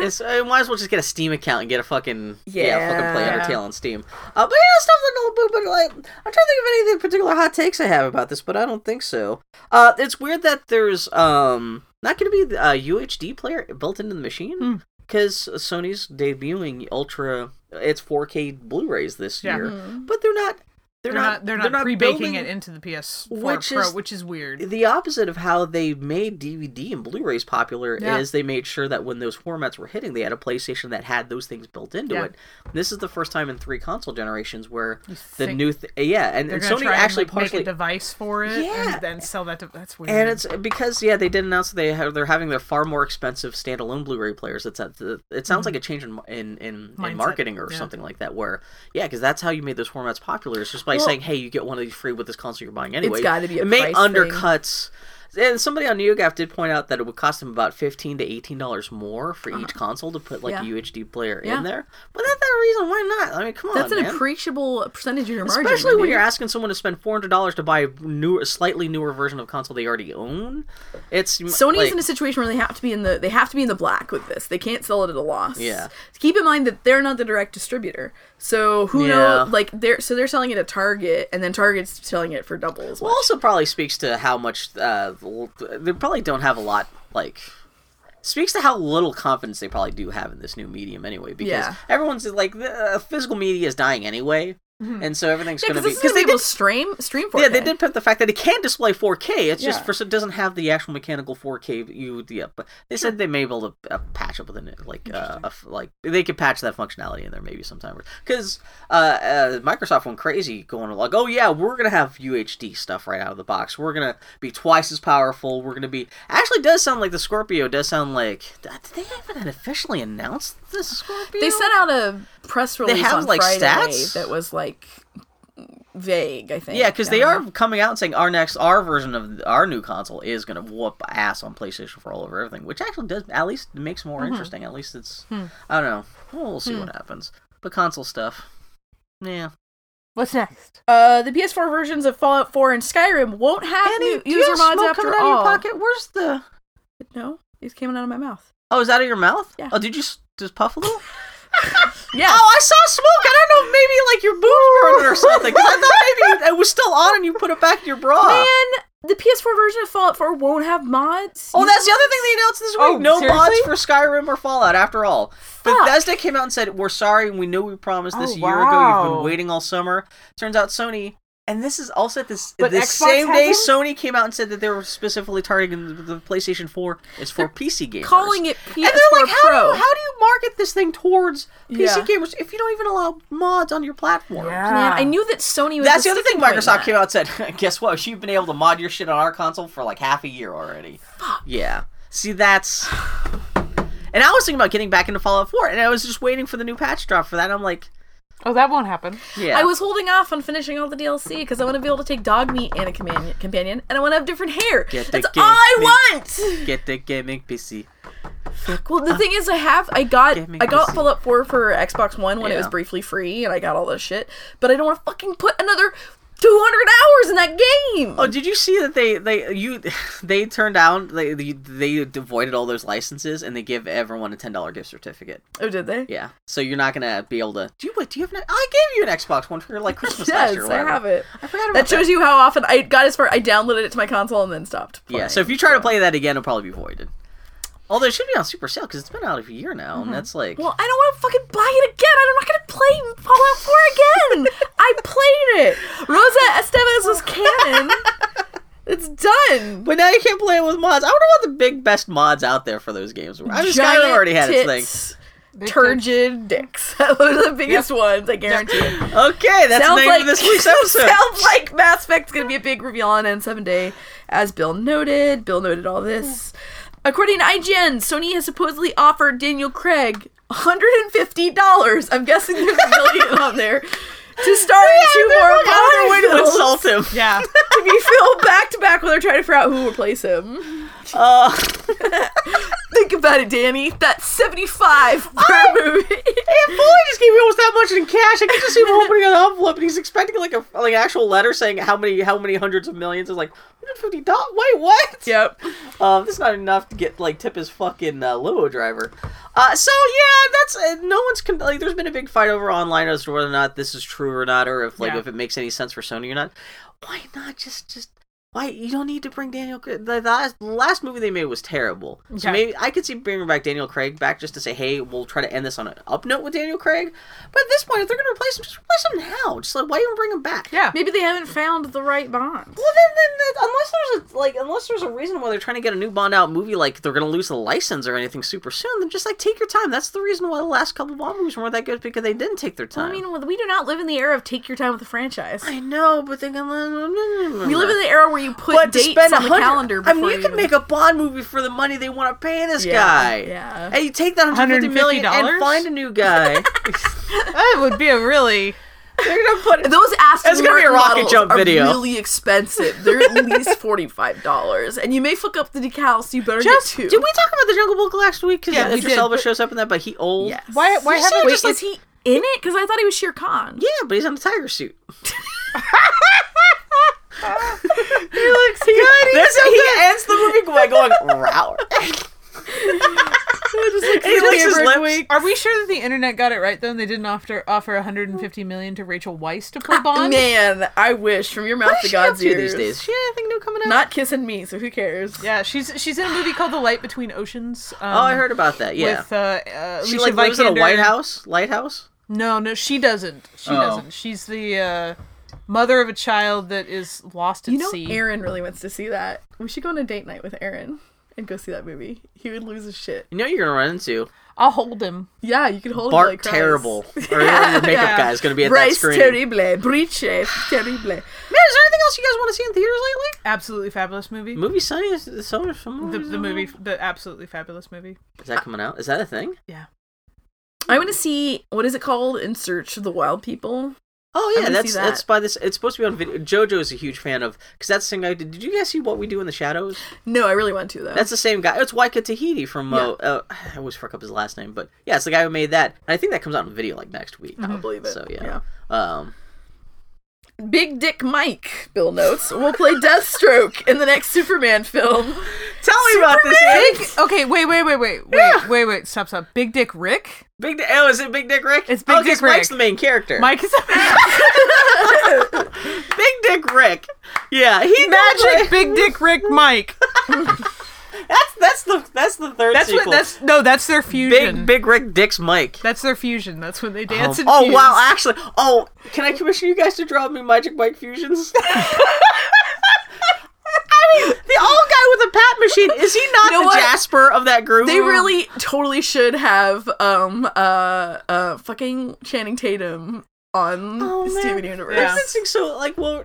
It's, I might as well just get a Steam account and get a fucking yeah, fucking play
Yeah.
Undertale on Steam. Uh, but yeah, stuff that don't. But like, I'm trying to think of any of the particular hot takes I have about this, but I don't think so. Uh, it's weird that there's um not going to be a UHD player built into the
Hmm.
machine because Sony's debuting Ultra. It's 4K Blu-rays this
Yeah.
year, but they're not. They're,
They're not. They're not pre-baking
building
it into the PS4
which
Pro,
is-
which is weird.
the opposite of how they made DVD and Blu-rays popular
Yeah.
is they made sure that when those formats were hitting, they had a PlayStation that had those things built into
Yeah.
it. This is the first time in three console generations where the
think
new th- yeah, and,
They're
and
going to
Sony
try
actually
and, like,
partially
make a device for it
Yeah.
and then sell that. To, that's weird.
and it's because yeah, they did announce that they have, they're having their far more expensive standalone Blu-ray players. It's at the, it sounds
Mm-hmm.
like a change in in in, in
Mindset,
marketing or
yeah.
something like that. Where yeah, because that's how you made those formats popular. It's just by saying hey, you get one of these free with this console you're buying anyway.
gotta be a
it may
price thing.
undercuts. And somebody on NeoGAF did point out that it would cost them about fifteen to eighteen dollars more for each console to put like a UHD player
Uh-huh. Yeah.
in there. But that's that reason why not? I mean, come
That's
on,
an
man.
appreciable percentage of your margin.
Especially when
dude.
you're asking someone to spend four hundred dollars to buy a new, a slightly newer version of a console they already own. It's
Sony's
like,
in a situation where they have to be in the they have to be in the black with this. They can't sell it at a loss.
Yeah.
Keep in mind that they're not the direct distributor. So who
Yeah.
knows like they're so they're selling it at Target and then Target's selling it for double as well.
well, also probably speaks to how much uh, l- they probably don't have a lot like speaks to how little confidence they probably do have in this new medium anyway. Because
Yeah.
everyone's like, the uh, physical media is dying anyway, and so everything's
Mm-hmm. Yeah, because
going to be
this is gonna
they
be able
did
to stream stream for
yeah, they did put the fact that it can display 4K. It's just
Yeah.
for it doesn't have the actual mechanical 4K. that You yeah, uh, but they said they may be able to uh, patch up within it, like uh, a f- like they could patch that functionality in there maybe sometime. Because uh, uh, Microsoft went crazy going like, oh yeah, we're gonna have UHD stuff right out of the box. We're gonna be twice as powerful. We're gonna be actually it does sound like the Scorpio does sound like. Did they even officially announce the Scorpio?
They sent out a press release
have,
on
like,
Friday
stats?
that was like vague. I think.
Yeah, because
I
they
don't
are
know.
coming out and saying our next, our version of our new console is going to whoop ass on PlayStation for all over everything, which actually does at least makes more
Mm-hmm.
interesting. At least it's,
Hmm.
I don't know, we'll, see what happens. But console stuff, yeah.
What's next?
Uh, the PS4 versions of Fallout 4 and Skyrim won't have new
do you
user
have
mods
smoke
after
coming out
all.
of your pocket? Where's the?
No, these came out of my mouth.
Oh, is that out of your mouth?
Yeah.
Oh, did you s- just puff a little?
Yeah.
Oh, I saw smoke. I don't know. Maybe like your boobs were on it or something. 'cause I thought maybe it was still on and you put it back in your bra.
Man, the PS4 version of Fallout 4 won't have mods.
Oh,
You-
that's the other thing they announced this week.
Oh,
no mods
seriously?
for Skyrim or Fallout after all.
Fuck.
Bethesda came out and said, We're sorry, we know we promised this
Oh,
a year ago. You've
wow.
been waiting all summer. Turns out Sony and this is also at this
But
the
Xbox
same day
hasn't?
Sony came out and said that they were specifically targeting the- the PlayStation 4 is for PC gamers.
calling it PS4
and they're like, how do,
Pro.
you, how do you market this thing towards PC
Yeah.
gamers if you don't even allow mods on your platform?
Ah.
Man, I knew that Sony was.
That's the other thing
sticking point in
Microsoft
that.
came out and said. Guess what? You've been able to mod your shit on our console for like half a year already. Fuck. Yeah. See, that's. And I was thinking about getting back into Fallout 4, and I was just waiting for the new patch drop for that. and I'm like,
Oh, that won't happen.
yeah.
I was holding off on finishing all the DLC because I want to be able to take dog meat and a companion, companion and I want to have different hair.
Get the
That's all
game meat.
I want.
Get the gaming PC.
Well, the thing is, I have I got
Get Ah. me
I got
busy.
Fallout 4 for Xbox One when it was
Yeah.
briefly free, and I got all this shit. But I don't want to fucking put another 200 hours in that game.
Oh, did you see that they they you they turned down they they, they avoided all those licenses and they give everyone a ten dollar gift certificate.
oh did they?
Yeah, so you're not gonna be able to. Do you wait? Do you have? An, I gave you an Xbox One for your like Christmas last
Yes,
year. or
I
whatever.
have it.
I forgot about
That shows you how often I got as far. I downloaded it to my console and then stopped.
Yeah,
playing.
so if you try to play that again, it'll probably be voided. Although it should be on super sale because it's been out a year now, and that's like
well, I don't want to fucking buy it again. I'm not gonna play Fallout 4 again. I played it. Rosa Estevez was canon. It's done.
But now you can't play it with mods. I wonder what the big best mods out there for those games were. I mean, Skyrim already had its
tits, Turgid dicks. Those are the biggest ones, I guarantee. it.
thing. Okay, that's the
Sounds
name
like
of this week's episode.
sounds like Mass Effect's gonna be a big reveal on N7 Day, as Bill noted. Bill noted all this. According to IGN, Sony has supposedly offered Daniel Craig $150. I'm guessing there's a million on there. To star in two more
Another way to
Bond films
insult him.
Yeah.
to be filmed back to back while they're trying to figure out who will replace him.
Uh,
Think about it, Danny. That's 75 per movie.
if boy just gave me almost that much in cash, I could just see him opening an envelope and he's expecting like a like an actual letter saying how many how many hundreds of millions is like $150. Wait, what?
Yep.
Um, this is not enough to get like tip his fucking uh, limo driver. Uh, so yeah, that's uh, no one's con- like. There's been a big fight over online as to whether or not this is true or not, or if like
Yeah.
if it makes any sense for Sony or not. Why not just just why you don't need to bring Daniel? Cra- The last, the last movie they made was terrible. So
Okay.
maybe I could see bringing back Daniel Craig back just to say, hey, we'll try to end this on an up note with Daniel Craig. But at this point, if they're gonna replace him, just replace him now. Just like why even bring him back?
Yeah.
Maybe they haven't found the right bond.
Well, then, then that- unless there's a like, unless there's a reason why they're trying to get a new Bond out movie, like they're gonna lose the license or anything super soon, then just like take your time. That's the reason why the last couple Bond movies weren't that good because they didn't take their time.
I mean, we do not live in the era of take your time with the franchise.
I know, but they can.
We live in the era where you put
but to
dates
spend
on the
100
calendar.
I
Before
mean, you
even-
could make a Bond movie for the money they want to pay this
Yeah,
guy.
yeah.
And you take that 150 million and
$150?
find a new guy.
That would be a really.
They're gonna put
those Aston
It's gonna be a
Martin
rocket
models
jump
are
video.
really expensive. They're at least forty five dollars, and you may fuck up the decals. So you better
Just,
get
did
two.
we talk about the Jungle Book last week? Because
Yeah, we
Idris
did,
Elba
but-
shows up in that, but he old.
Yes.
Why? Why
You
haven't
said
Wait,
just, like-
is he in it? Because I thought he was Shere Khan.
Yeah, but he's in a tiger suit.
he looks good.
That's how he ends the movie by going row.
just like
he licks his lip
awake.
Are we sure that the internet got it right though? And they didn't offer offer 150 million to Rachel Weisz to play Bond.
Man, I wish from your mouth
What
to
is she up
God's
to
ears.
these days? She had anything new coming out?
Not kissing me, so who cares?
Yeah, she's she's in a movie called The Light Between Oceans. Um,
oh, I heard about that. Yeah,
With uh, uh,
she
Alicia
like lives in a
Vikander.
White House lighthouse.
No, no, she doesn't. She
Oh.
doesn't. She's the uh, mother of a child that is lost at
You know,
sea.
Aaron really wants to see that. We should go on a date night with Aaron and go see that movie. He would lose his shit.
You know what you're gonna run into
I'll hold him.
Yeah, you could hold
Bart
him like Christ.
Terrible, or your makeup
yeah.
guy is gonna be at
Bryce
that screen.
terrible, breach eh, terrible.
Man, is there anything else you guys want to see in theaters lately?
Absolutely fabulous movie.
Movie Sunny is is some, some
The, the movie, the absolutely fabulous movie.
is that coming out? Is that a thing?
I want to see what is it called? In Search of the Wild People.
Oh yeah,
gonna
that's
see
that's
that.
by this. It's supposed to be on video. JoJo's a huge fan of because that's the same guy. Did, did you guys see What We Do in the Shadows?
No, I really want to though.
That's the same guy. It's Waika Tahiti from. Uh, uh, I always fuck up his last name, but yeah, it's the guy who made that. And I think that comes out on video like next week.
I don't believe it.
So yeah. Um,
Big Dick Mike, Bill notes, will play Deathstroke in the next Superman film.
tell me about this. Big,
Big- okay, wait, wait, wait, wait, wait, wait, wait. Stop, stop. Big Dick Rick.
big. Di- Oh, is it Big Dick Rick?
It's Big
oh, 'cause
Dick
Mike's the
Rick.
main character.
Mike is
Big Dick Rick. Yeah, he
magic. Big Dick Rick. Mike.
That's that's the that's the third
That's
sequel.
what. That's no. That's their fusion.
Big Big Rick Dick's Mike.
That's their fusion. That's when they dance.
Um,
and
oh
fuse.
wow, actually, oh, can I commission you guys to draw me Magic Mike fusions? I mean, the old guy with the pat machine is he not
know
the
what?
Jasper of that group? Oh,
They really totally should have um uh uh fucking Channing Tatum on
Oh,
Steven
man.
Universe.
I'm sensing so like well,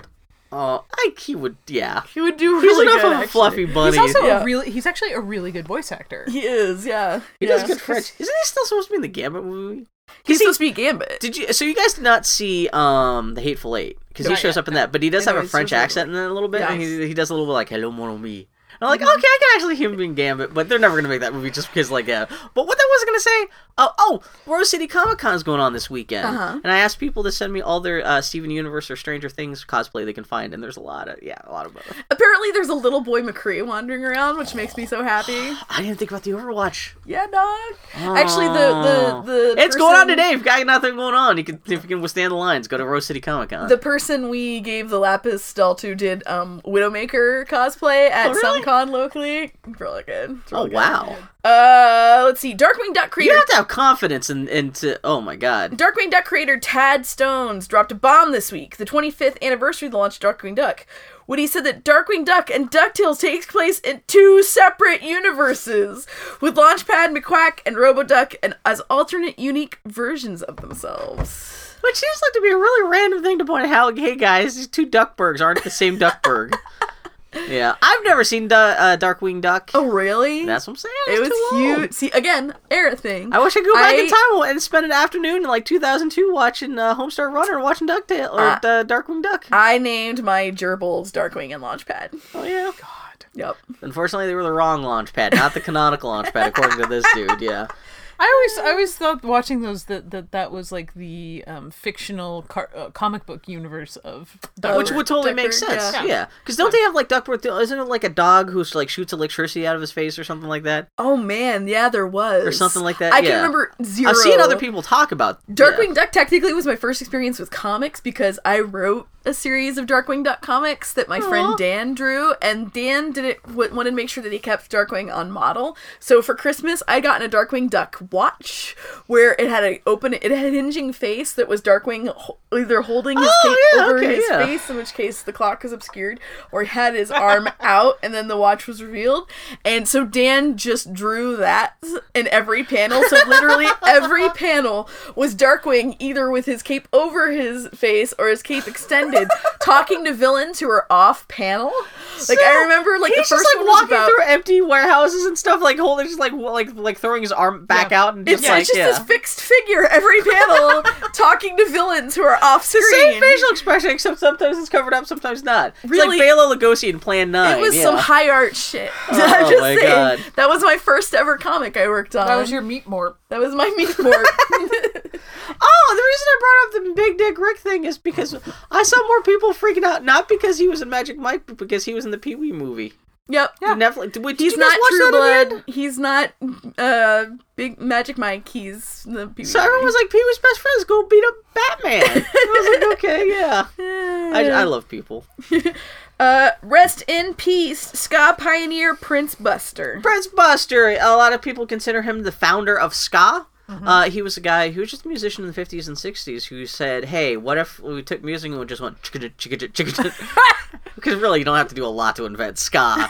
oh, I he would yeah.
He would do
He's
really
enough
good.
of a
actually.
fluffy bunny.
He's also
Yeah.
a really. He's actually a really good voice actor.
He is, yeah.
he
yeah.
does good French. Isn't he still supposed to be in the Gambit movie?
He's supposed to be Gambit.
Did you? So you guys did not see um the Hateful Eight because he
Not
shows
yet,
up in that, but he does
I
have
know,
a
he's
French
supposed to-
accent in it a little bit, and he, he does a little bit like "Hello, mon ami." And I'm like,
Mhm.
okay, I can actually hear him being Gambit, but they're never gonna make that movie just because like yeah. But what I was gonna say, oh, oh, Rose City Comic Con's going on this weekend,
Uh-huh.
and I asked people to send me all their uh, Steven Universe or Stranger Things cosplay they can find, and there's a lot of yeah, a lot of both.
Apparently, there's a little boy McCree wandering around, which makes me so happy.
I didn't think about the Overwatch.
Yeah, dog. Actually, the the, the
Ah. it's going on
person-
today. If you got nothing going on, you can if you can withstand the lines, go to Rose City Comic Con.
The person we gave the Lapis doll to did um Widowmaker cosplay at
Oh, really?
some con locally. It's really good. It's
oh
really good.
wow.
Uh, let's see. Darkwing Duck
You
creator.
have to have confidence in into. Oh my god.
Darkwing Duck creator Tad Stones dropped a bomb this week, the 25th anniversary of the launch of Darkwing Duck, when he said that Darkwing Duck and DuckTales takes place in two separate universes, with Launchpad McQuack and RoboDuck and as alternate unique versions of themselves.
Which seems like to be a really random thing to point out. Hey guys, these two Duckburgs aren't the same Duckburg. yeah, I've never seen du- uh, Darkwing Duck.
Oh, really?
That's what I'm saying.
it was
It's too old.
huge. See, again, era thing.
I wish I could go back in
I-
time and spend an afternoon in like 2002 watching uh, Homestar Runner and watching DuckTale or
Uh,
uh, Darkwing Duck.
I named my gerbils Darkwing and Launchpad.
oh yeah.
Yep.
Unfortunately, they were the wrong launch pad, not the canonical launch pad, according to this dude. Yeah.
I always, I always thought watching those that that, that was like the um, fictional car- uh, comic book universe of Dark
Which would totally make
Duckburg,
sense.
yeah.
Oh, Yeah. Because don't they have like Duckburg? Isn't it like a dog who like shoots electricity out of his face or something like that?
Oh man, yeah, there was
Or something like that,
I
yeah.
can remember 0
I've seen other people talk about
Darkwing
yeah.
Duck technically was my first experience with comics because I wrote a series of Darkwing Duck comics that my friend Dan drew, and Dan did it w- wanted to make sure that he kept Darkwing on model. So for Christmas, I got in a Darkwing Duck watch where it had an open, it had a hinging face that was Darkwing ho- either holding his
Oh,
cape
yeah,
over
okay,
his
yeah.
face, in which case the clock was obscured, or he had his arm out, and then the watch was revealed. And so Dan just drew that in every panel. So literally every panel was Darkwing either with his cape over his face or his cape extended, talking to villains who were off panel. Like I remember, like
He's
the first
just
one
like
was
walking
about.
through empty warehouses and stuff, like holding, just like wa- like like throwing his arm back out and
It's,
just like
it's just
yeah.
this fixed figure every panel talking to villains who are off screen.
Same facial expression, except sometimes it's covered up, sometimes not. It's
Really-
like Bela Lugosi in Plan Nine.
It was
yeah.
some high art shit.
Oh
I'm just
my
saying.
God.
That was my first ever comic I worked on.
That was your meat morph.
That was my meat morph.
Oh, the reason I brought up the Big Dick Rick thing is because I saw more people freaking out, not because he was in Magic Mike, but because he was in the Pee Wee movie.
Yep.
Yeah. Netflix. Did, wait, did
He's
you guys
not
watch
True
that in the end?
Blood. He's not uh Big Magic Mike. He's the Pee Wee
So everyone
Herman.
was like, Pee Wee's best friends go beat up Batman. I was like, okay, yeah. I, I love people.
Uh, rest in peace, ska pioneer Prince Buster.
Prince Buster, a lot of people consider him the founder of ska. Uh, he was a guy who was just a musician in the 50s and 60s who said, hey, what if we took music and we just went chicka chicka chicka Because really, you don't have to do a lot to invent ska.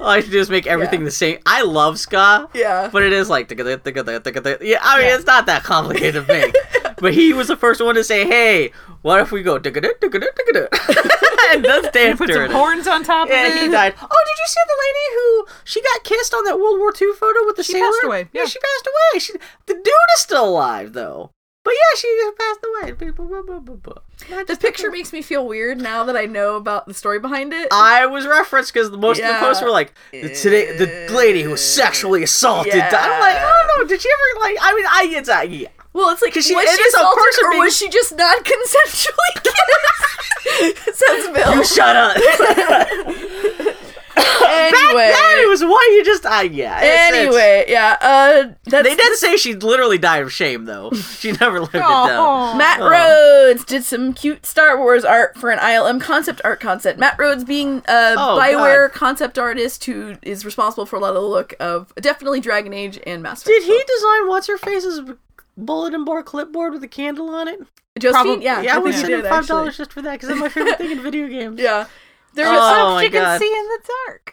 All I have to do is make everything the same. I love ska.
Yeah.
But it is like, "Ticka-tick, ticka-tick, ticka-tick." yeah, I mean, it's not that complicated to make. But he was the first one to say, hey, what if we go ticka-tick, ticka-tick, ticka-tick? and that's dance
Put
during
some
it.
horns on top of
Yeah,
it.
he died. Oh, did you see the lady who she got kissed on that World War II photo with the
She
sailor?
passed away, yeah.
she passed away. She, the dude is still alive though. But yeah, she just passed away. Blah, blah, blah, blah, blah.
The picture makes me feel weird now that I know about the story behind it.
I was referenced because most of
Yeah.
the posts were like the today the lady who was sexually assaulted. died." I'm like, I don't know. Did she ever like? I mean, I it's uh, yeah.
well, it's like
'Cause she-
was
it
she
is a
assaulted
person
or
being-
was she just not consensually kissed? Says Bill.
You shut up.
anyway,
That it was why you just I yeah. it's- it's-
anyway, yeah. Uh, that's
they did say she literally died of shame though. She never lived it down.
Aw.
Matt
Oh.
Rhodes did some cute Star Wars art for an ILM concept art concept. Matt Rhodes being a
Oh,
Bioware concept artist who is responsible for a lot of the look of definitely Dragon Age and Mass Effect.
Did he design what's her face's bulletin board clipboard with a candle on it?
Josephine?
Probably-
yeah,
Yeah, I,
I think
would
he
send him
did.
five
Actually.
dollars just for that because that's my favorite thing in video games.
Yeah,
There's
Oh
stuff
my
she can
God.
see in the dark.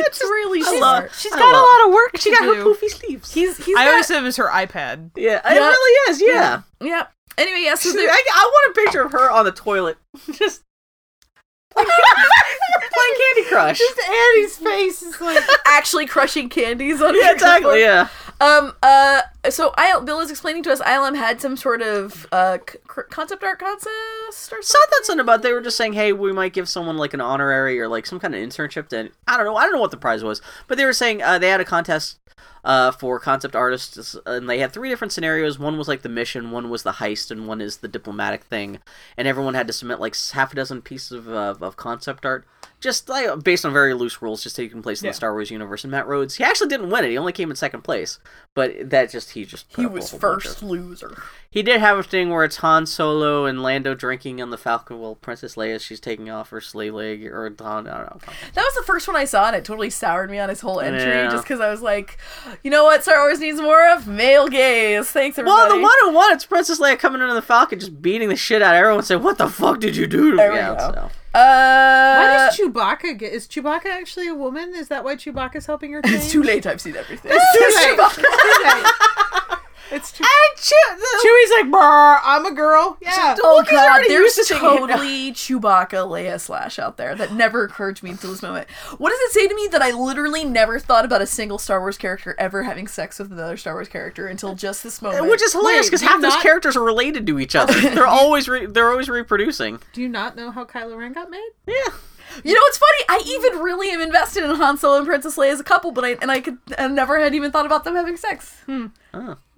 it's really
I
smart.
love.
She's
I love-
got a lot of work
She
to
got her
do.
poofy sleeves.
He's he's
I
got,
always said it was her iPad.
yeah, it
Yeah.
really is. Yeah.
yeah. Anyway, yeah. So
She's-
there,
I, I want a picture of her on the toilet, just playing Candy Crush.
Annie's face is like
actually crushing candies on
Yeah,
your
exactly. Yeah.
Um. Uh. So I Bill is explaining to us ILM had some sort of uh c- cr- concept art contest or something.
It's not that something about. They were just saying, hey, we might give someone like an honorary or like some kind of internship. That I don't know. I don't know what the prize was, but they were saying uh, they had a contest uh, for concept artists, and they had three different scenarios. One was like the mission, one was the heist, and one is the diplomatic thing. And everyone had to submit like s- half a dozen pieces of uh, of concept art, just like based on very loose rules, just taking place in
Yeah.
the Star Wars universe. And Matt Rhodes, he actually didn't win it. He only came in second place, but that just he just put
He
up a
was
whole bunch of-
first loser.
he did have a thing where it's Han Solo and Lando drinking on the Falcon while Princess Leia she's taking off her sleigh leg or Don. I don't know.
That was the first one I saw, and it totally soured me on his whole entry,
Yeah.
just because I was like, you know what, Star Wars needs more of male gaze. Thanks,
Well,
everybody.
the one on one, it's Princess Leia coming into the Falcon, just beating the shit out of everyone, saying, "What the fuck did you do to
There
me?"
we
Yeah,
go.
so.
Uh,
Why does Chewbacca get? Is Chewbacca actually a woman? Is that why Chewbacca's helping her? Change?
it's too late. I've seen everything.
too late. It's too. Chewie's like, brr, I'm a girl. Yeah.
Oh god,
already
there's
used to singing it now.
totally Chewbacca Leia slash out there that never occurred to me until this moment. What does it say to me that I literally never thought about a single Star Wars character ever having sex with another Star Wars character until just this moment?
Which is hilarious
Wait,
because
do
half
you
those
not-
characters are related to each other. They're always re- they're always reproducing.
Do you not know how Kylo Ren got made?
Yeah,
you know, it's funny. I even really am invested in Han Solo and Princess Leia as a couple, but I and I could I never had even thought about them having sex. Hmm.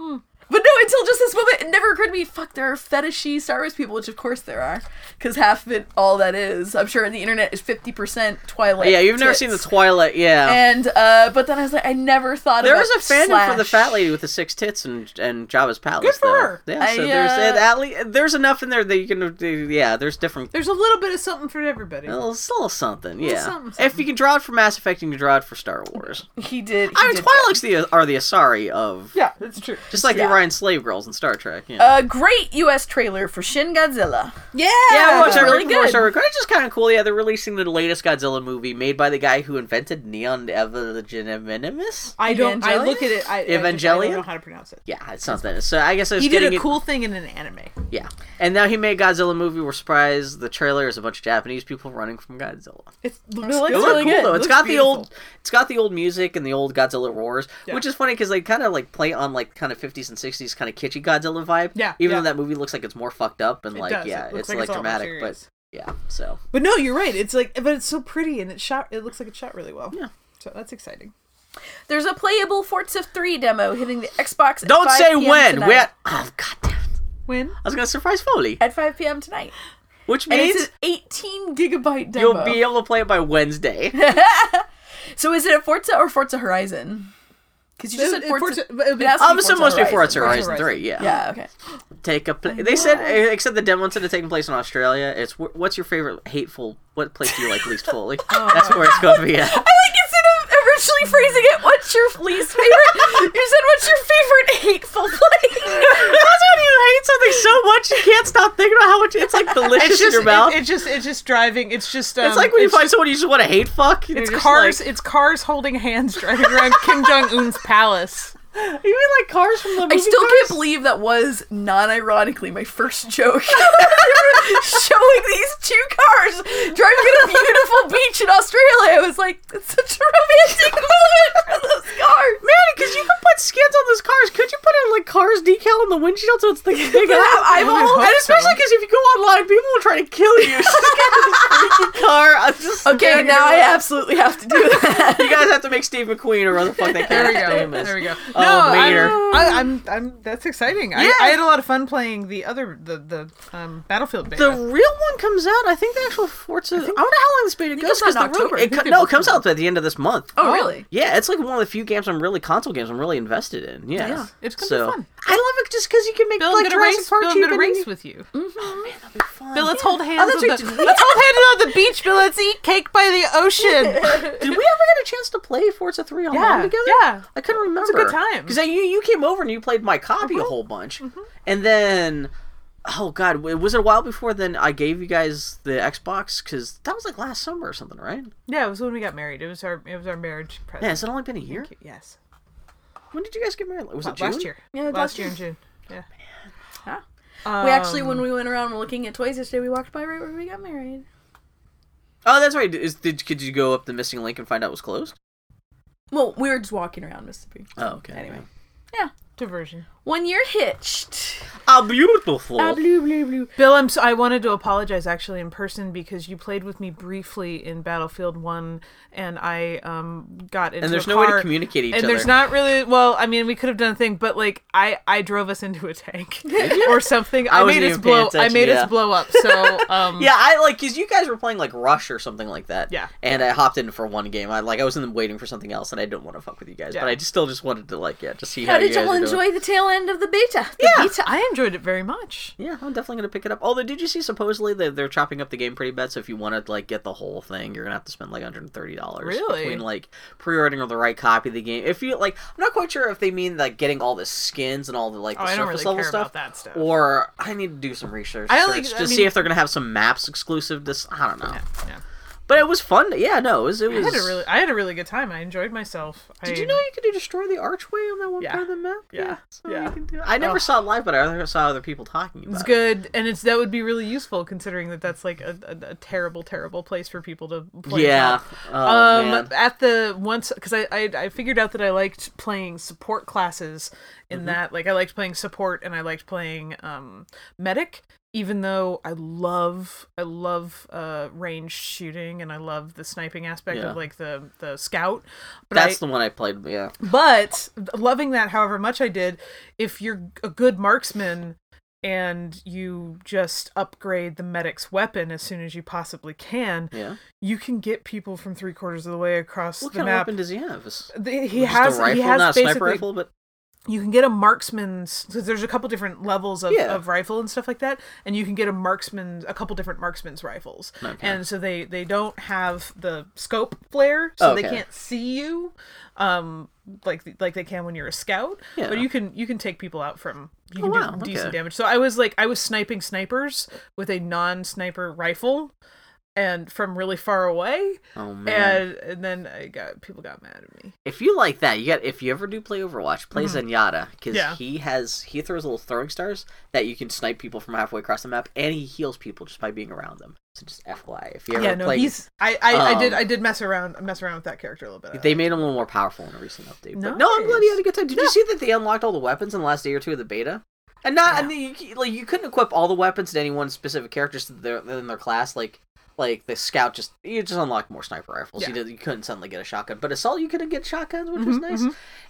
Oh.
But no, until just this moment, it never occurred to me. Fuck, there are fetishy Star Wars people, which of course there are, because half of it, all that is, I'm sure, the internet is fifty percent Twilight.
yeah. You've never seen the
tits.
Twilight, yeah.
And uh, but then I was like, I never thought
There
about
was a fandom for the
slash.
fat lady with the six tits and and Java's palace.
Good for
though.
her.
Yeah, so
I,
there's
uh,
and at lea- there's enough in there that you can do. Yeah, there's different.
There's a little bit of something for everybody.
A little, it's a little something, yeah.
something,
If you can draw it for Mass Effect, you can draw it for Star Wars.
He did. He
I mean,
did
Twilight's the are the Asari of
Yeah, Oh, that's true.
just like
yeah.
the Orion slave girls in Star Trek. Yeah,
that. A great U.S. trailer for Shin Godzilla.
Yeah,
yeah, watch
that's
every-
really
watch
good.
every- It's just kind of cool. Yeah, they're releasing the latest Godzilla movie made by the guy who invented neon evangelimis.
I don't. I
Evangelion?
look at it. I, I just- I
Evangelion?
don't know how to pronounce it.
Yeah, it's something. So I guess it's
He did
getting
a
it-
cool thing in an anime.
Yeah. And now he made Godzilla movie. We're surprised the trailer is a bunch of Japanese people running from Godzilla.
It's looks,
looks
It
good.
looked
really
cool
good.
though.
Looks
It's got
beautiful.
the old it's got the old music and the old Godzilla roars,
Yeah.
which is funny cuz they kind of like play on like kind of 50s and 60s kind of kitschy Godzilla vibe.
Yeah,
Even
yeah.
though that movie looks like it's more fucked up and
It
like
does. It
yeah,
looks
it's
like
like,
it's a lot more
dramatic but
serious.
yeah. So
But no, you're right. It's like, but it's so pretty and it shot. It looks like it shot really well. Yeah. So that's exciting.
There's a playable Forza 3 demo hitting the Xbox. At
Don't
5
say
PM
when.
Tonight.
We're Oh god damn. it.
When?
I was going to surprise Foley,
At 5 p.m. tonight,
which
and it's
means
an 18 gigabyte demo.
you'll be able to play it by Wednesday.
So is it Forza or Forza Horizon? Because you just said
It- it-
Forza.
Forza- but it'd be-
it has to be
Um, so it must be Forza
Forza
Horizon
Horizon.
Three. Yeah.
Yeah. Okay.
Take a. Pla- they said eh, except the demo instead of taking place in Australia, it's wh- what's your favorite hateful? What place do you like least fully?
Oh,
That's where it's going to be at.
I like instead of originally phrasing it, what's your least favorite? you said, what's your favorite hateful place?
That's when you hate something so much you can't stop thinking about how much it's like delicious
It's
in
just,
your mouth.
it, it's just, it's just driving. It's just, um,
it's like when you
it's
find someone you just want to hate fuck.
It's cars. it's cars holding hands driving around Kim Jong Un's palace.
even like cars from the movie
I still
cars?
can't believe that was non-ironically my first joke. They were showing these two cars driving at a beautiful beach in Australia. I was like, it's such a romantic moment for those cars.
Man, because you can put skins on those cars. Could you put in like cars decal on the windshield so it's the big eye- eyeball?
hope
And especially because if you go online, people will try to kill you. Just get this freaky car. I'm just
Okay, now I absolutely have to do that.
You guys have to make Steve McQueen or whatever the fuck that
There we
character's
go.
name is.
There we go.
Oh, waiter.
I'm, I, I'm, I'm. That's exciting. I, I had a lot of fun playing the other, the the um, Battlefield beta.
The real one comes out. I think the actual Forza. I, wonder how long this beta goes.
comes out in
'cause the road-
October.
It, co- no, it comes out at the end of this month.
Oh, really?
Yeah, it's like one of the few games I'm really console games I'm really invested in. Yeah,
Yeah,
it's gonna be
so,
fun.
I love it just because you can make
Bill, I'm
like
gonna
Jurassic
race.
Park.
Bill, I'm
you
gonna
can-
race with you.
Oh man, that'd be fun.
Bill, let's hold hands.
that's
on
right,
the,
did we-
let's hold hands on the beach, Bill. Let's eat cake by the ocean.
Did we ever get a chance to play Forza 3 online
Yeah,
together?
yeah.
I couldn't remember.
a good time. Uh-huh. Mm-hmm.
Because you, you came over and you played my copy a whole bunch. And then, oh God, w- was it a while before then I gave you guys the Xbox? Because that was like last summer or something, right?
yeah, it was when we got married. It was our, it was our marriage
Yeah,
present.
has it only been a year?
Yes.
When did you guys get married? Was it June?
Last year.
Yeah,
last,
last
year
year.
in June. Yeah. Um,
we actually, when we went around looking at toys yesterday, we walked by right where we got married.
Oh, that's right. Is, did, could you go up the missing link and find out it was closed?
Well, we were just walking around Mississippi.
Oh, okay.
Anyway.
Diversion.
One year hitched.
Ah, beautiful.
blue, blue, blue.
Bill, I'm so, I wanted to apologize actually in person because you played with me briefly in Battlefield One, and I um got into
and there's
a
no way to
car-
communicate each
and
other.
there's not really well i mean we could have done a thing but like i i drove us into a tank or something i,
I wasn't
made us
even paying
blow i
attention,
made
yeah.
us blow up so um
Yeah, I like because you guys were playing like Rush or something like that.
Yeah.
And I hopped in for one game. I like I was in the waiting for something else, and I didn't want to fuck with you guys,
Yeah.
but I just still just wanted to like yeah, just see how,
How did
you guys
y'all
are doing.
enjoy the tail end of the beta? The beta.
i enjoyed it very much
Yeah, I'm definitely gonna pick it up. Although, did you see supposedly that they're chopping up the game pretty bad? So if you want to like get the whole thing, you're gonna have to spend like 130 dollars
Really?
between like pre-ordering or the right copy of the game. If you like, I'm not quite sure if they mean like getting all the skins and all the like the
Oh, I
surface
don't
level
really care
stuff,
about that stuff.
or I need to do some research
I only-
search
I
to
mean-
see if they're gonna have some maps exclusive. This I don't know.
yeah.
But it was fun. to- yeah, no, it was. It
i
was
had a really i had a really good time i enjoyed myself
Did
I,
you know you could do destroy the archway on that one
Yeah.
part of the map?
Yeah.
So
Yeah.
you can do- I never saw it live, but I other- saw other people talking about
it's
it.
good and it's that would be really useful considering that that's like a, a, a terrible terrible place for people to play
Yeah.
now.
Oh,
um
man.
at the once because I, I i figured out that i liked playing support classes
Mm-hmm.
in that like i liked playing support and i liked playing um medic even though i love i love uh range shooting and i love the sniping aspect
Yeah.
of like the the scout but I-
That's the one I played. Yeah.
but loving that however much i did if you're a good marksman and you just upgrade the medic's weapon as soon as you possibly can
Yeah.
you can get people from three quarters of the way across
What
the
kind of
map
weapon does he have? Is
The- he
just
has
a rifle,
he has
not a
basically
sniper rifle, but
you can get a marksman's because there's a couple different levels of,
Yeah.
of rifle and stuff like that and you can get a marksman's a couple different marksman's rifles
Okay.
and so they they don't have the scope flare so they
Okay.
can't see you um like like they can when you're a scout
Yeah.
but you can you can take people out from you
Oh,
can
wow,
do decent
okay.
damage so i was like i was sniping snipers with a non-sniper rifle and from really far away
oh man!
and, and then i got people got mad at me
if you like that, you got. If you ever do play Overwatch, play Zenyatta because
Mm-hmm. Yeah.
he has he throws little throwing stars that you can snipe people from halfway across the map, and he heals people just by being around them. So just FYI, if you ever
yeah, no,
play,
he's. I, I, I did
um,
I did mess around mess around with that character a little bit. I
They
like-
made him a little more powerful in a recent update. But no, I'm glad he had a good time. Did you see that they unlocked all the weapons in the last day or two of the beta? And not, and you, like you couldn't equip all the weapons to any one specific character so they're- they're in their class. Like like the scout just you just unlock more sniper rifles. You
Yeah. Mm-hmm,
did, you couldn't suddenly get a shotgun, but assault you could get shotguns, which was nice.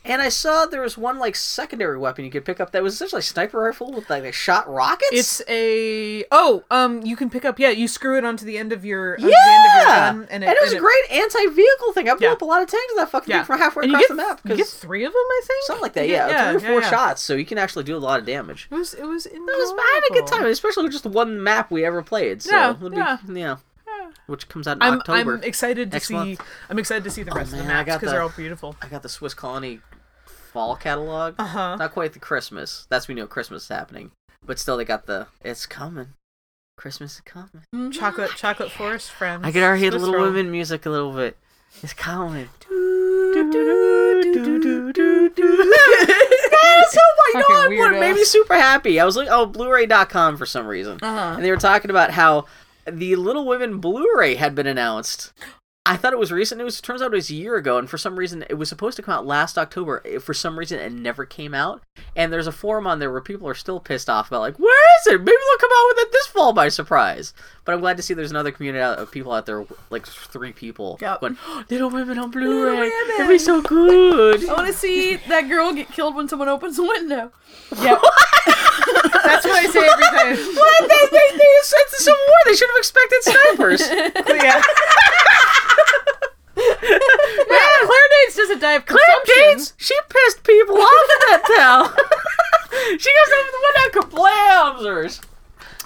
And I saw there was one like secondary weapon you could pick up that was essentially a sniper rifle with like a shot rockets.
It's a oh um you can pick up yeah you screw it onto the end of your onto the end of your gun
and it, was a great anti-vehicle thing. I blew
Yeah.
up a lot of tanks with that fucking
yeah
thing from halfway
And
across
you get,
the map.
You
'cause-
get three of them I think
something like that.
You
Yeah,
get-
three or four
yeah.
shots, so you can actually do a lot of damage.
It was it was in
It was I had a good time, especially with just one map we ever played. So
Yeah,
it'll be,
yeah.
which comes out in
I'm,
October.
I'm excited to
Next
see.
month. Oh,
I'm excited to see the rest of the
man, I
maps
got
because
the-
they're all beautiful.
I got the Swiss Colony fall catalog. Uh-huh. Not quite the Christmas. That's when you know Christmas is happening, but still they got the it's coming. Christmas is coming.
Chocolate, chocolate forest friends.
Mm-hmm. I could already hear the
Mm-hmm. Swiss
Little
roll.
Women music a little bit. It's coming. you know, what
Fucking
what
weirdo.
made me super happy. I was like, oh, Blu-ray.com for some reason,
Uh-huh.
and they were talking about how the Little Women Blu-ray had been announced. I thought it was recent news. It turns out it was a year ago, and for some reason, it was supposed to come out last October. It- For some reason, it never came out. And there's a forum on there where people are still pissed off about like, where is it? Maybe they'll come out with it this fall by surprise. But I'm glad to see there's another community out of people out there, like three people,
Yep.
going, "Little Women on Blu-ray, it'd be so good."
I want to see that girl get killed when someone opens a window.
That's what I say every time.
But they, they, they sent some war. They should have expected snipers.
yeah. Man, Claire Danes doesn't die of
Claire
consumption.
Danes, she pissed people off with that towel. she goes up to the window complains.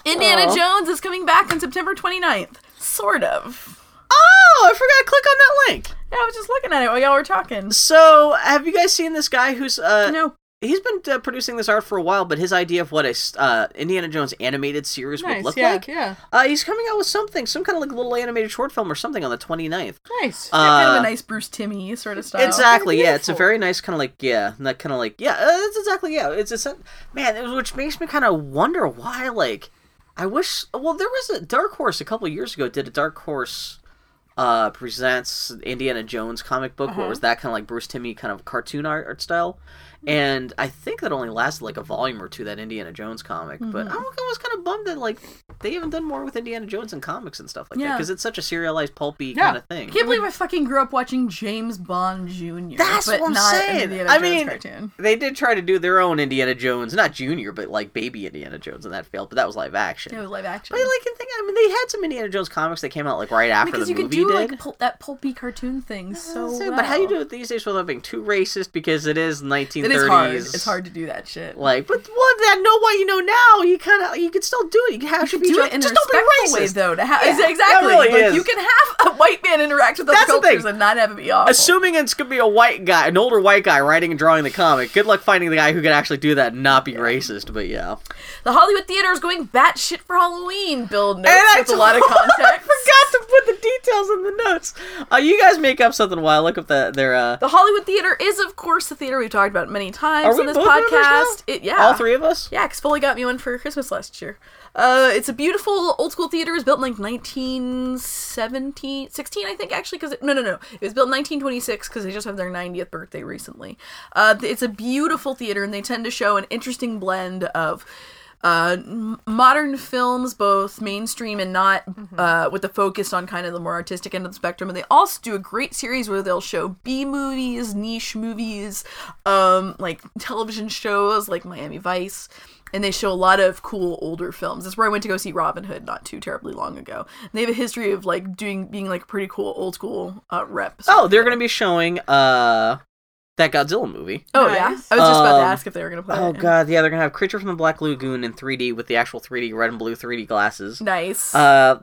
Indiana Jones is coming back on September 29th. Sort of.
Oh, I forgot to click on that link.
Yeah, I was just looking at it while y'all were talking.
So, have you guys seen this guy who's uh
No.
he's been uh, producing this art for a while, but his idea of what a s- uh, Indiana Jones animated series would
Nice,
look
yeah,
like,
yeah,
uh, he's coming out with something, some kind of like little animated short film or something on the 29th.
nice.
kind
Uh,
of a nice Bruce Timmy sort of style.
Exactly. Yeah, it's a very nice kind of like yeah, that kind of like yeah. uh, That's exactly yeah. It's a sen- man, it- which makes me kind of wonder why. Like, I wish. Well, there was a Dark Horse a couple years ago. Did a Dark Horse uh presents Indiana Jones comic book where it was
Uh-huh.
that kind of like Bruce Timmey kind of cartoon art, art style. And I think that only lasted like a volume or two that Indiana Jones comic,
Mm-hmm.
but I'm always kind of bummed that like they haven't done more with Indiana Jones and comics and stuff like that
Yeah.
because it's such a serialized pulpy kind of thing.
I can't believe I fucking grew up watching James Bond Jr.
That's
but
what I'm
not
saying.
an Indiana
I
Jones
mean-
cartoon.
They did try to do their own Indiana Jones, not Junior, but like baby Indiana Jones, and that failed. But that was live action.
It was live action.
but like, I think I mean, they had some Indiana Jones comics that came out like right after
because
the
you could
movie
do
did.
like pul- that pulpy cartoon thing so
So,
well.
But how you do it these days without being too racist? Because it is 1930s.
It is hard. It's hard to do that shit.
Like, but what that know what you know now, you kind of you could still do it. You can have
you
be
do
drunk,
it in
just
a
don't be
respectful way,
racist.
though. To ha-
Yeah, that
exactly.
really
like,
is.
You can have a white man interact with other
That's the thing.
cultures and not have it be awful.
Assuming it's gonna be a white guy, an older white guy writing and drawing the comic. Good luck finding the guy who can actually do that and not be racist. But yeah.
the Hollywood Theater is going batshit for Halloween. Bill notes
I
with a lot of
totally
context.
forgot to put the details in the notes. Uh, you guys make up something while I look up the their. Uh,
The Hollywood Theater is, of course, the theater we've talked about many times
Are
on
we
this
both members now?
podcast. It, yeah,
All three of us.
Yeah, because Foley got me one for Christmas last year. Uh, it's a beautiful old school theater. It was built in like 1917, 16, I think, actually. Because no, no, no, it was built in 1926 because they just have their 90th birthday recently. Uh, th- it's a beautiful theater, and they tend to show an interesting blend of uh, m- modern films, both mainstream and not, uh, with the focus on kind of the more artistic end of the spectrum. And they also do a great series where they'll show B movies, niche movies, um, like television shows like Miami Vice. And they show a lot of cool older films. That's where I went to go see Robin Hood not too terribly long ago. And they have a history of like doing being like pretty cool old school uh, rep.
Oh, they're gonna be showing uh that Godzilla movie.
oh yeah, I was just about to
Um,
ask if they were gonna play.
Oh
it.
god, yeah, they're gonna have Creature from the Black Lagoon in 3D with the actual 3D red and blue 3D glasses.
nice.
Uh,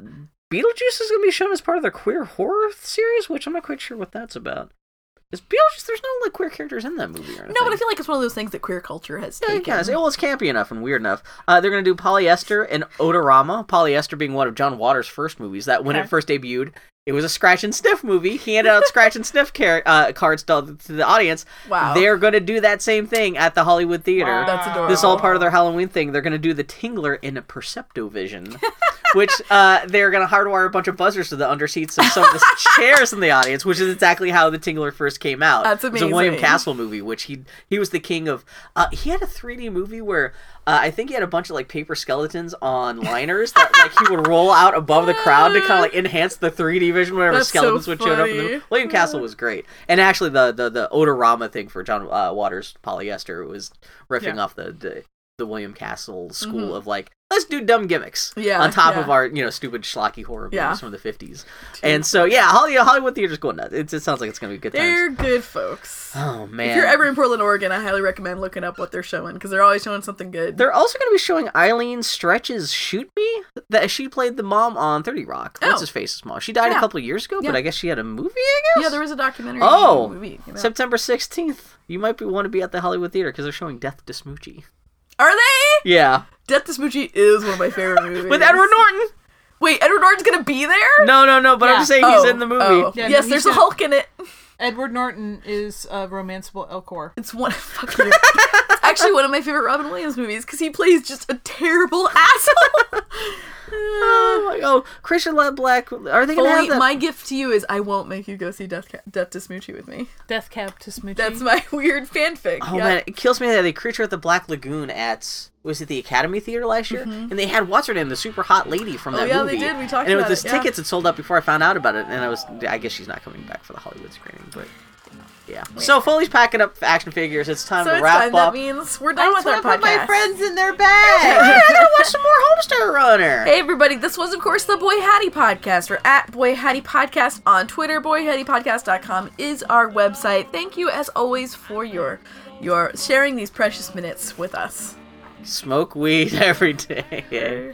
Beetlejuice is gonna be shown as part of their queer horror series, which I'm not quite sure what that's about. Is Beetlejuice? There's no like queer characters in that movie or anything.
no, but I feel like it's one of those things that queer culture has
Yeah,
taken.
yeah, it's- well, it's campy enough and weird enough. Uh, they're going to do Polyester and Odorama. Polyester being one of John Waters' first movies that when it first debuted, it was a scratch and sniff movie. He handed out scratch and sniff car- uh, cards to, to the audience.
Wow.
They're going to do that same thing at the Hollywood Theater.
That's adorable.
This is all part of their Halloween thing. They're going to do the Tingler in a Perceptovision, which uh, they're going to hardwire a bunch of buzzers to the underseats of some of the chairs in the audience, which is exactly how the Tingler first came out.
That's
It was a William
amazing.
Castle movie, which he he was the king of. Uh, he had a 3D movie where uh, I think he had a bunch of like paper skeletons on liners that like he would roll out above the crowd to kind of like enhance the 3D vision whenever
That's so
skeletons would show up. In the,
funny.
movie. William Castle was great, and actually the the the odorama thing for John uh, Waters polyester was riffing off the, the the William Castle school of like let's do dumb gimmicks
Mm-hmm. Yeah,
on top
yeah.
of our you know stupid schlocky horror
Yeah.
movies from the 50s, and so yeah, Hollywood, Hollywood theater's going nuts. It, it sounds like it's gonna be good times.
They're good folks.
Oh man!
If you're ever in Portland, Oregon, I highly recommend looking up what they're showing because they're always showing something good.
They're also going to be showing Eileen Stretch's "Shoot Me" that she played the mom on Thirty Rock. What's
Oh.
his face? Mom. She died a
Yeah.
couple years ago, but
Yeah.
I guess she had a movie. I guess.
yeah, there was a documentary.
Oh,
movie. came out.
September sixteenth. You might be want to be at the Hollywood Theater because they're showing Death to Smoochie.
are they?
Yeah,
Death to Smoochie is one of my favorite movies.
with Edward Norton.
Wait, Edward Norton's gonna be there?
No, no, no. But I'm just saying
Oh,
he's in the movie.
oh.
Yeah, no,
yes,
he's
there's a
in-
Hulk in it.
Edward Norton is a romanceable Elcor.
It's one. Fuck you. It's actually one of my favorite Robin Williams movies because he plays just a terrible asshole.
Oh, my- oh, Christian Led Black. Are they going to have
Only,
that?
my gift to you is I won't make you go see Death, Ca- Death to Smoochie with me.
Death Cap to Smoochie.
That's my weird fanfic.
Oh
yeah.
man, it kills me that the creature at the Black Lagoon at was it the Academy Theater last year, and they had what's her name, the super hot lady from that
Mm-hmm. Oh, yeah, they
movie.
did. We talked
and it was
about
this
it, yeah.
tickets had sold out before I found out about it, and I was I guess she's not coming back for the Hollywood screening, but yeah. So Foley's packing up action figures. It's time
So
to
it's
wrap
time. That
up.
means we're done with our podcast.
in their bag.
I gotta watch some more Homestar Runner.
Hey everybody, this was of course the Boy Hattie Podcast. We're at Boy Hattie Podcast on Twitter. BoyHattiePodcast.com is our website. Thank you as always for your your sharing these precious minutes with us.
Smoke weed every day.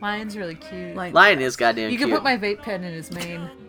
Lion's really cute.
Like,
Lion is goddamn
you
cute.
can put my vape pen in his mane.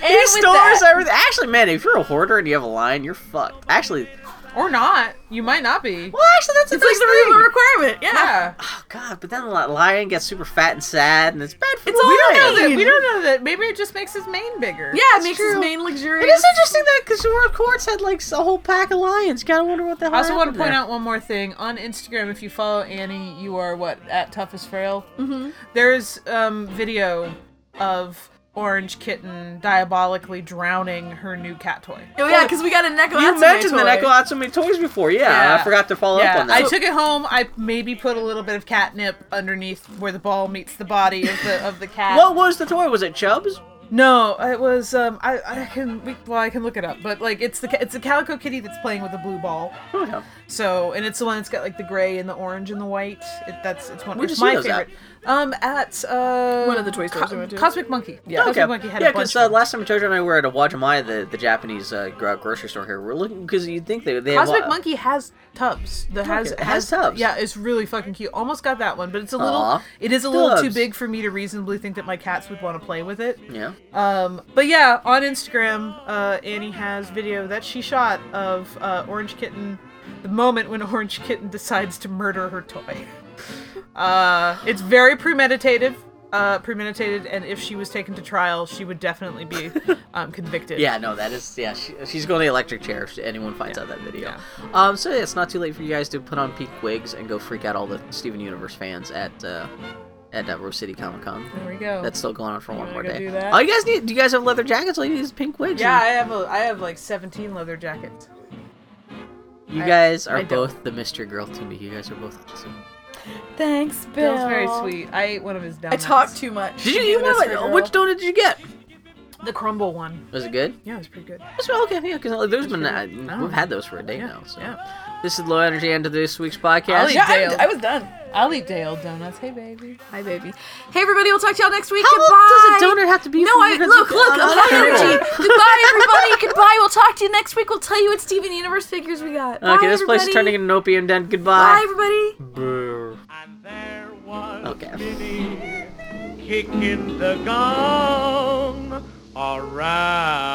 and with
Stores
that-
everything. Actually, man, if you're a hoarder and you have a lion, you're fucked. Actually,
Or not. You might not be.
well, actually, that's a
It's like
nice
the room
thing.
of requirement. Yeah.
Yeah.
Oh god, but then the lion gets super fat and sad, and it's bad for
It's
the
all
lion.
about
We don't know that. Maybe it just makes his mane bigger.
Yeah, it makes his mane luxurious.
It is interesting that because the World Courts had like a whole pack of lions. Gotta wonder what the hell.
I also want
happened
to point
there.
out one more thing. On Instagram, if you follow Annie, you are what at toughest frail. Mm-hmm. There's um video of Orange Kitten diabolically drowning her new cat toy.
Oh yeah, because we got a Neko
You
Hatsume
mentioned that
toy.
I go out so many toys before. Yeah, I
Yeah.
forgot to follow up
Yeah,
on that.
I took it home. I maybe put a little bit of catnip underneath where the ball meets the body of the of the cat.
what was the toy? Was it Chubbs?
No, it was um I I can we, well I can look it up, but like it's the ca- it's a calico kitty that's playing with a blue ball.
Oh, yeah.
So, and it's the one that's got like the gray and the orange and the white. It, that's it's one.
Where'd
It's
you see
my
those at?
favorite. Um, at uh,
One of the toy stores we went to.
Cosmic Monkey. Yeah,
Oh, Okay.
Cosmic Monkey had
yeah,
a bunch.
because
of
uh,
them.
last time Jojo and I were at a Wajimaya, the, the Japanese uh, gro- grocery store here, we're looking because you'd think they they
Cosmic
have, uh,
Monkey has tubs. That has,
it has tubs.
Yeah, it's really fucking cute. Almost got that one, but it's a little.
Aw.
It is a little too
Tubs.
big for me to reasonably think that my cats would want to play with it.
Yeah,
Um, but yeah, on Instagram, uh, Annie has video that she shot of uh, Orange Kitten, the moment when Orange Kitten decides to murder her toy. Uh, it's very premeditative, uh, premeditated, and if she was taken to trial, she would definitely be um, convicted.
yeah, no, that is yeah. She, she's going to the electric chair if anyone finds out that video. Um, so yeah, it's not too late for you guys to put on peak wigs and go freak out all the Steven Universe fans at uh, at uh, Rose City Comic Con.
There we go.
That's still going on for one more
go
day.
do that?
All you guys need, do you guys have leather jackets? All you need is pink wigs.
yeah, I have a, I have like 17 leather jackets.
you guys are
I don't.
both the mystery girl to me. You guys are both awesome.
Thanks, Bill.
Bill's very sweet. I ate one of his donuts.
I talk too much.
Did you eat
Mystery
one?
girl.
Which donut did you get?
the crumble one.
Was it good?
Yeah, it was pretty good.
It's- okay, yeah, because there's been uh, we've had those for a day now. So this is low energy end of this week's podcast.
eat
Yeah,
Dale.
I, I was done.
I'll eat Dale donuts. Hey, baby.
Hi, baby. Hey, everybody. We'll talk to y'all next week.
How
Goodbye.
old does a donut have to be?
No,
for
I
you to- Uh,
look, look, I'm high
Okay.
energy. Goodbye, everybody. Goodbye. We'll talk to you next week. We'll tell you what Steven Universe figures we got. Bye,
Okay, this place
everybody.
is turning into an opium den.
Bye,
Goodbye.
everybody.
Boo.
And there was
Okay.
Minnie kicking the gong around.